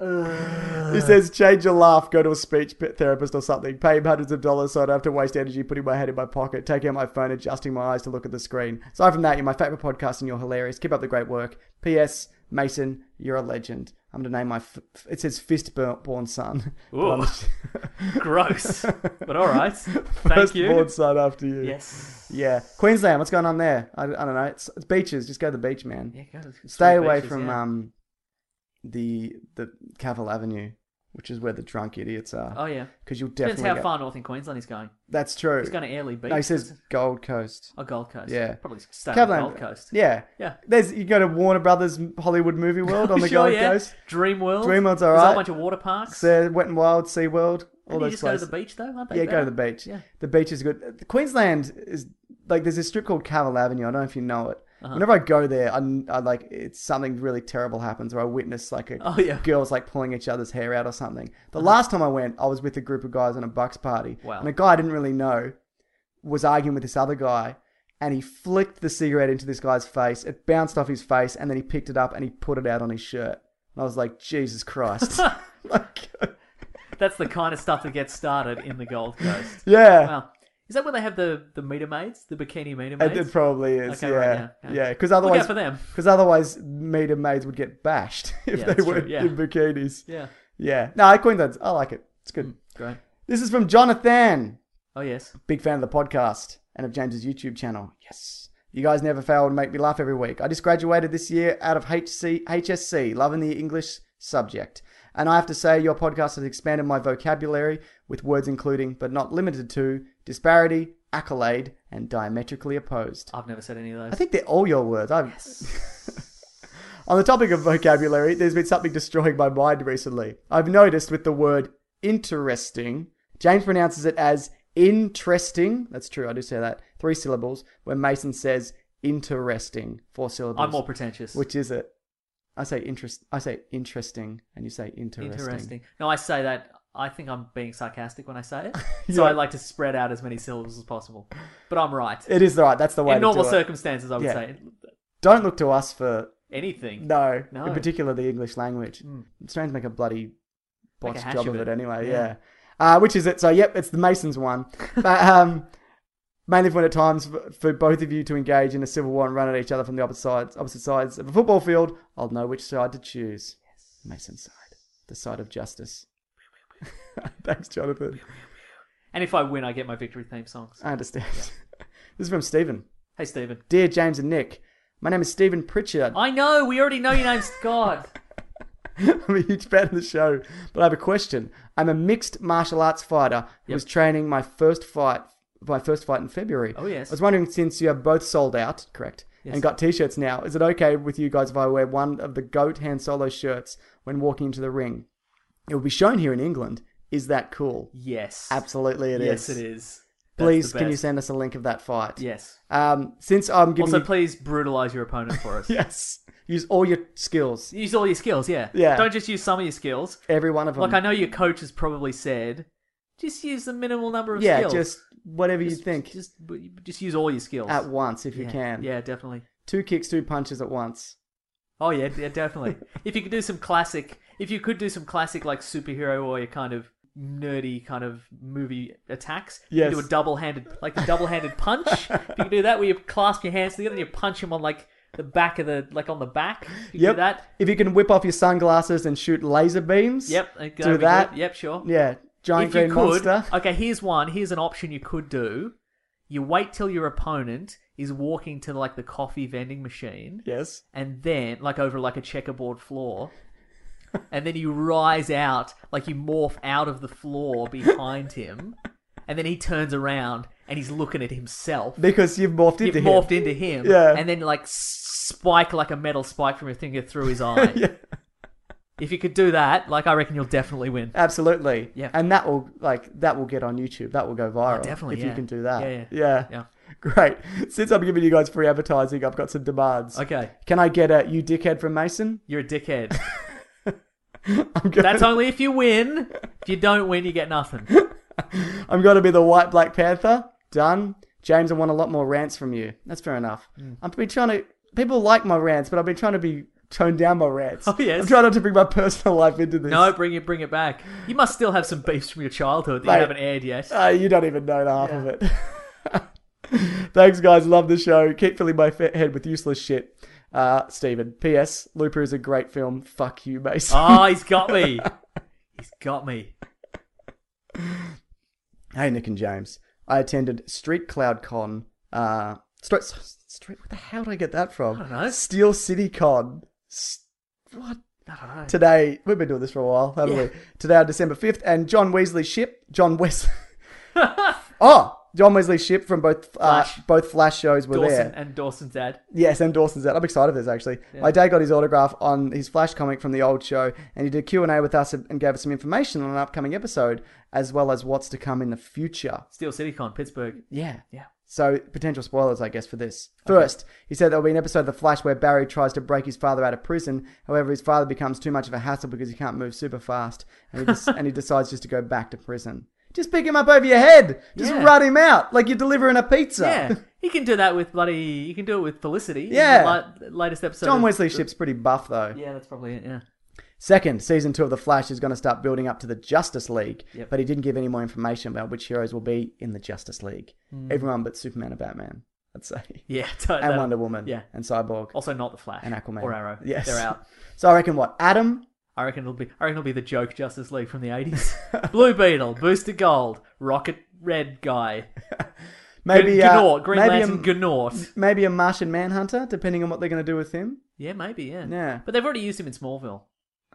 He says, change your laugh, go to a speech p- therapist or something, pay him hundreds of dollars so I don't have to waste energy putting my hand in my pocket, taking out my phone, adjusting my eyes to look at the screen. Aside from that, you're my favourite podcast and you're hilarious. Keep up the great work. P.S. Mason, you're a legend. I'm going to name my, f- f- it says fist bur- born son. But Ooh. I'm- Gross. But all right. Thank First you. born son after you. Yes. Yeah. Queensland, what's going on there? I, I don't know. It's, it's beaches. Just go to the beach, man. Yeah, go to the Stay sweet away um, beaches, from yeah. um, the the Cavill Avenue. which is where the drunk idiots are. Oh yeah. because you'll Depends definitely how get- far north in Queensland he's going. That's true. He's going to Airlie Beach. No, he says Gold Coast. Oh, Gold Coast. Yeah, Probably stay on the Gold Coast. Yeah, Yeah. There's you go to Warner Brothers Hollywood Movie World on the Sure, Gold yeah. Coast. Dream World. Dream World's all There's a whole right. bunch of water parks. So Wet and Wild, Sea World, all Can you those just places. go to the beach though, aren't they? Yeah, go better? to the beach. Yeah. The beach is good. Queensland is like there's this strip called Cavill Avenue. I don't know if you know it. Uh-huh. Whenever I go there, I, I like it's something really terrible happens, or I witness like a Oh, yeah. Uh-huh. girls like pulling each other's hair out or something. The last time I went, I was with a group of guys on a bucks party, Wow. and a guy I didn't really know was arguing with this other guy, and he flicked the cigarette into this guy's face. It bounced off his face, and then he picked it up and he put it out on his shirt. And I was like, Jesus Christ! like, That's the kind of stuff that gets started in the Gold Coast. yeah. Wow. Is that where they have the the meter maids, the bikini meter It, maids? it probably is. Okay, yeah. right, yeah, yeah. yeah. Because Look out otherwise, for them. Because otherwise, maid and maids would get bashed if Yeah, they that's were true, yeah. in bikinis. yeah. Mm. Yeah. No, I Queensland's. I like it. It's good. Great. This is from Jonathan. Oh yes. Big fan of the podcast and of James's YouTube channel. Yes. You guys never fail to make me laugh every week. I just graduated this year out of HC, HSC, loving the English subject. And I have to say, your podcast has expanded my vocabulary with words including, but not limited to, disparity, accolade, and diametrically opposed. I've never said any of those. I think they're all your words. I've... On the topic of vocabulary, there's been something destroying my mind recently. I've noticed with the word interesting, James pronounces it as interesting. That's true, I do say that. Three syllables, where Mason says interesting, four syllables. I'm more pretentious. Which is it? I say interest. I say interesting, and you say interesting. Interesting. No, I say that. I think I'm being sarcastic when I say it, so Yeah. I like to spread out as many syllables as possible. But I'm right. It is the right. That's the way. In to normal do it. circumstances, I would Yeah. say Don't look to us for anything. No, No. in particular the English language. It's trying to make a bloody Make a botched hash job of of it. it, anyway. Yeah. Yeah, Uh, which is it. So yep, it's the Masons one. but um, mainly for when at times for, for both of you to engage in a civil war and run at each other from the opposite sides, opposite sides of a football field, I'll know which side to choose. Yes, Mason side, the side of justice. Thanks, Jonathan. And if I win, I get my victory theme songs. I understand. this is from Stephen. Hey, Stephen. Dear James and Nick, my name is Stephen Pritchard. I know. We already know your name's God. I'm a huge fan of the show, but I have a question. I'm a mixed martial arts fighter who Yep. was training my first fight, my first fight in February. Oh, yes. I was wondering since you have both sold out, correct, Yes. and got t-shirts now, is it okay with you guys if I wear one of the Goat Hand Solo shirts when walking into the ring? It will be shown here in England. Is that cool? Yes. Absolutely, it is. yes, it is. That's Please, the can you best. send us a link of that fight? Yes. Um, since I'm giving Also, you- please brutalize your opponent for us. yes, use all your skills, Use all your skills, yeah. Yeah. Um, Don't just use some of your skills. every one of them. Like I know your coach has probably said, just use the minimal number of yeah, skills. just whatever you Just- think. Just just use all your skills at once if yeah. you can. Yeah, definitely. Two kicks, two punches at once. Oh yeah, yeah definitely. if you could do some classic, if you could do some classic like superhero or your kind of nerdy kind of movie attacks, you could Yes. do a double-handed, like the double-handed punch. if you could do that, where you clasp your hands together and you punch him on like the back of the, like on the back. You could do that. If you can whip off your sunglasses and shoot laser beams. Yep. that'd be Do good. that. Yep. Sure. Yeah. Giant if you green could, monster. okay, here's one. Here's an option you could do. You wait till your opponent is walking to like the coffee vending machine. Yes. and then like over like a checkerboard floor and then you rise out like you morph out of the floor behind him and then he turns around and he's looking at himself Because you've morphed you've into him. morphed into him Yeah. and then like spike like a metal spike from your finger through his eye Yeah. if you could do that like i reckon you'll definitely win Uh, Absolutely. Yeah. Oh, And that will like that will get on YouTube. That will go viral. definitely, If yeah. you can do that. Yeah, yeah. Yeah. Great. Since I'm giving you guys free advertising, I've got some demands. okay Can I get a you dickhead from Mason? you're a dickhead I'm gonna, that's only if you win if you don't win you get nothing I'm gonna be the white Black Panther. Done. James, I want a lot more rants from you. That's fair enough. Mm. I've been trying to. People like my rants, but I've been trying to be tone down my rants. Oh, yes. I'm trying not to bring my personal life into this. no bring it bring it back you must still have some beefs from your childhood that Mate. you haven't aired yet Uh, you don't even know half of it. Thanks, guys. Love the show. Keep filling my fa- head with useless shit. Uh, Steven. P.S. Looper is a great film. Fuck you, Mason. Oh, he's got me. he's got me. Hey, Nick and James. I attended Street Cloud Con. Uh, Street, Street. Where the hell did I get that from? I don't know. Steel City Con. S- what? Today, we've been doing this for a while, haven't we? Today on December 5th, and John Weasley's ship, John Wes. oh, John Weasley's ship from both uh, Flash. both Flash shows were Dawson there. and Dawson's dad. Yes, and Dawson's out. I'm excited for this actually. My dad got his autograph on his Flash comic from the old show, and he did Q and A with us and gave us some information on an upcoming episode, as well as what's to come in the future. Steel CityCon, Pittsburgh. Yeah. Yeah. So potential spoilers, I guess, for this. First, he said there'll be an episode of The Flash where Barry tries to break his father out of prison. However, his father becomes too much of a hassle because he can't move super fast, and he, des- and he decides just to go back to prison. Just pick him up over your head. Just Yeah. run him out like you're delivering a pizza. Yeah, he can do that with bloody. You can do it with Felicity. in Yeah. the la- latest episode. John of- Wesley Ship's pretty buff though. Yeah, that's probably it. Yeah. Second, season two of The Flash is going to start building up to the Justice League, Yep. but he didn't give any more information about which heroes will be in the Justice League. Hmm. Everyone but Superman and Batman, I'd say. Yeah. And Wonder Woman. Yeah. And Cyborg. Also, not the Flash and Aquaman. or Arrow. Yes. they're out. So I reckon what? Adam? I reckon it'll be. I reckon it'll be the joke Justice League from the eighties. Blue Beetle, Booster Gold, Rocket Red guy, Maybe G- uh, Gnort, Green maybe Lantern, a, Gnort. maybe a Martian Manhunter, depending on what they're going to do with him. Yeah, maybe. Yeah. Yeah. But they've already used him in Smallville.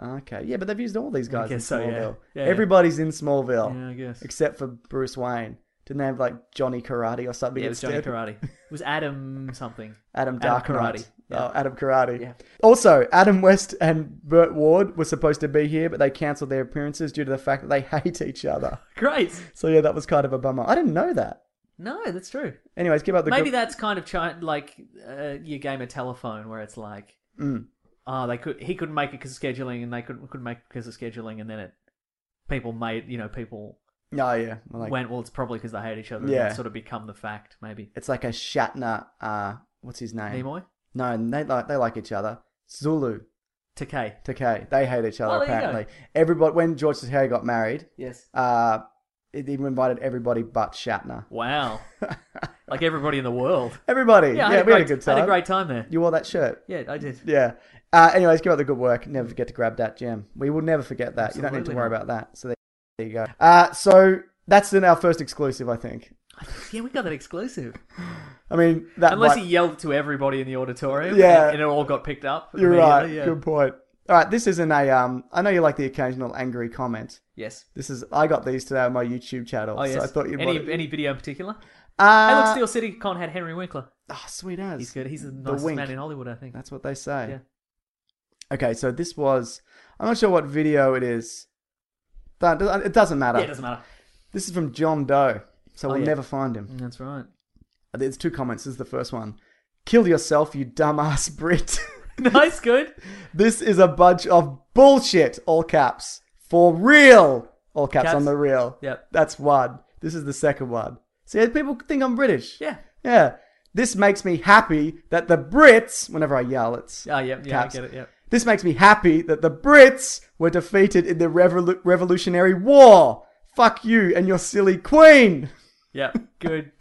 Okay. Yeah, but they've used all these guys in Smallville. guess so, yeah. Yeah, yeah. Everybody's in Smallville. Yeah, I guess. Except for Bruce Wayne. Didn't they have like Johnny Karate or something Yeah, it was Johnny instead? Karate. It was Adam something. Adam Dark Adam Knight. Karate. Yeah. Oh, Adam Karate. Yeah. Also, Adam West and Burt Ward were supposed to be here, but they cancelled their appearances due to the fact that they hate each other. Great. So yeah, that was kind of a bummer. I didn't know that. No, that's true. Anyways, give up the Maybe gr- that's kind of chi- like uh, your game of telephone, where it's like, Mm. oh, they could he couldn't make it because of scheduling, and they couldn't couldn't make it because of scheduling, and then it people made you know people No, Oh, yeah. Well, like, went well, it's probably because they hate each other. and Yeah. that's sort of become the fact, maybe. it's like a Shatner. Uh, what's his name? Nimoy, No, and they like they like each other. Zulu, Takei, Takei, they hate each other Oh, there you go. apparently. Everybody when George Takei got married, yes, uh, he invited everybody but Shatner. wow, like everybody in the world. Everybody, Yeah, yeah, I had a we great, had a good I time. had a great time there. You wore that shirt. Yeah, I did. Yeah. Uh, anyways, give up the good work. Never forget to grab that gem. We will never forget that. you don't need to Absolutely worry not. about that. So there, there you go. Uh, so that's in our first exclusive, I think. Yeah, we got that exclusive. I mean, that Unless might- he yelled it to everybody in the auditorium, Yeah. and, and it all got picked up. You're right. immediately, Yeah. Good point. All right, this isn't a. Um, I know you like the occasional angry comment. Yes. This is. I got these today on my YouTube channel, Oh yes. so I thought you'd any want. any video in particular? uh, Hey, look, Steel City Con had Henry Winkler. oh, sweet as. He's good. He's the The nicest wink. man in Hollywood, I think. That's what they say. Yeah. Okay, so this was. I'm not sure what video it is. That it doesn't matter. yeah, it doesn't matter. This is from John Doe, so Oh, we'll yeah. never find him. That's right. There's two comments. This is the first one. Kill yourself, you dumbass Brit. nice, good. this is a bunch of bullshit. All caps. For real. All caps, Caps. on the real. Yep. That's one. This is the second one. See, people think I'm British. Yeah. Yeah. This makes me happy that the Brits, whenever I yell, it's. Ah, yep, yeah, caps. I get it. Yep. This makes me happy that the Brits were defeated in the revolu- Revolutionary War. Fuck you and your silly queen. Yep. Good.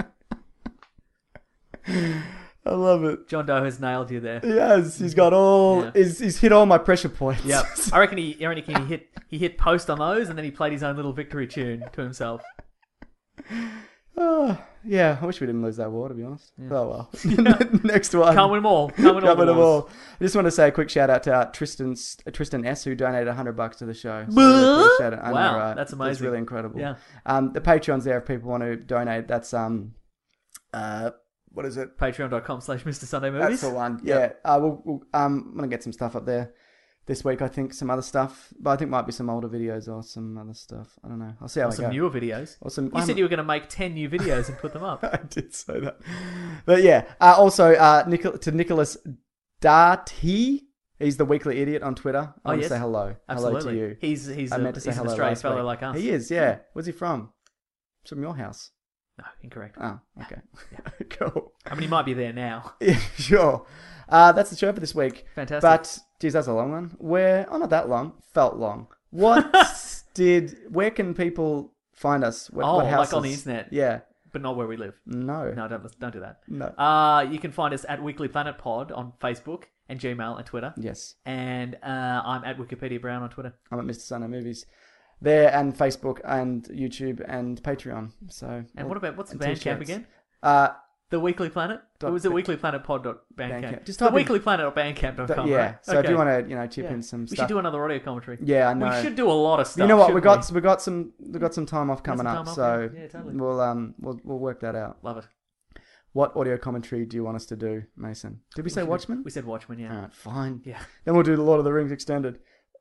I love it. John Doe has nailed you there. Yes, he's got all. Yeah. He's, he's hit all my pressure points. Yep. I reckon he I reckon he hit he hit post on those and then he played his own little victory tune to himself. Oh, yeah, I wish we didn't lose that war, to be honest. Oh well. Next one. Can't win them all. Can't win all. Can't win the Um, 'em wars. all. I just want to say a quick shout out to uh, Tristan S- uh, Tristan S who donated hundred bucks to the show. So I really Buh! appreciate it. I know, Wow, right? that's It's amazing. really incredible. Yeah. Um, the Patreon's there if people want to donate. That's um, uh, what is it? Patreon.com slash Mr. Sunday Movies. That's the one. Yeah. Uh, we'll, we'll, um, I'm gonna get some stuff up there this week. I think some other stuff, but I think might be some older videos or some other stuff. I don't know. I'll see how Or I some go. newer videos. Or some- you said you were going to make 10 new videos and put them up. I did say that. But yeah, uh, also uh, Nicol- to Nicholas Darty, he's the weekly idiot on Twitter. I Oh, want yes. to say hello. Absolutely. Hello to you. He's he's, I a, meant to say he's an hello Australian last fellow week. like us. Mm-hmm. He is, yeah. Where's he from? He's from your house. No, incorrect. Oh, okay. cool. I mean, he might be there now. Yeah, sure. Uh, that's the show for this week. Fantastic. But geez, that's a long one. Where? Oh, not that long. Felt long. What did? Where can people find us? What, Oh, what like on the houses? internet. Yeah. but not where we live. No. No, don't don't do that. No. Uh, you can find us at Weekly Planet Pod on Facebook and Gmail and Twitter. Yes. And uh, I'm at Wikipedia Brown on Twitter. I'm at Mr. Sunday Movies. There and Facebook and YouTube and Patreon. So And what about what's the and Bandcamp t-shirts. again? Uh, The Weekly Planet? Dot- it was at weeklyplanetpod.bandcamp. Bandcamp. Just Just type the in- Weekly Planet or bandcamp.com. yeah. Right? So if you Okay. want to, you know, chip Yeah. in some we stuff. should do another audio commentary. Yeah, I know. We should do a lot of stuff. you know what? We shouldn't got we? got some we got some time off got some coming up, time off, so yeah. Yeah, totally. we'll um we'll we'll work that out. Love it. What audio commentary do you want us to do, Mason? Did we say should- Watchmen? We said Watchmen. Yeah. All right, fine. Yeah. Then we'll do the Lord of the Rings extended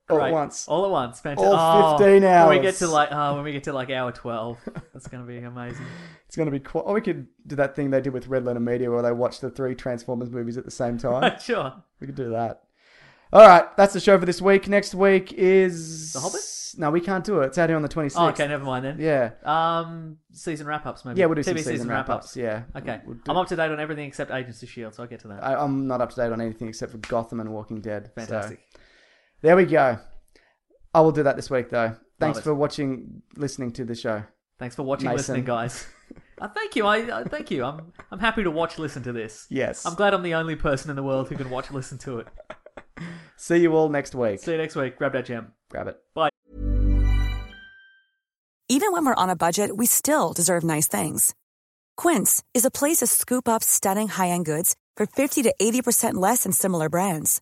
all Right. at once. All at once. Fantastic. Oh, All 15 When we get hours. to like oh, when we get to like hour twelve, that's gonna be amazing. It's going to be quite. Or we could do that thing they did with Red Letter Media, where they watch the three Transformers movies at the same time. sure. we could do that. All right, that's the show for this week. Next week is The Hobbit? No, we can't do it. It's out here on the twenty sixth. Oh, okay. Never mind then. Yeah. Um, season wrap ups maybe. Yeah, we'll do TV some season wrap-ups, yeah. Okay. We'll do- Ah, I'm up to date on everything except Agency Shield, E so I'll get to that. I, I'm not up to date on anything except for Gotham and Walking Dead. so- Fantastic. There we go. I will do that this week, though. Thanks it. for watching, listening to the show. Thanks for watching, Mason. listening, guys. I thank you. I, I thank you. I'm I'm happy to watch, listen to this. Yes. I'm glad I'm the only person in the world who can watch, listen to it. See you all next week. See you next week. Grab that gem. Grab it. Even when we're on a budget, we still deserve nice things. Quince is a place to scoop up stunning high-end goods for 50 to 80% less than similar brands.